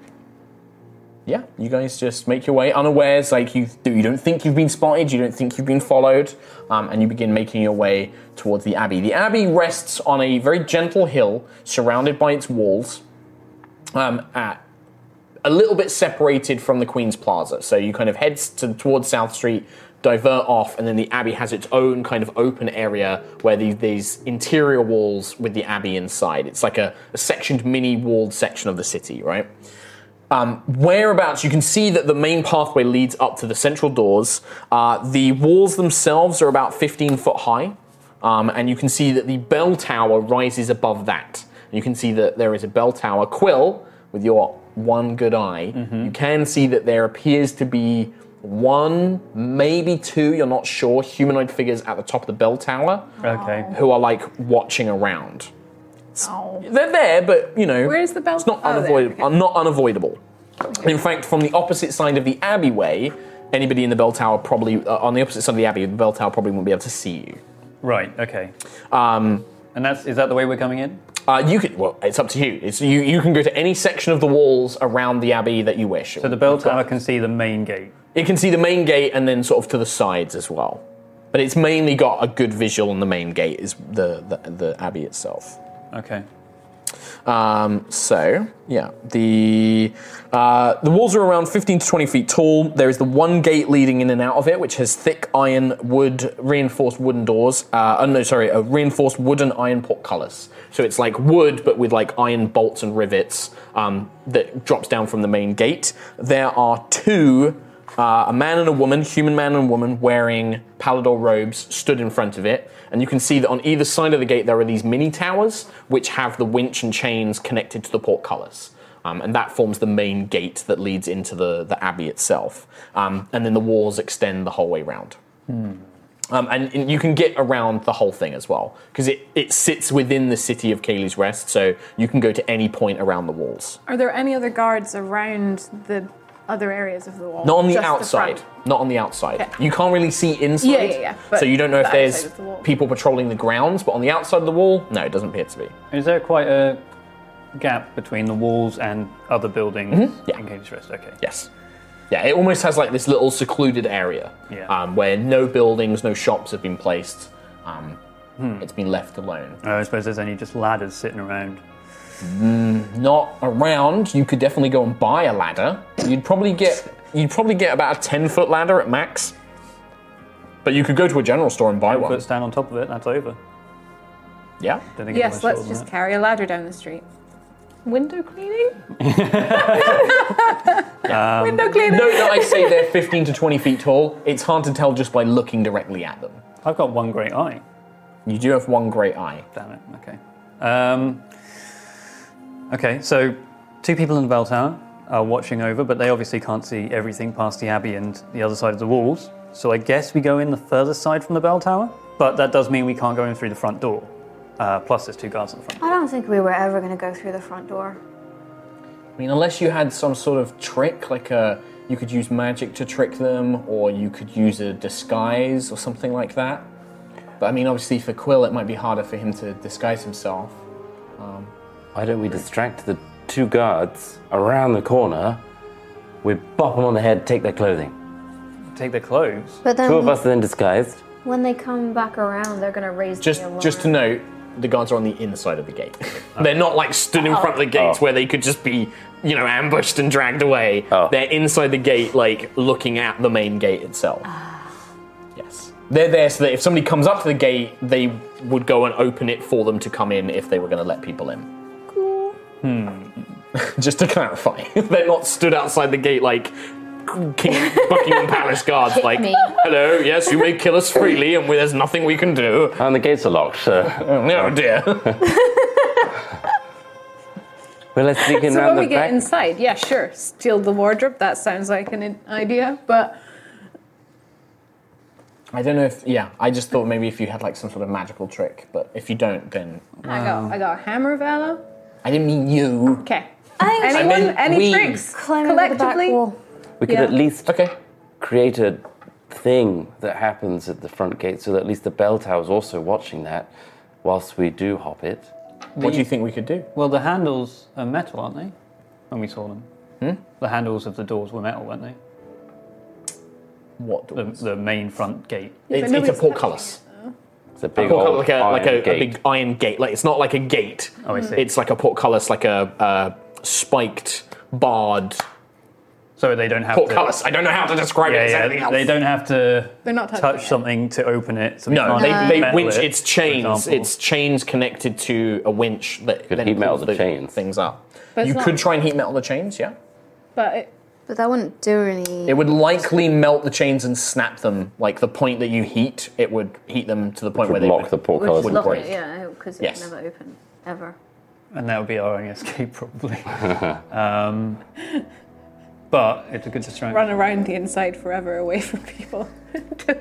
[SPEAKER 7] yeah, you guys just make your way unawares. Like you, you don't think you've been spotted, you don't think you've been followed, um, and you begin making your way towards the abbey. The abbey rests on a very gentle hill, surrounded by its walls. Um, at a little bit separated from the Queen's Plaza. So you kind of head to, towards South Street, divert off, and then the Abbey has its own kind of open area where these, these interior walls with the Abbey inside. It's like a, a sectioned, mini walled section of the city, right? Um, whereabouts, you can see that the main pathway leads up to the central doors. Uh, the walls themselves are about 15 foot high, um, and you can see that the bell tower rises above that. You can see that there is a bell tower. Quill, with your one good eye, you can see that there appears to be one, maybe two, you're not sure, humanoid figures at the top of the bell tower
[SPEAKER 2] Okay.
[SPEAKER 7] who are like watching around.
[SPEAKER 5] Oh.
[SPEAKER 7] They're there, but you know,
[SPEAKER 5] Where is the bell-
[SPEAKER 7] It's not
[SPEAKER 5] Oh, there,
[SPEAKER 7] unavoidable.
[SPEAKER 5] okay.
[SPEAKER 7] uh, Not unavoidable. In fact, from the opposite side of the alleyway, anybody in the bell tower probably uh, on the opposite side of the abbey, the bell tower probably won't be able to see you.
[SPEAKER 2] Right. Okay.
[SPEAKER 7] Um,
[SPEAKER 2] And that's is that the way we're coming in?
[SPEAKER 7] Uh, you can. Well, it's up to you. It's you. You can go to any section of the walls around the abbey that you wish.
[SPEAKER 2] So the bell tower can see the main gate.
[SPEAKER 7] It can see the main gate and then sort of to the sides as well. But it's mainly got a good visual on the main gate is the the, the abbey itself.
[SPEAKER 2] Okay.
[SPEAKER 7] Um, so yeah, the uh, the walls are around 15 to 20 feet tall. There is the one gate leading in and out of it, which has thick iron wood reinforced wooden doors. Uh, oh, no, sorry, uh, reinforced wooden iron portcullis. So it's like wood, but with like iron bolts and rivets um, that drops down from the main gate. There are two. Uh, a man and a woman, human man and woman, wearing Palador robes, stood in front of it. And you can see that on either side of the gate there are these mini towers, which have the winch and chains connected to the portcullis. Um, and that forms the main gate that leads into the, the abbey itself. Um, and then the walls extend the whole way round. Um, and, and you can get around the whole thing as well, because it, it sits within the city of Cayley's Rest, so you can go to any point around the walls.
[SPEAKER 5] Are there any other guards around the other areas of the wall?
[SPEAKER 7] Not on the
[SPEAKER 5] Just
[SPEAKER 7] outside.
[SPEAKER 5] front?
[SPEAKER 7] Not on the outside.
[SPEAKER 5] Okay.
[SPEAKER 7] You can't really see inside.
[SPEAKER 5] Yeah, yeah, yeah, but
[SPEAKER 7] So you don't know if
[SPEAKER 5] the
[SPEAKER 7] there's
[SPEAKER 5] outside of the wall.
[SPEAKER 7] people patrolling the grounds, but on the outside of the wall, no, it doesn't appear to be.
[SPEAKER 2] Is there quite a gap between the walls and other buildings
[SPEAKER 7] Mm-hmm. Yeah.
[SPEAKER 2] in Cage's Rest? Okay.
[SPEAKER 7] Yes. Yeah, it almost has like this little secluded area
[SPEAKER 2] Yeah.
[SPEAKER 7] um, where no buildings, no shops have been placed. Um, It's been left alone.
[SPEAKER 2] Uh, I suppose there's only just ladders sitting around.
[SPEAKER 7] Not around. You could definitely go and buy a ladder. You'd probably get you'd probably get about a ten foot ladder at max. But you could go to a general store and buy one.
[SPEAKER 2] Put stand on top of it, that's over.
[SPEAKER 7] Yeah.
[SPEAKER 2] Don't think
[SPEAKER 5] Yes,
[SPEAKER 2] it's
[SPEAKER 5] let's
[SPEAKER 2] much
[SPEAKER 5] just
[SPEAKER 2] shorter
[SPEAKER 5] carry a ladder down the street.
[SPEAKER 4] Window cleaning?
[SPEAKER 5] Window cleaning.
[SPEAKER 7] Note that I say they're 15 to 20 feet tall. It's hard to tell just by looking directly at them.
[SPEAKER 2] than that. I've got one great eye.
[SPEAKER 7] You do have one great eye.
[SPEAKER 2] Damn it. Okay. Um, okay. So two people in the bell tower are watching over, but they obviously can't see everything past the abbey and the other side of the walls. So I guess we go in the furthest side from the bell tower, but that does mean we can't go in through the front door. Uh, plus, there's two guards at the front.
[SPEAKER 6] I don't think we were ever going to go through the front door.
[SPEAKER 7] I mean, unless you had some sort of trick, like a, you could use magic to trick them, or you could use a disguise or something like that. But I mean, obviously for Quill, it might be harder for him to disguise himself.
[SPEAKER 9] Why don't we distract the two guards around the corner? We bop them on the head, take their clothing.
[SPEAKER 2] Take their clothes.
[SPEAKER 6] But then
[SPEAKER 9] Two of us are then disguised.
[SPEAKER 6] when they come back around, they're going to raise
[SPEAKER 7] Just,
[SPEAKER 6] the alarm.
[SPEAKER 7] just to note, the guards are on the inside of the gate. They're not like stood in front of the gates
[SPEAKER 9] Oh.
[SPEAKER 7] where they could just be, you know, ambushed and dragged away.
[SPEAKER 9] Oh.
[SPEAKER 7] They're inside the gate, like looking at the main gate itself. yes, they're there so that if somebody comes up to the gate, they would go and open it for them to come in if they were going to let people in. Hmm. just to clarify, they're not stood outside the gate like. King Buckingham Palace guards, like,
[SPEAKER 6] me.
[SPEAKER 7] hello, yes, you may kill us freely, and we- there's nothing we can do.
[SPEAKER 9] And the gates are locked, so.
[SPEAKER 7] Oh dear.
[SPEAKER 9] well, let's sneak in
[SPEAKER 5] So
[SPEAKER 9] round
[SPEAKER 5] when we
[SPEAKER 9] the
[SPEAKER 5] get
[SPEAKER 9] back.
[SPEAKER 5] inside, yeah, sure, steal the wardrobe. That sounds like an i- idea, but
[SPEAKER 7] I don't know if yeah. I just thought maybe if you had like some sort of magical trick, but if you don't, then
[SPEAKER 5] I got I got a hammer, Vela.
[SPEAKER 7] I didn't mean you.
[SPEAKER 5] Okay.
[SPEAKER 6] I
[SPEAKER 5] Anyone?
[SPEAKER 7] meant
[SPEAKER 5] any
[SPEAKER 7] we.
[SPEAKER 5] tricks?
[SPEAKER 6] climb over the back
[SPEAKER 5] Collectively?
[SPEAKER 6] wall.
[SPEAKER 9] we could
[SPEAKER 5] yeah.
[SPEAKER 9] at least
[SPEAKER 7] Okay.
[SPEAKER 9] create a thing that happens at the front gate so that at least the bell tower's also watching that whilst we do hop it.
[SPEAKER 7] What do you think we could do?
[SPEAKER 2] Well, the handles are metal, aren't they? When we saw them.
[SPEAKER 7] Hmm?
[SPEAKER 2] The handles of the doors were metal, weren't they?
[SPEAKER 7] What?
[SPEAKER 2] The, the main front gate.
[SPEAKER 7] it's, it's a
[SPEAKER 5] nobody's
[SPEAKER 7] portcullis.
[SPEAKER 9] It's a big old
[SPEAKER 7] Portcullis, like a
[SPEAKER 9] iron
[SPEAKER 7] like a, a
[SPEAKER 9] gate.
[SPEAKER 7] big iron gate. Like it's not like a gate.
[SPEAKER 2] Oh, I see.
[SPEAKER 7] It's like a portcullis, like a uh, spiked, barred
[SPEAKER 2] so they don't have
[SPEAKER 7] portcullis. I don't know how to describe
[SPEAKER 2] to.
[SPEAKER 7] it.
[SPEAKER 2] Yeah,
[SPEAKER 7] It's
[SPEAKER 2] yeah.
[SPEAKER 7] anything else.
[SPEAKER 2] They don't have to
[SPEAKER 5] They're not touching
[SPEAKER 2] touch
[SPEAKER 5] it.
[SPEAKER 2] something to open it. So
[SPEAKER 7] No,
[SPEAKER 2] can't
[SPEAKER 7] they, they
[SPEAKER 2] metal
[SPEAKER 7] winch.
[SPEAKER 2] it,
[SPEAKER 7] It's
[SPEAKER 2] for
[SPEAKER 7] chains.
[SPEAKER 2] example.
[SPEAKER 7] It's chains connected to a winch that
[SPEAKER 9] Could
[SPEAKER 7] then
[SPEAKER 9] heat metal
[SPEAKER 7] pulls
[SPEAKER 9] the chains.
[SPEAKER 7] things up.
[SPEAKER 5] But
[SPEAKER 7] you
[SPEAKER 5] it's
[SPEAKER 7] could
[SPEAKER 5] not-
[SPEAKER 7] try and heat metal the chains. Yeah.
[SPEAKER 5] But it,
[SPEAKER 6] But that wouldn't do any.
[SPEAKER 7] It would likely melt the chains and snap them. Like the point that you heat, it would heat them to the point where
[SPEAKER 9] would
[SPEAKER 7] they
[SPEAKER 9] lock
[SPEAKER 7] would-
[SPEAKER 9] the portcullis in
[SPEAKER 7] lock
[SPEAKER 9] place.
[SPEAKER 7] it,
[SPEAKER 4] Yeah, because
[SPEAKER 7] Yes.
[SPEAKER 4] it's
[SPEAKER 7] never
[SPEAKER 4] never open, ever.
[SPEAKER 2] and that would be our only escape probably. um, but it's a good distraction.
[SPEAKER 5] run around the inside forever, away from people. Help me!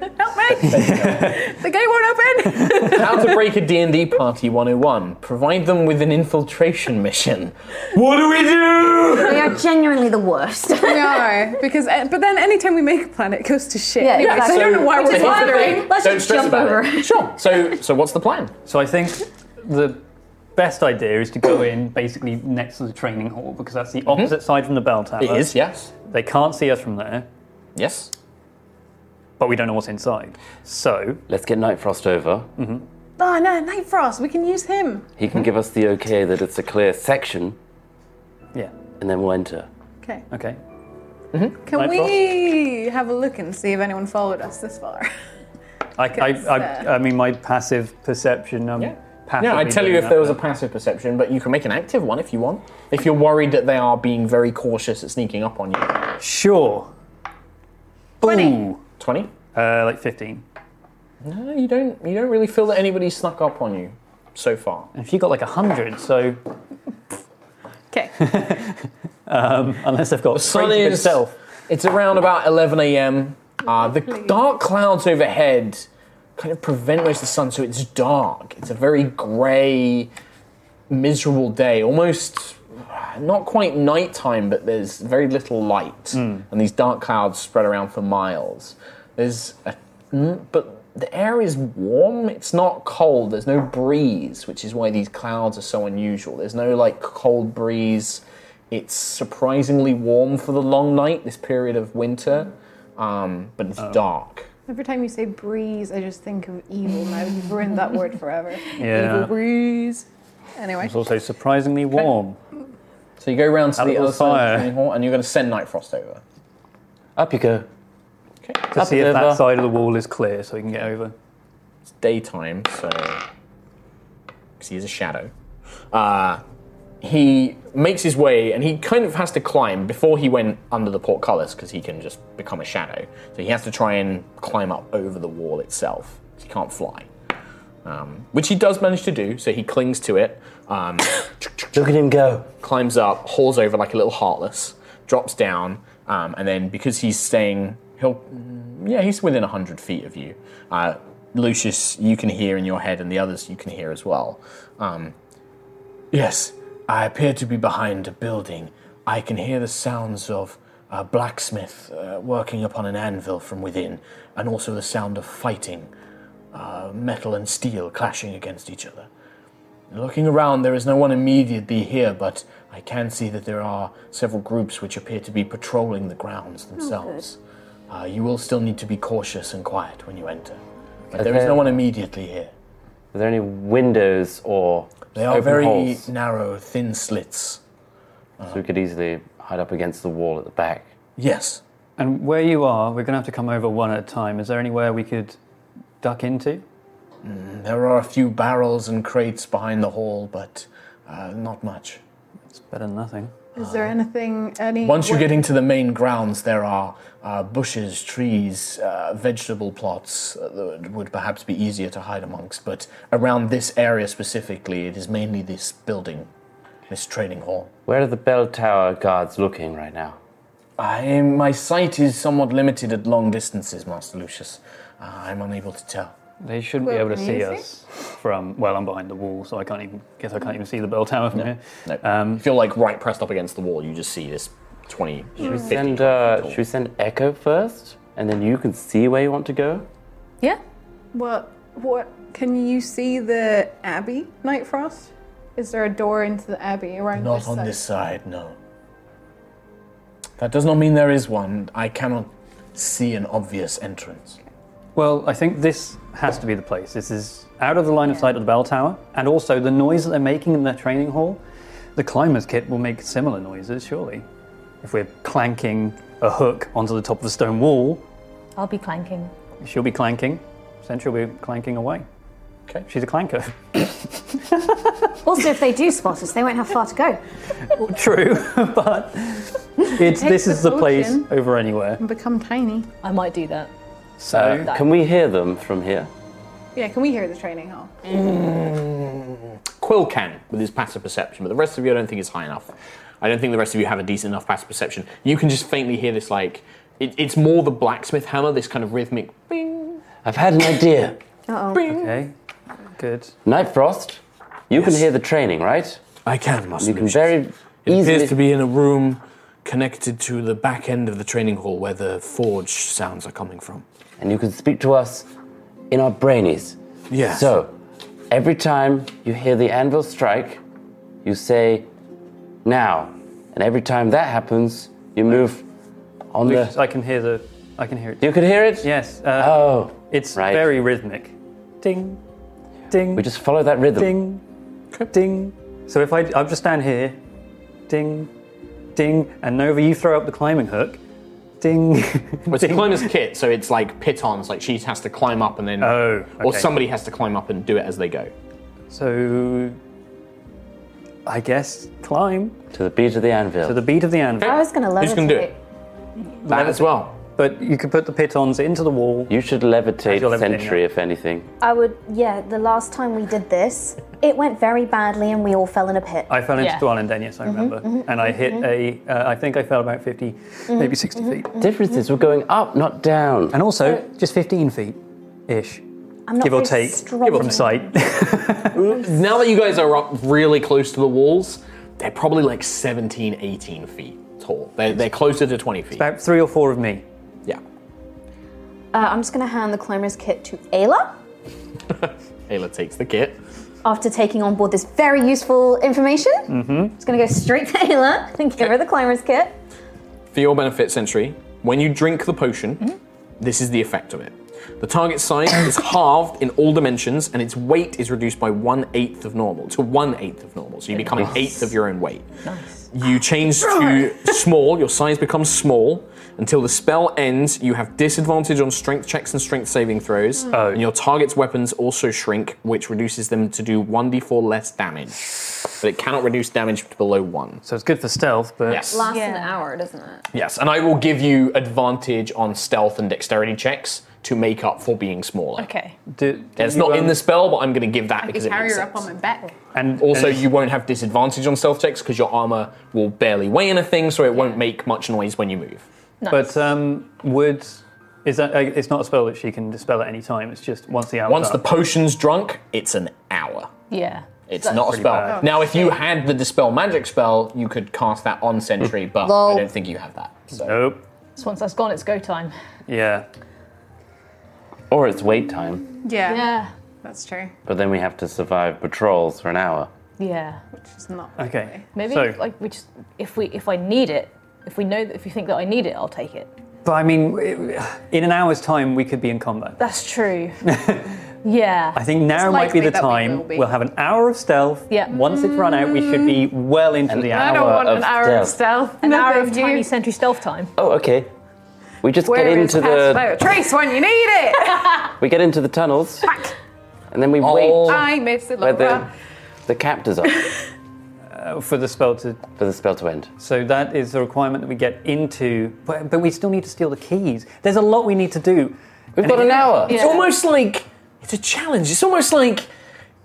[SPEAKER 5] the gate won't open.
[SPEAKER 7] How to break a D&D party 101. Provide them with an infiltration mission. What do we do?
[SPEAKER 6] We are genuinely the worst.
[SPEAKER 5] we are because, uh, but then anytime we make a plan, it goes to shit.
[SPEAKER 6] Yeah,
[SPEAKER 5] anyway,
[SPEAKER 6] exactly.
[SPEAKER 5] So I don't know why
[SPEAKER 6] Which
[SPEAKER 5] we're
[SPEAKER 6] is why
[SPEAKER 5] bothering.
[SPEAKER 6] Let's
[SPEAKER 7] Don't
[SPEAKER 6] just
[SPEAKER 7] stress
[SPEAKER 6] jump
[SPEAKER 7] about
[SPEAKER 6] over.
[SPEAKER 7] it. Sure. So, so what's the plan?
[SPEAKER 2] So I think the best idea is to go in basically next to the training hall because that's the opposite side from the bell tower.
[SPEAKER 7] Mm-hmm. It is, yes.
[SPEAKER 2] They can't see us from there,
[SPEAKER 7] Yes.
[SPEAKER 2] but we don't know what's inside. So
[SPEAKER 9] Let's get Night Frost over.
[SPEAKER 5] Oh no, Night Frost. We can use him.
[SPEAKER 9] He can give us the okay that it's a clear section,
[SPEAKER 2] yeah,
[SPEAKER 9] and then we'll enter.
[SPEAKER 5] Okay.
[SPEAKER 2] okay.
[SPEAKER 5] Can
[SPEAKER 2] Night
[SPEAKER 5] we have a look and see if anyone followed us this far?
[SPEAKER 2] I, I,
[SPEAKER 5] Because,
[SPEAKER 2] I, I mean, my passive perception. Um,
[SPEAKER 7] Yeah.
[SPEAKER 2] passively
[SPEAKER 7] Yeah, I'd tell you
[SPEAKER 2] doing
[SPEAKER 7] if there
[SPEAKER 2] that,
[SPEAKER 7] was a
[SPEAKER 2] but-
[SPEAKER 7] passive perception, but you can make an active one if you want. If you're worried that they are being very cautious at sneaking up on you.
[SPEAKER 2] Sure.
[SPEAKER 5] 20.
[SPEAKER 7] 20?
[SPEAKER 2] Uh, like 15.
[SPEAKER 7] No, you don't you don't really feel that anybody snuck up on you so far.
[SPEAKER 2] And she got like 100, so
[SPEAKER 5] Okay.
[SPEAKER 2] unless they've got
[SPEAKER 7] sun
[SPEAKER 2] strength
[SPEAKER 7] is-
[SPEAKER 2] itself.
[SPEAKER 7] It's around about 11 a.m. Uh, the dark clouds overhead kind of prevent most of the sun, so it's dark. It's a very grey, miserable day. Almost uh, not quite nighttime, but there's very little light, and these dark clouds spread around for miles. There's a, mm, but the air is warm. It's not cold. There's no breeze, which is why these clouds are so unusual. There's no like cold breeze. It's surprisingly warm for the long night, this period of winter, um, but it's dark.
[SPEAKER 5] Every time you say breeze, I just think of evil. Now you've ruined that word forever.
[SPEAKER 2] Yeah.
[SPEAKER 5] Evil breeze. Anyway.
[SPEAKER 2] It's also surprisingly warm.
[SPEAKER 7] So you go round to
[SPEAKER 2] A
[SPEAKER 7] the
[SPEAKER 2] little
[SPEAKER 7] other side of
[SPEAKER 2] fire.
[SPEAKER 7] the training hall, and you're going to send Night Frost over.
[SPEAKER 9] Up you go.
[SPEAKER 2] To see if
[SPEAKER 9] over.
[SPEAKER 2] that side of the wall is clear so we can get over.
[SPEAKER 7] It's daytime, so because he is a shadow. Uh, he makes his way, and he kind of has to climb before he went under the portcullis because he can just become a shadow. So he has to try and climb up over the wall itself. 'cause He can't fly, um, which he does manage to do. So he clings to it. Um,
[SPEAKER 9] Look at him go.
[SPEAKER 7] climbs up, hauls over like a little heartless, drops down, um, and then because he's staying, he'll mm, yeah, he's within hundred feet of you. Uh, Lucius, you can hear in your head, and the others you can hear as well. Um, yes, I appear to be behind a building. I can hear the sounds of a blacksmith uh, working upon an anvil from within, and also the sound of fighting, uh, metal and steel clashing against each other. Looking around, there is no one immediately here, but I can see that there are several groups which appear to be patrolling the grounds themselves. uh, you will still need to be cautious and quiet when you enter. But there is
[SPEAKER 9] Okay.
[SPEAKER 7] no one immediately here.
[SPEAKER 9] Are there any windows or
[SPEAKER 7] They are
[SPEAKER 9] open
[SPEAKER 7] very
[SPEAKER 9] holes?
[SPEAKER 7] narrow, thin slits.
[SPEAKER 9] So we could easily hide up against the wall at the back.
[SPEAKER 7] Yes.
[SPEAKER 2] And where you are, we're going to have to come over one at a time. Is there anywhere we could duck into?
[SPEAKER 7] There are a few barrels and crates behind the hall, but uh, not much.
[SPEAKER 2] It's better than nothing.
[SPEAKER 5] Is there anything, any.
[SPEAKER 7] Once you
[SPEAKER 5] what-
[SPEAKER 7] get into the main grounds, there are uh, bushes, trees, uh, vegetable plots uh, that would perhaps be easier to hide amongst. But around this area specifically, it is mainly this building, this training hall.
[SPEAKER 9] Where are the bell tower guards looking right now?
[SPEAKER 7] I, my sight is somewhat limited at long distances, Master Lucius. Uh, I'm unable to tell.
[SPEAKER 2] They shouldn't be
[SPEAKER 5] Well,
[SPEAKER 2] able to see
[SPEAKER 5] amazing.
[SPEAKER 2] us from. Well, I'm behind the wall, so I can't even. Guess I can't even see the bell tower from here.
[SPEAKER 7] No.
[SPEAKER 2] Um,
[SPEAKER 7] if you're like right pressed up against the wall, you just see this 20.
[SPEAKER 5] Hmm.
[SPEAKER 9] Should we send, uh, should we send Echo first? And then you can see where you want to go?
[SPEAKER 10] Yeah.
[SPEAKER 5] What, what, can you see the Abbey, Night Frost? Is there a door into the Abbey around
[SPEAKER 7] Not
[SPEAKER 5] this
[SPEAKER 7] on
[SPEAKER 5] side?
[SPEAKER 7] this side, no. That does not mean there is one. I cannot see an obvious entrance.
[SPEAKER 2] Well, I think this has to be the place. This is out of the line of sight of the bell tower, and also the noise that they're making in their training hall. The climbers kit will make similar noises, surely. If we're clanking a hook onto the top of a stone wall,
[SPEAKER 4] I'll be clanking.
[SPEAKER 2] she'll be clanking. Central will be clanking away.
[SPEAKER 7] Okay.
[SPEAKER 2] She's a clanker.
[SPEAKER 6] Also, if they do spot us, they won't have far to go.
[SPEAKER 2] True, but it's, this
[SPEAKER 5] the
[SPEAKER 2] is the place
[SPEAKER 5] potion.
[SPEAKER 2] over anywhere.
[SPEAKER 5] Become tiny.
[SPEAKER 4] I might do that.
[SPEAKER 2] So
[SPEAKER 9] Uh, can we hear them from here?
[SPEAKER 5] Yeah, can we hear the training hall?
[SPEAKER 7] Quill can with his passive perception, but the rest of you I don't think is high enough. I don't think the rest of you have a decent enough passive perception. You can just faintly hear this like it, it's more the blacksmith hammer, this kind of rhythmic bing
[SPEAKER 9] I've had an idea.
[SPEAKER 7] bing.
[SPEAKER 2] okay, good.
[SPEAKER 9] Night Frost, you can hear the training, right?
[SPEAKER 7] I can, Master.
[SPEAKER 9] You can
[SPEAKER 7] Lucius.
[SPEAKER 9] very
[SPEAKER 7] It
[SPEAKER 9] easily.
[SPEAKER 7] appears to be in a room connected to the back end of the training hall where the forge sounds are coming from.
[SPEAKER 9] And you can speak to us in our brainies.
[SPEAKER 7] Yes.
[SPEAKER 9] So, Every time you hear the anvil strike, you say, now. And every time that happens, you move on
[SPEAKER 2] Lucius,
[SPEAKER 9] the.
[SPEAKER 2] I can hear the. I can hear it.
[SPEAKER 9] You could hear it?
[SPEAKER 2] Yes. Uh,
[SPEAKER 9] Oh.
[SPEAKER 2] it's
[SPEAKER 9] right.
[SPEAKER 2] very rhythmic. Ding, ding,
[SPEAKER 9] We just follow that rhythm.
[SPEAKER 2] ding, ding. So if I, I'll just stand here. Ding, ding, and Nova, you throw up the climbing hook. Ding.
[SPEAKER 1] Well, it's a
[SPEAKER 2] ding.
[SPEAKER 1] climber's kit, so it's like pitons. Like she has to climb up and then,
[SPEAKER 2] Oh,
[SPEAKER 1] or
[SPEAKER 2] okay.
[SPEAKER 1] somebody has to climb up and do it as they go.
[SPEAKER 2] So, I guess climb
[SPEAKER 9] To the beat of the anvil.
[SPEAKER 2] to the beat of the anvil.
[SPEAKER 6] I was going to levitate.
[SPEAKER 1] Who's gonna do it? That as well.
[SPEAKER 2] But you could put the pitons into the wall.
[SPEAKER 9] you should levitate
[SPEAKER 2] You're levitating,
[SPEAKER 9] Sentry,
[SPEAKER 2] yeah.
[SPEAKER 9] if anything.
[SPEAKER 6] I would, yeah, the last time we did this, it went very badly and we all fell in a pit.
[SPEAKER 2] I fell into
[SPEAKER 4] Yeah.
[SPEAKER 2] Dwalin Den, yes, I remember. and I hit a. Uh, I think I fell about 50, maybe 60 feet.
[SPEAKER 9] Difference is we're going up, not down.
[SPEAKER 2] And also, just 15 feet ish,
[SPEAKER 6] I'm not
[SPEAKER 2] give or
[SPEAKER 6] very
[SPEAKER 2] take,
[SPEAKER 6] strong.
[SPEAKER 2] from sight.
[SPEAKER 1] Now that you guys are up really close to the walls, they're probably like 17, 18 feet tall. They're, they're closer to 20 feet.
[SPEAKER 2] about three or four of me.
[SPEAKER 1] Yeah.
[SPEAKER 6] Uh, I'm just going to hand the climber's kit to Ayla
[SPEAKER 1] Ayla takes the kit.
[SPEAKER 6] after taking on board this very useful information. Mm-hmm. Just going to go straight to Ayla and give her the climber's kit.
[SPEAKER 7] For your benefit, Sentry, when you drink the potion, this is the effect of it. The target size is halved in all dimensions, and its weight is reduced by one eighth of normal to one eighth of normal. So you become an eighth of your own weight. Nice. You change to small. Your size becomes small until the spell ends. You have disadvantage on strength checks and strength saving throws,
[SPEAKER 5] Oh.
[SPEAKER 7] and your target's weapons also shrink, which reduces them to do one d4 less damage. But it cannot reduce damage below one.
[SPEAKER 2] So it's good for stealth, but
[SPEAKER 1] Yes.
[SPEAKER 4] Lasts an hour, doesn't it?
[SPEAKER 1] Yes, and I will give you advantage on stealth and dexterity checks to make up for being smaller.
[SPEAKER 4] Okay.
[SPEAKER 2] do, do
[SPEAKER 1] It's
[SPEAKER 2] you,
[SPEAKER 1] not in
[SPEAKER 2] um,
[SPEAKER 1] the spell, but I'm going to give that
[SPEAKER 5] I
[SPEAKER 1] because
[SPEAKER 5] could
[SPEAKER 1] it
[SPEAKER 5] carry
[SPEAKER 1] makes
[SPEAKER 5] her
[SPEAKER 1] sense.
[SPEAKER 5] up on my back.
[SPEAKER 2] And
[SPEAKER 1] Also,
[SPEAKER 2] and
[SPEAKER 1] you won't have disadvantage on stealth checks because your armor will barely weigh anything, so it won't make much noise when you move.
[SPEAKER 2] But um, would. Is that, uh, it's not a spell that she can dispel at any time. It's just once the hour.
[SPEAKER 1] Once
[SPEAKER 9] Uh.
[SPEAKER 1] the potion's drunk, it's an hour.
[SPEAKER 4] Yeah.
[SPEAKER 1] It's not a spell.
[SPEAKER 2] bad.
[SPEAKER 1] Now, if you had the dispel magic spell, you could cast that on Sentry, but I
[SPEAKER 6] Lol.
[SPEAKER 1] don't think you have that. So.
[SPEAKER 2] Nope.
[SPEAKER 4] So once that's gone, it's go time.
[SPEAKER 2] Oh, Yeah.
[SPEAKER 9] Or it's wait time.
[SPEAKER 5] Yeah,
[SPEAKER 4] Yeah.
[SPEAKER 5] that's true.
[SPEAKER 9] But then we have to survive patrols for an hour.
[SPEAKER 4] Yeah.
[SPEAKER 5] It's not.
[SPEAKER 2] Okay.
[SPEAKER 4] Maybe
[SPEAKER 2] So-
[SPEAKER 4] like we just if we if I need it, if we know that if you think that I need it, I'll take it.
[SPEAKER 2] But I mean, it- in an hour's time, we could be in combat.
[SPEAKER 4] That's true. yeah.
[SPEAKER 2] I think now might be
[SPEAKER 5] likely
[SPEAKER 2] the
[SPEAKER 5] that we
[SPEAKER 2] time
[SPEAKER 5] will be.
[SPEAKER 2] will have an hour of stealth.
[SPEAKER 4] Yeah.
[SPEAKER 2] Once it's run out, we should be
[SPEAKER 5] Mm.
[SPEAKER 2] well into the
[SPEAKER 5] I
[SPEAKER 2] hour.
[SPEAKER 5] don't want
[SPEAKER 9] of
[SPEAKER 5] an hour of stealth.
[SPEAKER 4] An
[SPEAKER 5] No,
[SPEAKER 4] hour of
[SPEAKER 5] thank you.
[SPEAKER 4] tiny sentry stealth time.
[SPEAKER 9] Oh, okay. We just
[SPEAKER 5] Where
[SPEAKER 9] get
[SPEAKER 5] is
[SPEAKER 9] into
[SPEAKER 5] Pass
[SPEAKER 9] the
[SPEAKER 5] Without Trace when you need it.
[SPEAKER 9] we get into the tunnels, and then we
[SPEAKER 1] Oh.
[SPEAKER 9] wait
[SPEAKER 5] I miss it.
[SPEAKER 9] where
[SPEAKER 5] Laura.
[SPEAKER 9] the, the captors are
[SPEAKER 2] for the spell to.
[SPEAKER 9] for the spell to end.
[SPEAKER 2] So that is the requirement that we get into. But, but we still need to steal the keys. There's a lot we need to do.
[SPEAKER 9] We've got an hour.
[SPEAKER 7] It's almost like it's a challenge. It's almost like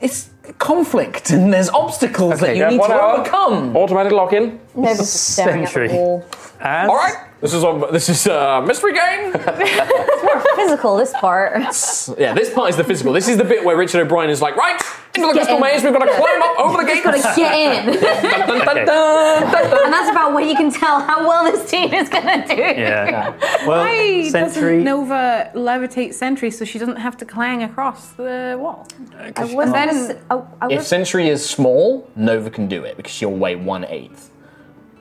[SPEAKER 7] it's conflict and there's obstacles that you
[SPEAKER 9] yeah,
[SPEAKER 7] need
[SPEAKER 9] one
[SPEAKER 7] to
[SPEAKER 9] hour.
[SPEAKER 7] overcome.
[SPEAKER 9] Automatic lock in.
[SPEAKER 6] Nova's just staring at
[SPEAKER 2] Sentry.
[SPEAKER 6] the wall.
[SPEAKER 2] As,
[SPEAKER 7] All right, this is on, this is uh, mystery game.
[SPEAKER 6] It's more physical, this part.
[SPEAKER 7] yeah, this part is the physical. This is the bit where Richard O'Brien is like, right into
[SPEAKER 6] Get
[SPEAKER 7] the crystal
[SPEAKER 6] in.
[SPEAKER 7] maze. We've got to climb up over the
[SPEAKER 6] Just gotta
[SPEAKER 7] gates.
[SPEAKER 6] get in.
[SPEAKER 7] Dun, dun, dun, dun, dun, dun.
[SPEAKER 6] and that's about when you can tell how well this team is gonna do.
[SPEAKER 2] Yeah. Well,
[SPEAKER 5] Why
[SPEAKER 2] Sentry.
[SPEAKER 5] doesn't Nova levitate Sentry so she doesn't have to clang across the wall?
[SPEAKER 6] I was
[SPEAKER 5] Then-
[SPEAKER 6] then, I, I
[SPEAKER 1] If
[SPEAKER 6] was,
[SPEAKER 1] Sentry is small, Nova can do it because she'll weigh one eighth.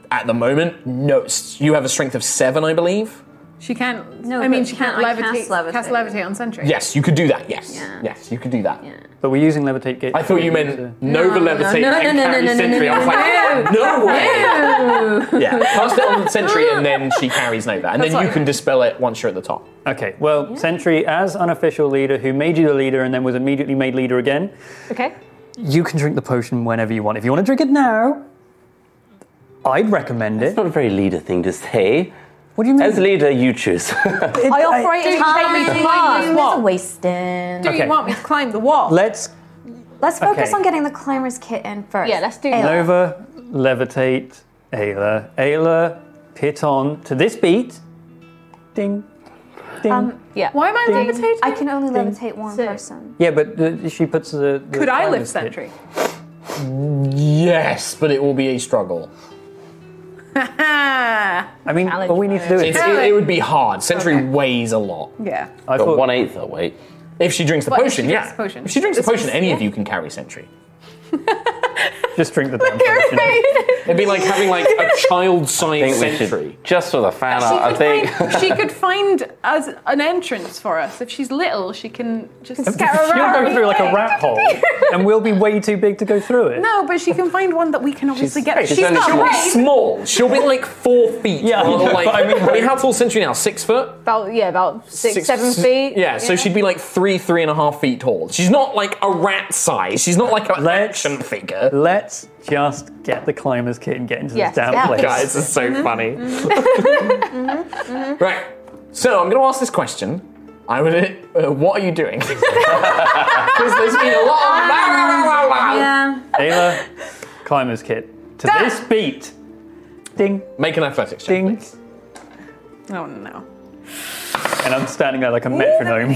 [SPEAKER 1] At the moment, no,
[SPEAKER 7] You have a strength of seven, I believe.
[SPEAKER 5] She can't.
[SPEAKER 6] No,
[SPEAKER 5] I mean,
[SPEAKER 6] but
[SPEAKER 5] she can't
[SPEAKER 6] can't I
[SPEAKER 5] levitate.
[SPEAKER 6] cast levitate?
[SPEAKER 5] Cast levitate on Sentry.
[SPEAKER 7] Yes, you could do that. Yes,
[SPEAKER 6] Yeah.
[SPEAKER 7] yes, you could do that.
[SPEAKER 2] But we're using levitate gate.
[SPEAKER 7] I thought you meant Nova levitate
[SPEAKER 6] no,
[SPEAKER 7] and
[SPEAKER 6] no, no,
[SPEAKER 7] carry
[SPEAKER 6] no, no,
[SPEAKER 7] Sentry. I was like, no, way. yeah, cast it on the Sentry and then she carries Nova, and then you can dispel it once you're at the top.
[SPEAKER 2] Okay. Well, Sentry, as unofficial leader who made you the leader and then was immediately made leader again,
[SPEAKER 4] Okay.
[SPEAKER 2] you can drink the potion whenever you want. If you want to drink it now, I'd recommend it.
[SPEAKER 9] It's not a very leader thing to say.
[SPEAKER 2] What do you mean?
[SPEAKER 9] As leader, you choose.
[SPEAKER 2] It-
[SPEAKER 4] I offer it to take me to Mars.
[SPEAKER 6] It's
[SPEAKER 4] What?
[SPEAKER 6] wasting.
[SPEAKER 5] Do
[SPEAKER 2] Okay.
[SPEAKER 5] you want me to climb the wall?
[SPEAKER 2] Let's
[SPEAKER 6] Let's focus
[SPEAKER 2] Okay.
[SPEAKER 6] on getting the climber's kit in first.
[SPEAKER 4] Yeah, let's do
[SPEAKER 6] Ayla.
[SPEAKER 4] that.
[SPEAKER 2] Nova, levitate, Ayla. Ayla, pit on to this beat. Ding, ding.
[SPEAKER 6] Um,
[SPEAKER 4] Yeah.
[SPEAKER 5] Why am I
[SPEAKER 2] Ding.
[SPEAKER 5] levitating?
[SPEAKER 6] I can only
[SPEAKER 2] Ding.
[SPEAKER 6] levitate one
[SPEAKER 4] Six.
[SPEAKER 6] person.
[SPEAKER 2] yeah, but the, she puts the. the
[SPEAKER 5] Could I live
[SPEAKER 2] climbers hit.
[SPEAKER 5] Sentry?
[SPEAKER 1] yes, but it will be a struggle.
[SPEAKER 5] Ah,
[SPEAKER 2] I mean,
[SPEAKER 4] Challenge
[SPEAKER 2] all we need to do
[SPEAKER 1] It's,
[SPEAKER 2] is.
[SPEAKER 1] it, it would be hard. Sentry weighs a lot.
[SPEAKER 5] yeah.
[SPEAKER 2] I
[SPEAKER 9] But
[SPEAKER 2] thought,
[SPEAKER 9] one eighth, oh wait.
[SPEAKER 7] If she drinks the
[SPEAKER 5] Well, if
[SPEAKER 7] potion,
[SPEAKER 5] she drinks
[SPEAKER 7] yeah.
[SPEAKER 5] the potion.
[SPEAKER 7] If she drinks
[SPEAKER 5] This
[SPEAKER 7] the potion,
[SPEAKER 5] is-
[SPEAKER 7] any of
[SPEAKER 5] yeah.
[SPEAKER 7] you can carry sentry.
[SPEAKER 2] Just drink the damn
[SPEAKER 7] It'd be like having like a child-sized
[SPEAKER 9] we should-
[SPEAKER 7] sentry.
[SPEAKER 9] just for the fan
[SPEAKER 5] She
[SPEAKER 9] art, I
[SPEAKER 5] could,
[SPEAKER 9] think.
[SPEAKER 5] find, she could find as an entrance for us. If she's little, she can just scatter
[SPEAKER 2] You'll
[SPEAKER 5] around.
[SPEAKER 2] go through like a rat hole, and we'll be way too big to go through it.
[SPEAKER 5] No, but she can find one that we can obviously get.
[SPEAKER 7] She's,
[SPEAKER 5] she's
[SPEAKER 7] only
[SPEAKER 5] not
[SPEAKER 7] small.
[SPEAKER 5] brave.
[SPEAKER 7] small. She'll be like four feet.
[SPEAKER 2] Yeah,
[SPEAKER 7] Or,
[SPEAKER 2] yeah,
[SPEAKER 7] like-
[SPEAKER 2] but I
[SPEAKER 7] I
[SPEAKER 2] mean,
[SPEAKER 7] mean,
[SPEAKER 2] like-
[SPEAKER 7] how tall's sentry now? Six foot.
[SPEAKER 4] About yeah, about six, seven
[SPEAKER 7] s-
[SPEAKER 4] feet.
[SPEAKER 7] Yeah, so she'd be like three, three and a half feet tall. She's not like a rat size. She's not like an
[SPEAKER 2] Let's-
[SPEAKER 7] action figure.
[SPEAKER 2] Let's just get the climbers kit and get into this
[SPEAKER 4] Yes,
[SPEAKER 2] damn
[SPEAKER 4] yeah.
[SPEAKER 2] place.
[SPEAKER 7] Guys, this is so
[SPEAKER 6] Mm-hmm.
[SPEAKER 7] funny. right. So I'm going to ask this question. I would. Uh, what are you doing? Because there's been a lot of.
[SPEAKER 4] Yeah.
[SPEAKER 2] Ayla, climbers kit to this beat. Ding,
[SPEAKER 7] Make an athletics check.
[SPEAKER 2] ding,
[SPEAKER 7] please.
[SPEAKER 5] Oh no.
[SPEAKER 2] and I'm standing there like a metronome.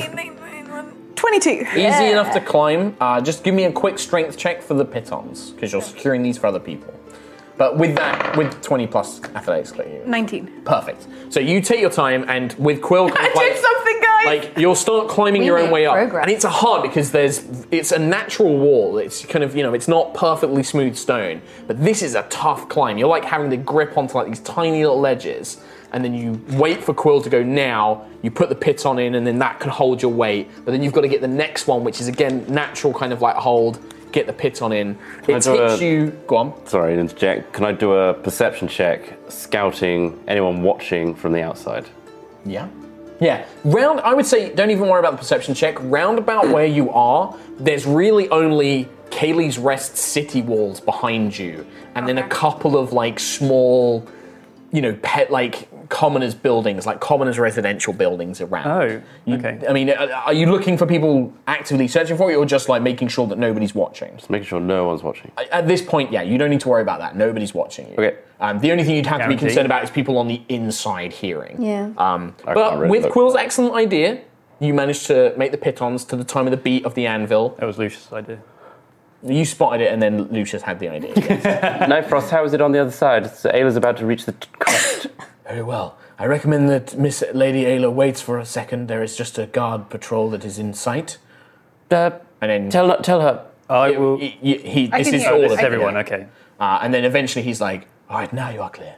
[SPEAKER 5] 22.
[SPEAKER 7] Easy enough to climb. Uh, just give me a quick strength check for the pitons because you're securing these for other people. But with that, with 20 plus athletics, you
[SPEAKER 5] 19.
[SPEAKER 7] Perfect. So you take your time, and with Quill, kind
[SPEAKER 5] I
[SPEAKER 7] of
[SPEAKER 5] did something, guys!
[SPEAKER 7] Like you'll start climbing your own
[SPEAKER 6] made
[SPEAKER 7] way up,
[SPEAKER 6] progress.
[SPEAKER 7] and it's hard because there's it's a natural wall. It's kind of you know it's not perfectly smooth stone, but this is a tough climb. You're like having to grip onto like these tiny little ledges, and then you wait for Quill to go. Now you put the pit on in, and then that can hold your weight. But then you've got to get the next one, which is again natural kind of like hold. Get the pit on in.
[SPEAKER 9] I
[SPEAKER 7] It
[SPEAKER 9] do a-
[SPEAKER 7] takes you. Go on.
[SPEAKER 9] Sorry, to interject. Can I do a perception check, scouting anyone watching from the outside?
[SPEAKER 7] Yeah. Yeah. Round, I would say, don't even worry about the perception check. Round about where you are, there's really only Kaylee's Rest city walls behind you, and then a couple of like small, you know, pet like commoners' buildings, like commoners' residential buildings around.
[SPEAKER 2] Oh,
[SPEAKER 7] You-
[SPEAKER 2] okay.
[SPEAKER 7] I mean, are are you looking for people actively searching for you, or just like making sure that nobody's watching?
[SPEAKER 9] Making sure no one's watching.
[SPEAKER 7] At this point, yeah, you don't need to worry about that. Nobody's watching you.
[SPEAKER 9] Okay.
[SPEAKER 7] Um, the only thing you'd have to
[SPEAKER 2] Guaranteed.
[SPEAKER 7] be concerned about is people on the inside hearing.
[SPEAKER 6] Yeah.
[SPEAKER 2] Uh.
[SPEAKER 7] Um,
[SPEAKER 9] I
[SPEAKER 7] but
[SPEAKER 9] can't really
[SPEAKER 7] with
[SPEAKER 9] look.
[SPEAKER 7] Quill's excellent idea, you managed to make the pitons to the time of the beat of the anvil.
[SPEAKER 2] That was Lucius' idea.
[SPEAKER 7] You spotted it, and then Lucius had the idea. yes.
[SPEAKER 9] no, Frost, how is it on the other side? So Ayla's about to reach the t- crest.
[SPEAKER 7] Very well. I recommend that Miss Lady Ayla waits for a second. There is just a guard patrol that is in sight.
[SPEAKER 9] uh,
[SPEAKER 7] And then
[SPEAKER 9] tell, her- tell her.
[SPEAKER 2] I will.
[SPEAKER 7] he, he, he-
[SPEAKER 5] I
[SPEAKER 7] this
[SPEAKER 5] can
[SPEAKER 7] is
[SPEAKER 5] hear
[SPEAKER 2] Oh,
[SPEAKER 7] all
[SPEAKER 2] this
[SPEAKER 7] of
[SPEAKER 2] is
[SPEAKER 7] it.
[SPEAKER 2] everyone. Okay.
[SPEAKER 7] Uh, and then eventually he's like, "All right, now you are clear."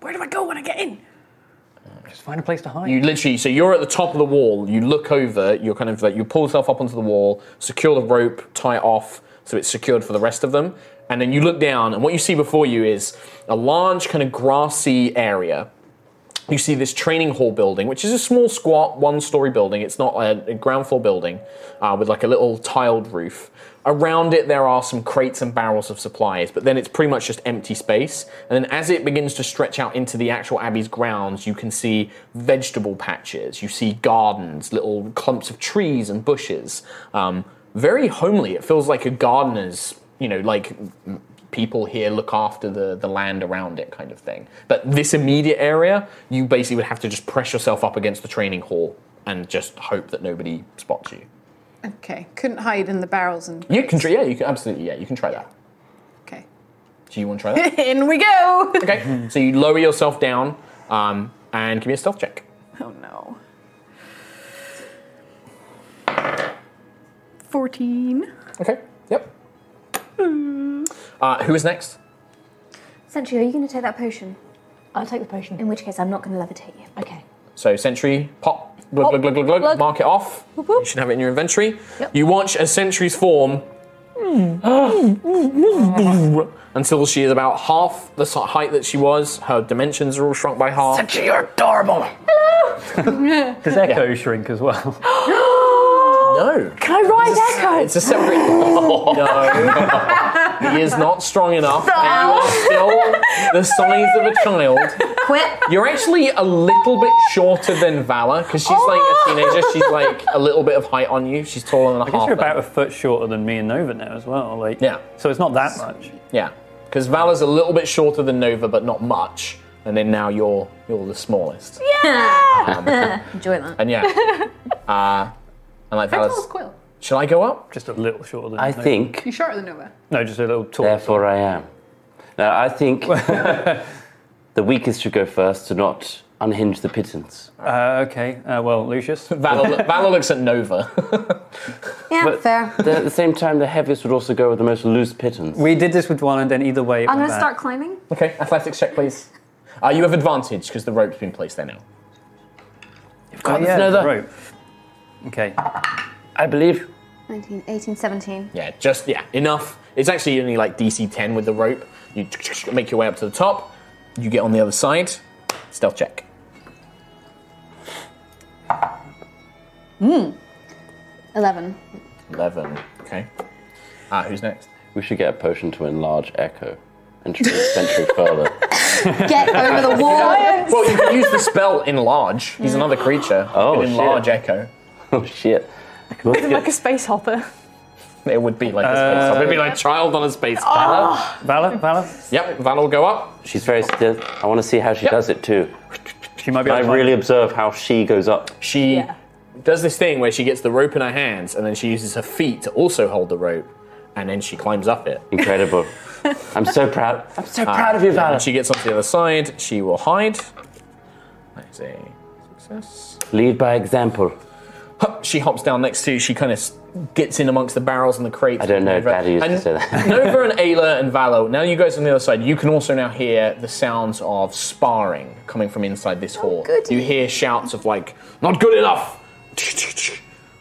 [SPEAKER 5] Where do I go when I get in?
[SPEAKER 2] Just find a place to hide.
[SPEAKER 7] You literally, so you're at the top of the wall. You look over. You're kind of like you pull yourself up onto the wall, secure the rope, tie it off so it's secured for the rest of them, and then you look down, and what you see before you is a large kind of grassy area. You see this training hall building, which is a small, squat, one-story building. It's not a, a ground floor building uh, with like a little tiled roof. Around it, there are some crates and barrels of supplies, but then it's pretty much just empty space. And then as it begins to stretch out into the actual abbey's grounds, you can see vegetable patches, you see gardens, little clumps of trees and bushes. Um, very homely. It feels like a gardener's, you know, like m- people here look after the, the land around it kind of thing. But this immediate area, you basically would have to just press yourself up against the training hall and just hope that nobody spots you.
[SPEAKER 5] Okay, couldn't hide in the barrels and.
[SPEAKER 7] You can, tr- yeah, you can absolutely, yeah, you can try that.
[SPEAKER 5] Okay.
[SPEAKER 7] Do you want to try that?
[SPEAKER 5] In we go!
[SPEAKER 7] okay, so you lower yourself down um, and give me a stealth check.
[SPEAKER 5] Oh no. 14.
[SPEAKER 7] Okay, yep. Uh, who is next?
[SPEAKER 6] Sentry, are you going to take that potion?
[SPEAKER 4] I'll take the potion.
[SPEAKER 6] In which case, I'm not going to levitate you.
[SPEAKER 4] Okay.
[SPEAKER 7] So sentry, pop, glug, glug, glug, glug, glug,
[SPEAKER 4] Glug.
[SPEAKER 7] mark it off. You should have it in your inventory. You watch as sentry's form until she is about half the si- height that she was. Her dimensions are all shrunk by half. Sentry, you're adorable.
[SPEAKER 2] Does Echo shrink as well?
[SPEAKER 7] No.
[SPEAKER 4] Can I ride Echo?
[SPEAKER 7] It's a separate. no. he is not strong enough. And you are still the size of a child.
[SPEAKER 6] Quit.
[SPEAKER 7] You're actually a little bit shorter than Valor because she's like a teenager. She's like a little bit of height on you. She's taller than a
[SPEAKER 2] I guess
[SPEAKER 7] half.
[SPEAKER 2] you're about
[SPEAKER 7] then.
[SPEAKER 2] a foot shorter than me and Nova now as well. Like,
[SPEAKER 7] Yeah.
[SPEAKER 2] So it's not that much.
[SPEAKER 7] yeah, because Valor's a little bit shorter than Nova, but not much. And then now you're you're the smallest.
[SPEAKER 4] Enjoy that.
[SPEAKER 7] And yeah, uh, and like Valor's.
[SPEAKER 5] Quill.
[SPEAKER 7] Shall I go up?
[SPEAKER 2] Just a little shorter than.
[SPEAKER 9] I
[SPEAKER 2] Nova.
[SPEAKER 9] think,
[SPEAKER 5] You're shorter than Nova.
[SPEAKER 2] No, just a little taller.
[SPEAKER 9] therefore I am. No, I think the weakest should go first to not unhinge the pittance.
[SPEAKER 2] Uh, okay. Uh, well, Lucius.
[SPEAKER 9] Val- Val
[SPEAKER 7] looks at Nova.
[SPEAKER 6] Yeah,
[SPEAKER 9] But
[SPEAKER 6] fair.
[SPEAKER 9] then at the same time, the heaviest would also go with the most loose pittance.
[SPEAKER 2] We did this with one, and then either way.
[SPEAKER 6] I'm going to start climbing.
[SPEAKER 7] Okay, athletics check, please. Uh, you have advantage because the rope's been placed there now.
[SPEAKER 9] You've
[SPEAKER 2] got
[SPEAKER 7] this,
[SPEAKER 2] Oh, yeah,
[SPEAKER 7] Nova.
[SPEAKER 2] rope. Okay.
[SPEAKER 9] I believe.
[SPEAKER 6] 19, 18, 17.
[SPEAKER 7] Yeah, just yeah, enough. It's actually only like DC 10 with the rope. You make your way up to the top. You get on the other side. Stealth check.
[SPEAKER 6] Mm. 11.
[SPEAKER 7] Eleven. Okay. Ah, who's next?
[SPEAKER 9] We should get a potion to enlarge Echo and try to venture further.
[SPEAKER 6] Get over the wall.
[SPEAKER 7] Well, you can use the spell enlarge. He's another creature.
[SPEAKER 9] Oh,
[SPEAKER 7] You can enlarge Echo.
[SPEAKER 9] Oh shit!
[SPEAKER 4] Is it like a space hopper?
[SPEAKER 7] It would be like a
[SPEAKER 9] Uh,
[SPEAKER 7] space hopper. It'd be like a child on a space hopper.
[SPEAKER 2] Valor, Valor.
[SPEAKER 7] Yep, Valor will go up.
[SPEAKER 9] She's very stiff. I want to see how she does it too.
[SPEAKER 2] She might
[SPEAKER 7] be
[SPEAKER 9] I
[SPEAKER 7] able to
[SPEAKER 9] really observe how she goes up.
[SPEAKER 7] She does this thing where she gets the rope in her hands and then she uses her feet to also hold the rope and then she climbs up it.
[SPEAKER 9] Incredible. I'm so proud. Ah. I'm so proud of you, Valor.
[SPEAKER 7] When she gets onto the other side, she will hide. That's a success.
[SPEAKER 9] Lead by example.
[SPEAKER 7] Hup, She hops down next to. She kind of gets in amongst the barrels and the crates.
[SPEAKER 9] I don't know.
[SPEAKER 7] Nova.
[SPEAKER 9] Daddy used to
[SPEAKER 7] And-
[SPEAKER 9] say that.
[SPEAKER 7] Nova and Ayla and Valor, now you guys on the other side, you can also now hear the sounds of sparring coming from inside this hall. You hear shouts of like, "Not good enough."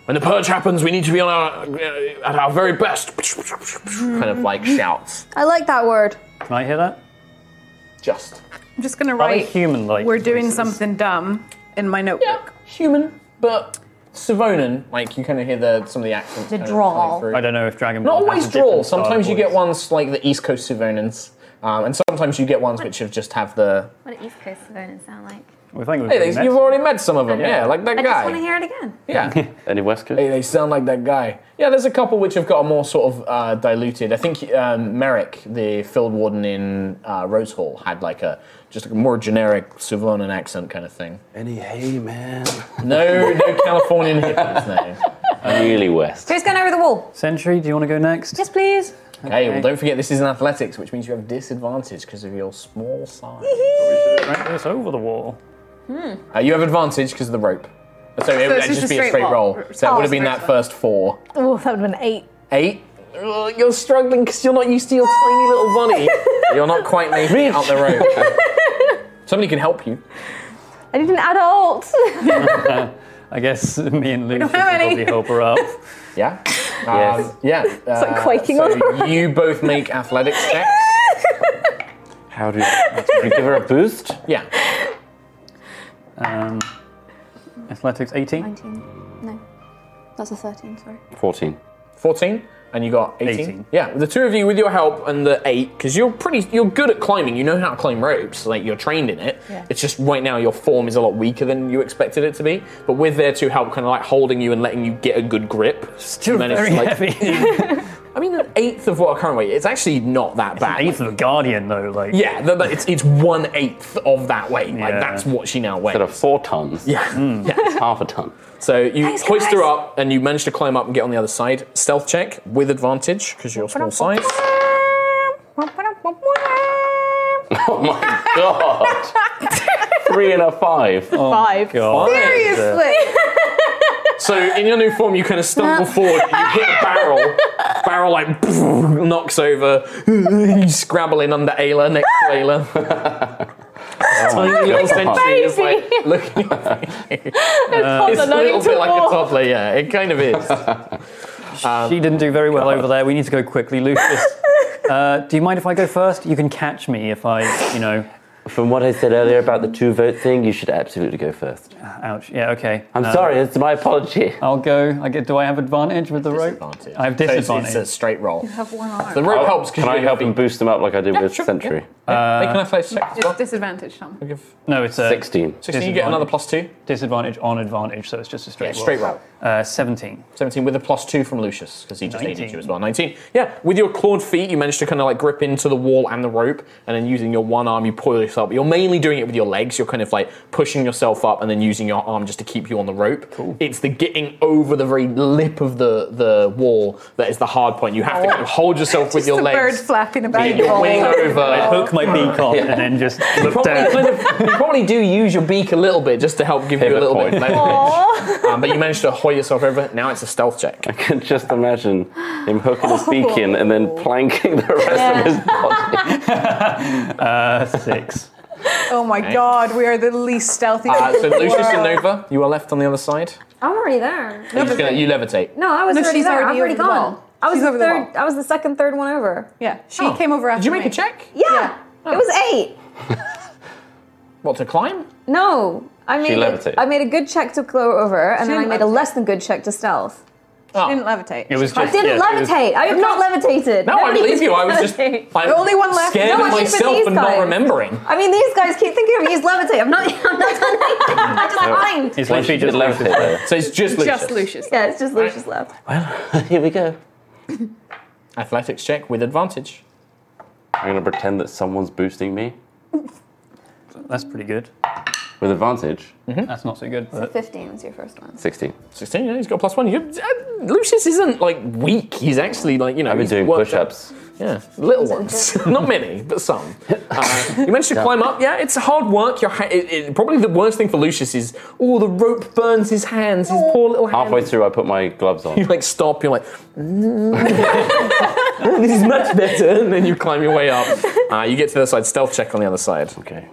[SPEAKER 7] When the purge happens, we need to be on our uh, at our very best. Kind of like shouts.
[SPEAKER 6] I like that word.
[SPEAKER 2] Can I hear that?
[SPEAKER 7] Just.
[SPEAKER 5] I'm just gonna
[SPEAKER 2] Are they
[SPEAKER 5] write.
[SPEAKER 2] human-like
[SPEAKER 5] We're doing something dumb in my notebook.
[SPEAKER 7] human, but Savonan, like you kind of hear the some of the accents.
[SPEAKER 5] The
[SPEAKER 7] kind of
[SPEAKER 5] drawl.
[SPEAKER 7] coming through.
[SPEAKER 2] I don't know if Dragon.
[SPEAKER 7] Not
[SPEAKER 2] Ball has
[SPEAKER 7] always
[SPEAKER 2] a different
[SPEAKER 7] drawl.
[SPEAKER 2] style of
[SPEAKER 7] Sometimes you
[SPEAKER 2] voice.
[SPEAKER 7] get ones like the East Coast Savonans, um, and sometimes you get ones which have just have the.
[SPEAKER 6] What do East Coast Savonans sound like?
[SPEAKER 2] We think
[SPEAKER 7] Hey, they- you've already met some of them, yeah, like that
[SPEAKER 6] I
[SPEAKER 7] guy.
[SPEAKER 6] just want to hear it again.
[SPEAKER 7] Yeah.
[SPEAKER 9] Any West Coast?
[SPEAKER 7] Hey, they sound like that guy. Yeah, there's a couple which have got a more sort of uh, diluted. I think um, Merrick, the field warden in uh, Rose Hall, had like a just a more generic Savonan accent kind of thing.
[SPEAKER 9] Any hey man?
[SPEAKER 7] No, no Californian hippies. No.
[SPEAKER 9] Really West.
[SPEAKER 6] Who's going over the wall?
[SPEAKER 2] Century, do you want to go next?
[SPEAKER 6] Yes, please.
[SPEAKER 7] Okay, well, don't forget this is an athletics, which means you have disadvantage because of your small size.
[SPEAKER 2] Right, it's over the wall.
[SPEAKER 6] Hmm.
[SPEAKER 7] Uh, you have advantage because of the rope. Uh, So,
[SPEAKER 11] So
[SPEAKER 7] it would
[SPEAKER 11] it's
[SPEAKER 7] just,
[SPEAKER 11] just
[SPEAKER 7] be
[SPEAKER 11] a
[SPEAKER 7] a
[SPEAKER 11] straight
[SPEAKER 7] straight
[SPEAKER 11] roll.
[SPEAKER 7] roll. So that
[SPEAKER 11] Oh,
[SPEAKER 7] would have been
[SPEAKER 11] straight
[SPEAKER 7] that
[SPEAKER 11] roll.
[SPEAKER 7] first four.
[SPEAKER 11] Oh, that would have been eight.
[SPEAKER 7] Eight? Ugh, You're struggling because you're not used to your tiny little bunny. You're not quite making it up the rope. Somebody can help you.
[SPEAKER 11] I need an adult.
[SPEAKER 2] I guess me and Lucius will
[SPEAKER 11] have
[SPEAKER 2] probably
[SPEAKER 11] any.
[SPEAKER 2] help her up.
[SPEAKER 7] Yeah. Um,
[SPEAKER 2] Yes.
[SPEAKER 7] Yeah. It's
[SPEAKER 11] like quaking
[SPEAKER 7] so
[SPEAKER 11] on her.
[SPEAKER 7] You both make athletics checks.
[SPEAKER 9] How do you, do you give her a boost?
[SPEAKER 7] Yeah.
[SPEAKER 2] Um, athletics 18.
[SPEAKER 6] 19. No. That's a 13, sorry.
[SPEAKER 9] 14.
[SPEAKER 7] 14 and you got 18.
[SPEAKER 9] 18.
[SPEAKER 7] Yeah, the two of you with your help and the 8 cuz you're pretty you're good at climbing. You know how to climb ropes, like you're trained in it.
[SPEAKER 11] Yeah.
[SPEAKER 7] It's just right now your form is a lot weaker than you expected it to be, but with their two help kind of like holding you and letting you get a good grip. Still
[SPEAKER 2] very
[SPEAKER 7] I mean, an eighth of what our current weight. It's actually not that bad.
[SPEAKER 2] eighth of a guardian though, like
[SPEAKER 7] Yeah, th- th- it's it's one eighth of that weight. Like
[SPEAKER 9] Yeah.
[SPEAKER 7] that's what she now weighs.
[SPEAKER 9] Instead of four tons.
[SPEAKER 7] Yeah.
[SPEAKER 9] It's half a ton.
[SPEAKER 7] So you
[SPEAKER 9] Thanks,
[SPEAKER 7] hoist her
[SPEAKER 9] guys.
[SPEAKER 7] up and you manage to climb up and get on the other side. Stealth check with advantage because you're small size.
[SPEAKER 9] Oh my god! Three and a five.
[SPEAKER 11] Five.
[SPEAKER 7] So in your new form, you kind of stumble forward, you hit a barrel, barrel like knocks over, you scrabble in under Ayla next to Ayla. Tiny little century is like looking at you. it's a
[SPEAKER 11] toddler
[SPEAKER 7] little
[SPEAKER 11] learning to
[SPEAKER 7] bit like a
[SPEAKER 11] walk.
[SPEAKER 7] toddler, yeah. It kind of is.
[SPEAKER 2] she didn't do very well over there. We need to go quickly, Lucius. uh, do you mind if I go first? You can catch me if I, you know.
[SPEAKER 9] From what I said earlier about the two vote thing, you should absolutely go first.
[SPEAKER 2] Ouch. Yeah. Okay. Uh,
[SPEAKER 9] I'm
[SPEAKER 7] Uh,
[SPEAKER 9] sorry, it's my apology.
[SPEAKER 2] I'll go. I get. Do I have advantage with the rope? I have
[SPEAKER 9] So it's- it's
[SPEAKER 2] disadvantage.
[SPEAKER 9] a
[SPEAKER 7] straight roll.
[SPEAKER 5] You have one arm.
[SPEAKER 9] The
[SPEAKER 7] rope
[SPEAKER 9] Oh,
[SPEAKER 7] helps 'cause
[SPEAKER 9] Can I
[SPEAKER 7] you-
[SPEAKER 9] help him boost him up like I did with Century?
[SPEAKER 2] Uh, Make an
[SPEAKER 7] athletics check.
[SPEAKER 5] It's disadvantage, Tom.
[SPEAKER 2] No, it's a
[SPEAKER 9] 16.
[SPEAKER 7] 16, you get another plus two.
[SPEAKER 2] Disadvantage on advantage, so it's just a straight
[SPEAKER 7] Yeah, straight roll.
[SPEAKER 2] Uh, 17.
[SPEAKER 7] 17 with a plus two from Lucius, because he just aided
[SPEAKER 2] 19.
[SPEAKER 7] you as well. 19. Yeah, with your clawed feet, you managed to kind of like grip into the wall and the rope, and then using your one arm, you pull yourself. You're mainly doing it with your legs. You're kind of like pushing yourself up and then using your arm just to keep you on the rope. It's the getting over the very lip of the, the wall that is the hard point. You have to kind of hold yourself with
[SPEAKER 5] Just
[SPEAKER 7] your
[SPEAKER 5] the bird
[SPEAKER 7] legs.
[SPEAKER 5] flapping about
[SPEAKER 7] Get your wing over.
[SPEAKER 2] I hook my beak on
[SPEAKER 7] Yeah.
[SPEAKER 2] and then just
[SPEAKER 7] You
[SPEAKER 2] look
[SPEAKER 7] probably,
[SPEAKER 2] down.
[SPEAKER 7] kind of- you probably do use your beak a little bit just to help give you a
[SPEAKER 9] Pivot
[SPEAKER 7] little bit
[SPEAKER 9] point.
[SPEAKER 7] of
[SPEAKER 4] Oh.
[SPEAKER 7] leverage. Um, but you managed to hoist yourself over. Now it's a stealth check.
[SPEAKER 9] I can just imagine him hooking his
[SPEAKER 7] Oh.
[SPEAKER 9] beak in and then planking the rest of his body.
[SPEAKER 2] uh, six.
[SPEAKER 5] Oh my
[SPEAKER 7] Okay.
[SPEAKER 5] god, we are the least stealthy.
[SPEAKER 7] Uh,
[SPEAKER 5] people
[SPEAKER 7] so
[SPEAKER 5] in the
[SPEAKER 7] Lucius and
[SPEAKER 5] world.
[SPEAKER 7] Nova, you are left on the other side.
[SPEAKER 6] I'm already there.
[SPEAKER 7] You're just gonna, you levitate.
[SPEAKER 6] No, I was
[SPEAKER 5] No,
[SPEAKER 6] already
[SPEAKER 5] she's
[SPEAKER 6] there.
[SPEAKER 5] already
[SPEAKER 6] I've already
[SPEAKER 5] over the wall.
[SPEAKER 6] gone. I was
[SPEAKER 5] She's
[SPEAKER 6] the
[SPEAKER 5] over the
[SPEAKER 6] third. I was the second, third one over.
[SPEAKER 5] Yeah, she came over after
[SPEAKER 7] Oh. Did you make
[SPEAKER 5] me.
[SPEAKER 7] a check?
[SPEAKER 6] Yeah, it was eight.
[SPEAKER 7] What to climb?
[SPEAKER 6] No, I
[SPEAKER 7] She
[SPEAKER 6] made
[SPEAKER 7] levitated.
[SPEAKER 6] I made a good check to go over, and
[SPEAKER 5] She
[SPEAKER 6] then I
[SPEAKER 5] didn't
[SPEAKER 6] made a less than good check to stealth.
[SPEAKER 5] She didn't levitate.
[SPEAKER 7] It was
[SPEAKER 5] She climbed.
[SPEAKER 6] I didn't
[SPEAKER 7] yeah, she was-
[SPEAKER 6] levitate. I have not levitated.
[SPEAKER 7] No, I
[SPEAKER 6] Nobody
[SPEAKER 7] believe you. I was just
[SPEAKER 6] levitating.
[SPEAKER 7] I'm
[SPEAKER 5] The only one left.
[SPEAKER 7] scared
[SPEAKER 6] No, I
[SPEAKER 7] of
[SPEAKER 6] think for
[SPEAKER 7] myself
[SPEAKER 6] these
[SPEAKER 7] and
[SPEAKER 6] guys.
[SPEAKER 7] not remembering.
[SPEAKER 6] I mean, these guys keep thinking of me as levitate. I'm not. I'm not done anything. I just climbed.
[SPEAKER 2] It's literally just
[SPEAKER 9] levitate there.
[SPEAKER 7] So it's just Lucius.
[SPEAKER 5] Just Lucius.
[SPEAKER 6] Yeah, it's just Lucius left.
[SPEAKER 9] Here we go.
[SPEAKER 7] Athletics check with advantage.
[SPEAKER 9] I'm going to pretend that someone's boosting me
[SPEAKER 2] That's pretty good.
[SPEAKER 9] with advantage.
[SPEAKER 2] That's not so good. But
[SPEAKER 6] Fifteen was your first one.
[SPEAKER 9] 16.
[SPEAKER 7] 16, yeah, he's got plus one. You, uh, Lucius isn't like weak. He's actually like, you know.
[SPEAKER 9] I've been
[SPEAKER 7] he's
[SPEAKER 9] doing
[SPEAKER 7] worked
[SPEAKER 9] push ups.
[SPEAKER 7] Yeah, little ones. Not many, but some. Uh, you managed to climb up. Yeah, it's hard work. Your ha- it, it- probably the worst thing for Lucius is, oh, the rope burns his hands, his poor little hands.
[SPEAKER 9] Halfway through, I put my gloves
[SPEAKER 7] You
[SPEAKER 9] on.
[SPEAKER 7] like stop. You're like, "Mm, this is much better. And then you climb your way up. Uh, you get to the other side. Stealth check on the other side.
[SPEAKER 9] Okay.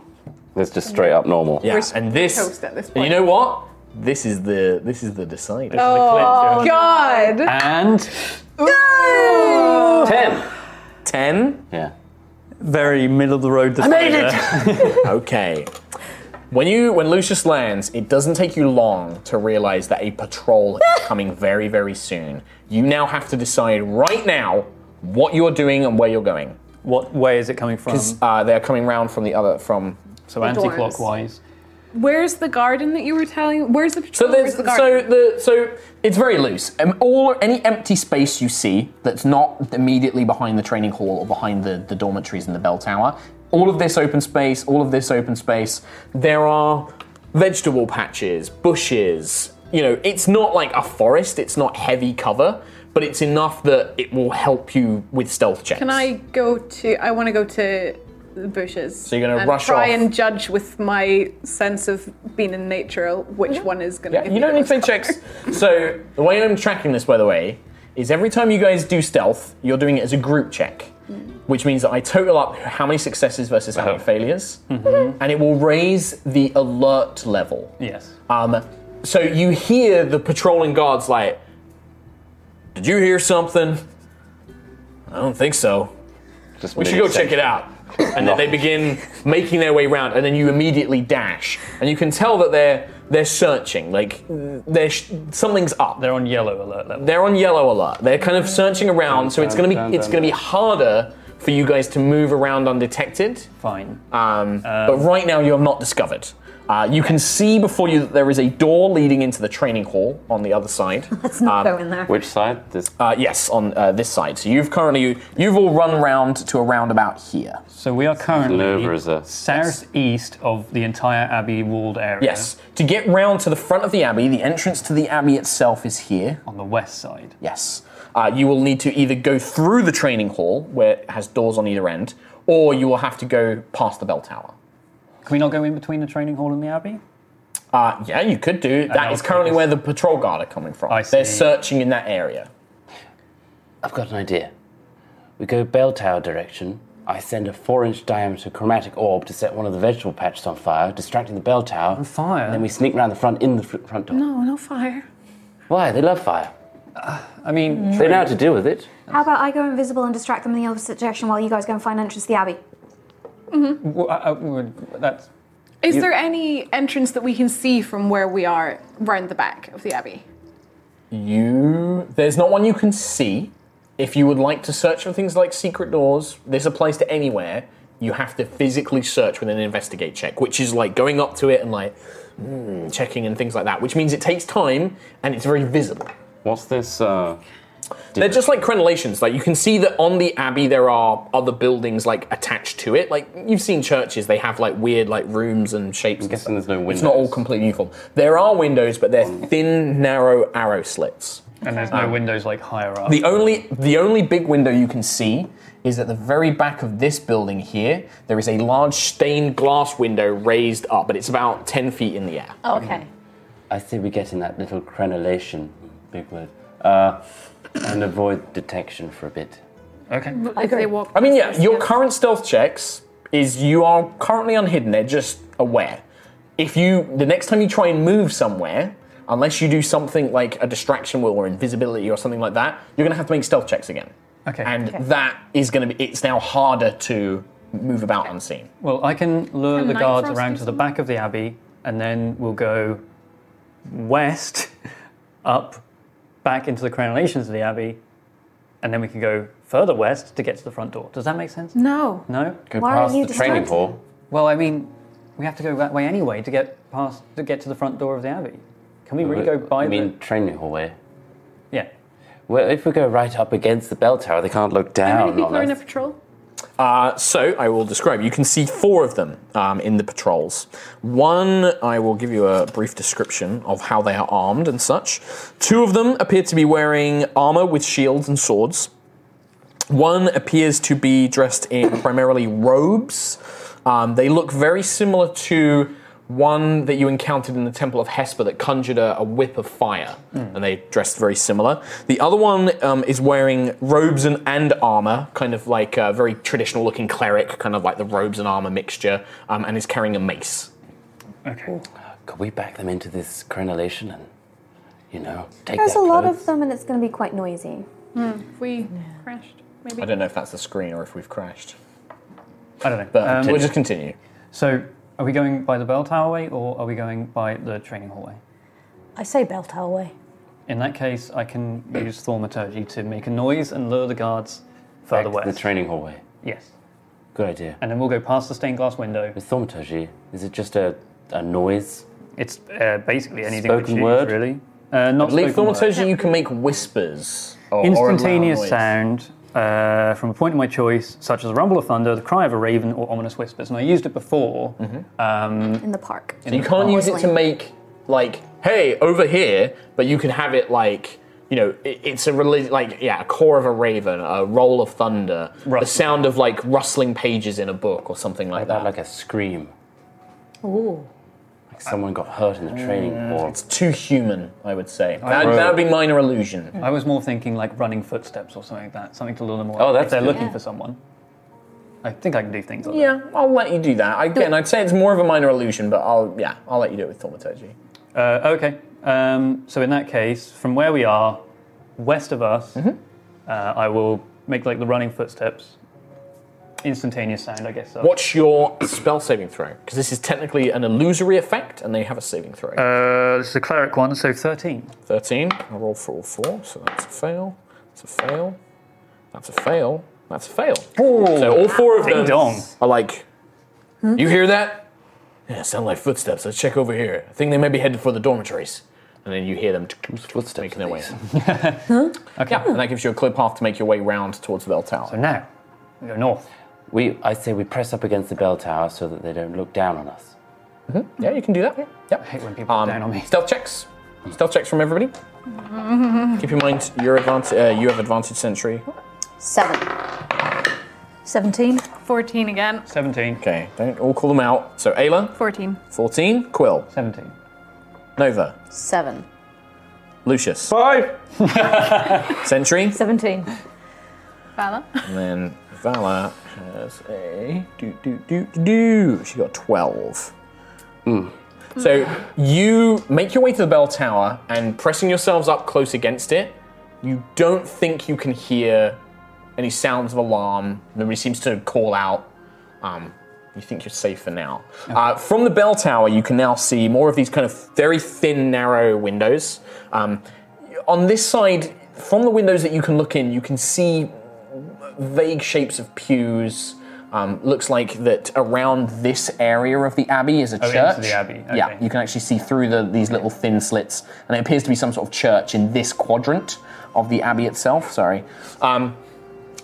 [SPEAKER 9] That's just straight up normal.
[SPEAKER 7] Yeah,
[SPEAKER 5] We're
[SPEAKER 7] and this,
[SPEAKER 5] toast at this
[SPEAKER 7] and you
[SPEAKER 5] point.
[SPEAKER 7] know what? This is the this is the decider.
[SPEAKER 5] Oh god.
[SPEAKER 2] And
[SPEAKER 5] No!
[SPEAKER 9] 10.
[SPEAKER 7] Ten.
[SPEAKER 9] Yeah.
[SPEAKER 2] very middle of the road. I
[SPEAKER 7] made Okay. When you when Lucius lands, it doesn't take you long to realize that a patrol is coming very very soon. You now have to decide right now what you're doing and where you're going.
[SPEAKER 2] What way is it coming from?
[SPEAKER 7] Uh, they're coming round from the other from.
[SPEAKER 2] So anti-clockwise.
[SPEAKER 5] Where's the garden that you were telling? Where's the
[SPEAKER 7] So
[SPEAKER 5] patrol?
[SPEAKER 7] there's
[SPEAKER 5] Where's the garden?
[SPEAKER 7] so the so it's very loose. Um, all any empty space you see that's not immediately behind the training hall or behind the, the dormitories and the bell tower. All of this open space, all of this open space. There are vegetable patches, bushes. You know, it's not like a forest. It's not heavy cover, but it's enough that it will help you with stealth checks.
[SPEAKER 5] Can I go to? I want to go to the bushes. So
[SPEAKER 7] you're gonna
[SPEAKER 5] and
[SPEAKER 7] rush
[SPEAKER 5] try
[SPEAKER 7] off.
[SPEAKER 5] and judge with my sense of being in nature which one is gonna.
[SPEAKER 7] Yeah,
[SPEAKER 5] give me
[SPEAKER 7] you don't
[SPEAKER 5] the
[SPEAKER 7] need
[SPEAKER 5] most
[SPEAKER 7] to make checks. So the way I'm tracking this, by the way, is every time you guys do stealth, you're doing it as a group check, which means that I total up how many successes versus how many failures, and it will raise the alert level.
[SPEAKER 2] Yes.
[SPEAKER 7] Um, so you hear the patrolling guards like, "Did you hear something?" I don't think so.
[SPEAKER 9] Just
[SPEAKER 7] We should go check it out. And then
[SPEAKER 9] No.
[SPEAKER 7] they begin making their way round, and then you immediately dash, and you can tell that they're they're searching, like they're sh- something's up.
[SPEAKER 2] They're on yellow alert level.
[SPEAKER 7] They're on yellow alert. They're kind of searching around, so it's gonna
[SPEAKER 9] dun,
[SPEAKER 7] be it's
[SPEAKER 9] dun,
[SPEAKER 7] gonna be
[SPEAKER 9] dun.
[SPEAKER 7] harder for you guys to move around undetected.
[SPEAKER 2] Fine.
[SPEAKER 7] Um, but right now, you're not discovered. Uh, you can see before you that there is a door leading into the training hall on the other side.
[SPEAKER 6] Let's not
[SPEAKER 7] Um,
[SPEAKER 6] go in there.
[SPEAKER 9] Which side? This.
[SPEAKER 7] Uh, yes, on uh, this side. So you've currently you've all run round to around about here.
[SPEAKER 2] So we are
[SPEAKER 9] Nova is
[SPEAKER 2] currently
[SPEAKER 9] a-
[SPEAKER 2] southeast of the entire abbey walled area.
[SPEAKER 7] Yes. To get round to the front of the abbey, the entrance to the abbey itself is here.
[SPEAKER 2] On the west side.
[SPEAKER 7] Yes. Uh, you will need to either go through the training hall, where it has doors on either end, or you will have to go past the bell tower.
[SPEAKER 2] Can we not go in between the training hall and the abbey?
[SPEAKER 7] Uh, yeah, you could do. That
[SPEAKER 2] I'll
[SPEAKER 7] is currently
[SPEAKER 2] focus.
[SPEAKER 7] where the patrol guard are coming from.
[SPEAKER 2] I
[SPEAKER 7] They're
[SPEAKER 2] see.
[SPEAKER 7] searching in that area.
[SPEAKER 9] I've got an idea. We go bell tower direction. I send a four-inch diameter chromatic orb to set one of the vegetable patches on fire, distracting the bell tower. On
[SPEAKER 2] fire?
[SPEAKER 9] And then we sneak round the front in the fr- front door.
[SPEAKER 5] Oh no fire!
[SPEAKER 9] Why? They love fire.
[SPEAKER 2] I mean,
[SPEAKER 9] They know how to deal with it.
[SPEAKER 6] How about I go invisible and distract them in the opposite direction while you guys go and find entrance to the abbey?
[SPEAKER 2] w- I- I would- that's
[SPEAKER 5] Is there any entrance that we can see from where we are round the back of the abbey?
[SPEAKER 7] You. There's not one you can see. If you would like to search for things like secret doors, this applies to anywhere. you have to physically search with an investigate check, which is like going up to it and like mm, checking and things like that, which means it takes time and it's very visible.
[SPEAKER 9] What's this? Uh,
[SPEAKER 7] They're just like crenellations. Like you can see that on the abbey there are other buildings like attached to it. Like you've seen churches, they have like weird like rooms and shapes. I'm guessing
[SPEAKER 9] there's no
[SPEAKER 7] windows. It's not all completely uniform. There are windows, but they're thin, narrow arrow slits.
[SPEAKER 2] And there's no
[SPEAKER 7] Um,
[SPEAKER 2] windows like higher up.
[SPEAKER 7] The only the only big window you can see is at the very back of this building here. There is a large stained glass window raised up, but it's about ten feet in the air.
[SPEAKER 4] Oh, okay.
[SPEAKER 2] Mm-hmm.
[SPEAKER 9] I say we get in that little crenellation, big word, uh, and avoid detection for a bit.
[SPEAKER 2] Okay.
[SPEAKER 5] If they walk
[SPEAKER 7] I mean, yeah, your current stealth checks is you are currently unhidden. They're just aware. If you the next time you try and move somewhere, unless you do something like a distraction wheel or invisibility or something like that, you're going to have to make stealth checks again.
[SPEAKER 2] Okay.
[SPEAKER 7] And that is going to be. It's now harder to move about unseen.
[SPEAKER 2] Well, I can lure
[SPEAKER 7] Can
[SPEAKER 2] the
[SPEAKER 7] Night
[SPEAKER 2] guards
[SPEAKER 7] Frost
[SPEAKER 2] around
[SPEAKER 7] do
[SPEAKER 2] to the back of the abbey, and then we'll go west, up, back into the crenellations of the abbey, and then we can go further west to get to the front door. Does that make sense?
[SPEAKER 5] No.
[SPEAKER 2] No.
[SPEAKER 5] Go Why are past you the training distracted? hall.
[SPEAKER 2] Well, I mean, we have to go that way anyway to get past to get to the front door of the abbey. Can we really go by?
[SPEAKER 9] I mean, training hallway.
[SPEAKER 2] Yeah.
[SPEAKER 9] Well, if we go right up against the bell tower, they can't look down.
[SPEAKER 5] How many people
[SPEAKER 9] on
[SPEAKER 5] are in
[SPEAKER 9] us.
[SPEAKER 5] a patrol?
[SPEAKER 7] Uh, so I will describe. You can see four of them um, in the patrols. One, I will give you a brief description of how they are armed and such. Two of them appear to be wearing armor with shields and swords. One appears to be dressed in primarily robes. Um, they look very similar to one that you encountered in the Temple of Hesper that conjured a, a whip of fire,
[SPEAKER 12] Mm.
[SPEAKER 7] and they dressed very similar. The other one um, is wearing robes and, and armor, kind of like a very traditional looking cleric, kind of like the robes and armor mixture, um, and is carrying a mace.
[SPEAKER 2] Okay.
[SPEAKER 9] Could we back them into this crenellation and, you know, take
[SPEAKER 6] There's a
[SPEAKER 9] their
[SPEAKER 6] lot
[SPEAKER 9] clothes?
[SPEAKER 6] of them, and it's going to be quite noisy.
[SPEAKER 5] If we crashed, maybe.
[SPEAKER 7] I don't know if that's the screen or if we've crashed.
[SPEAKER 2] I don't know. Um,
[SPEAKER 7] But Um, we'll just continue.
[SPEAKER 2] So, are we going by the bell tower way, or are we going by the training hallway?
[SPEAKER 4] I say bell tower way.
[SPEAKER 2] In that case, I can use thaumaturgy to make a noise and lure the guards further
[SPEAKER 9] Back
[SPEAKER 2] west.
[SPEAKER 9] to The training hallway.
[SPEAKER 2] Yes.
[SPEAKER 9] Good idea.
[SPEAKER 2] And then we'll go past the stained glass window.
[SPEAKER 9] With thaumaturgy, is it just a, a noise?
[SPEAKER 2] It's uh, basically anything we
[SPEAKER 9] Spoken
[SPEAKER 2] choose,
[SPEAKER 9] word?
[SPEAKER 2] really. Uh, not
[SPEAKER 7] I believe
[SPEAKER 2] spoken word.
[SPEAKER 7] thaumaturgy you can make whispers. or- or allow
[SPEAKER 2] Instantaneous
[SPEAKER 7] noise.
[SPEAKER 2] sound uh, from a point of my choice, such as a rumble of thunder, the cry of a raven, or ominous whispers. And I used it before.
[SPEAKER 7] Mm-hmm.
[SPEAKER 2] Um,
[SPEAKER 6] in the park.
[SPEAKER 7] So you can't use it to make like, hey, over here, but you can have it like, you know, i it's a reli- like yeah, a core of a raven, a roll of thunder, the sound of like rustling pages in a book or something like that.
[SPEAKER 9] Like a scream.
[SPEAKER 4] Ooh.
[SPEAKER 9] Like someone got hurt in the training hall. It's
[SPEAKER 7] too human, I would say.
[SPEAKER 2] I-
[SPEAKER 7] That, that would be minor illusion.
[SPEAKER 2] I was more thinking like running footsteps or something like that, something to lure them away.
[SPEAKER 7] Oh, that's
[SPEAKER 2] if they're
[SPEAKER 7] good.
[SPEAKER 2] looking for someone. I think I can do things like that.
[SPEAKER 7] Yeah, I'll let you do that. Again, I'd say it's more of a minor illusion, but I'll yeah, I'll let you do it with thaumaturgy.
[SPEAKER 2] Uh, okay. Um, so in that case, from where we are, west of us,
[SPEAKER 7] Mm-hmm.
[SPEAKER 2] uh, I will make like the running footsteps. Instantaneous sound, I guess. So.
[SPEAKER 7] What's your spell saving throw? Because this is technically an illusory effect, and they have a saving throw.
[SPEAKER 2] Uh, this is a cleric one, so thirteen.
[SPEAKER 7] 13. I roll for all four, so that's a fail. That's a fail. That's a fail. That's a fail. so all four of
[SPEAKER 2] Ding
[SPEAKER 7] them
[SPEAKER 2] dong.
[SPEAKER 7] are like, you hear that? Yeah, sound like footsteps. Let's check over here. I think they may be headed for the dormitories. And then you hear them footsteps making their way. okay. Yeah, and that gives you a clear path to make your way round towards the bell tower. So
[SPEAKER 2] now, we go north.
[SPEAKER 9] We, I say we press up against the bell tower so that they don't look down on us.
[SPEAKER 7] Yeah, you can do that. Yep. I hate
[SPEAKER 2] when people
[SPEAKER 7] down on me. Stealth checks. Stealth checks from everybody. Keep in mind, your advance, uh, you have advantage sentry.
[SPEAKER 6] Seven.
[SPEAKER 4] 17.
[SPEAKER 5] 14 again.
[SPEAKER 2] 17.
[SPEAKER 7] Okay, don't all call them out. So Ayla,
[SPEAKER 5] 14.
[SPEAKER 7] 14. Quill,
[SPEAKER 2] 17.
[SPEAKER 7] Nova,
[SPEAKER 6] Seven.
[SPEAKER 7] Lucius, 5. Sentry,
[SPEAKER 4] 17.
[SPEAKER 5] Fala.
[SPEAKER 7] and then Vala has a. Do, do, do, do, do. She got 12. So you make your way to the bell tower and pressing yourselves up close against it, you don't think you can hear any sounds of alarm. Nobody seems to call out. Um, you think you're safe for now. Uh, from the bell tower, you can now see more of these kind of very thin, narrow windows. Um, on this side, from the windows that you can look in, you can see vague shapes of pews, Um, looks like that around this area of the abbey is a
[SPEAKER 3] Oh, into
[SPEAKER 7] church.
[SPEAKER 3] the abbey,
[SPEAKER 7] Yeah,
[SPEAKER 3] okay.
[SPEAKER 7] you can actually see through the, these little thin slits, and it appears to be some sort of church in this quadrant of the abbey itself. Sorry. Um,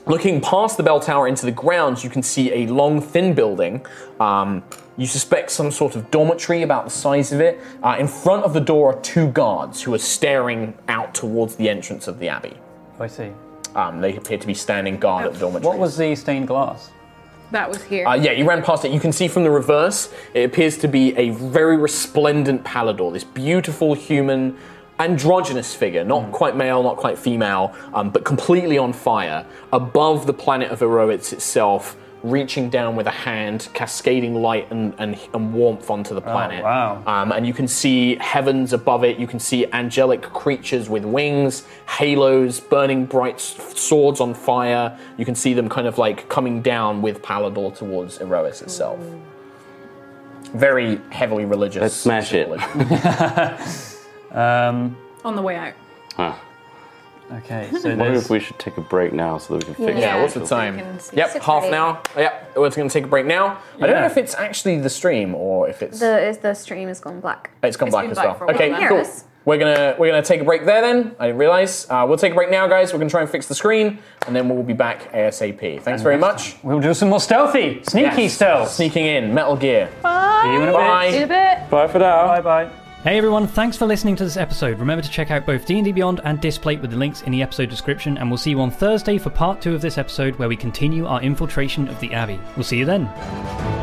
[SPEAKER 7] Looking past the bell tower into the grounds, you can see a long, thin building. Um, you suspect some sort of dormitory about the size of it. Uh, in front of the door are two guards who are staring out towards the entrance of the abbey.
[SPEAKER 3] I see.
[SPEAKER 7] Um, they appear to be standing guard at the dormitory.
[SPEAKER 3] What was the stained glass?
[SPEAKER 5] That was here.
[SPEAKER 7] Uh, yeah, you ran past it. You can see from the reverse, it appears to be a very resplendent Palador, this beautiful human androgynous figure, not quite male, not quite female, um, but completely on fire, above the planet of Eroitz itself, reaching down with a hand, cascading light and, and, and warmth onto the planet. wow. Um, and you can see heavens above it, you can see angelic creatures with wings, halos, burning bright s- swords on fire. You can see them kind of like coming down with Palador towards Erois itself. Very heavily religious.
[SPEAKER 9] Let's smash it.
[SPEAKER 3] um,
[SPEAKER 5] On the way out.
[SPEAKER 9] huh.
[SPEAKER 3] Okay,
[SPEAKER 9] I
[SPEAKER 3] so
[SPEAKER 9] wonder
[SPEAKER 3] there's
[SPEAKER 9] if we should take a break now so that we can fix
[SPEAKER 7] Yeah,
[SPEAKER 9] it.
[SPEAKER 7] what's the time?
[SPEAKER 6] see.
[SPEAKER 7] Yep,
[SPEAKER 6] Six
[SPEAKER 7] half
[SPEAKER 6] thirty.
[SPEAKER 7] an hour. Yep, we're going to take a break now. I don't know
[SPEAKER 6] Yeah.
[SPEAKER 7] if it's actually the stream or if it's
[SPEAKER 6] The is the stream has gone black.
[SPEAKER 7] it's gone
[SPEAKER 6] It's
[SPEAKER 7] black
[SPEAKER 6] been
[SPEAKER 7] as
[SPEAKER 6] black
[SPEAKER 7] well.
[SPEAKER 6] for a while
[SPEAKER 7] okay,
[SPEAKER 6] now. Here it
[SPEAKER 7] cool.
[SPEAKER 6] is.
[SPEAKER 7] We're gonna we're gonna take a break there then. I didn't realize. Uh, we'll take a break now, guys. We're gonna try and fix the screen, and then we'll be back ASAP. Thanks very much.
[SPEAKER 3] We'll do some more stealthy, sneaky stealth.
[SPEAKER 7] Sneaking in, Metal Gear.
[SPEAKER 4] Bye.
[SPEAKER 3] See you in a
[SPEAKER 7] Bye.
[SPEAKER 3] bit.
[SPEAKER 4] In a bit.
[SPEAKER 9] Bye for now. Bye
[SPEAKER 3] bye.
[SPEAKER 2] Hey everyone, thanks for listening to this episode. Remember to check out both D&D Beyond and Displate with the links in the episode description and we'll see you on Thursday for part 2 of this episode where we continue our infiltration of the Abbey. We'll see you then.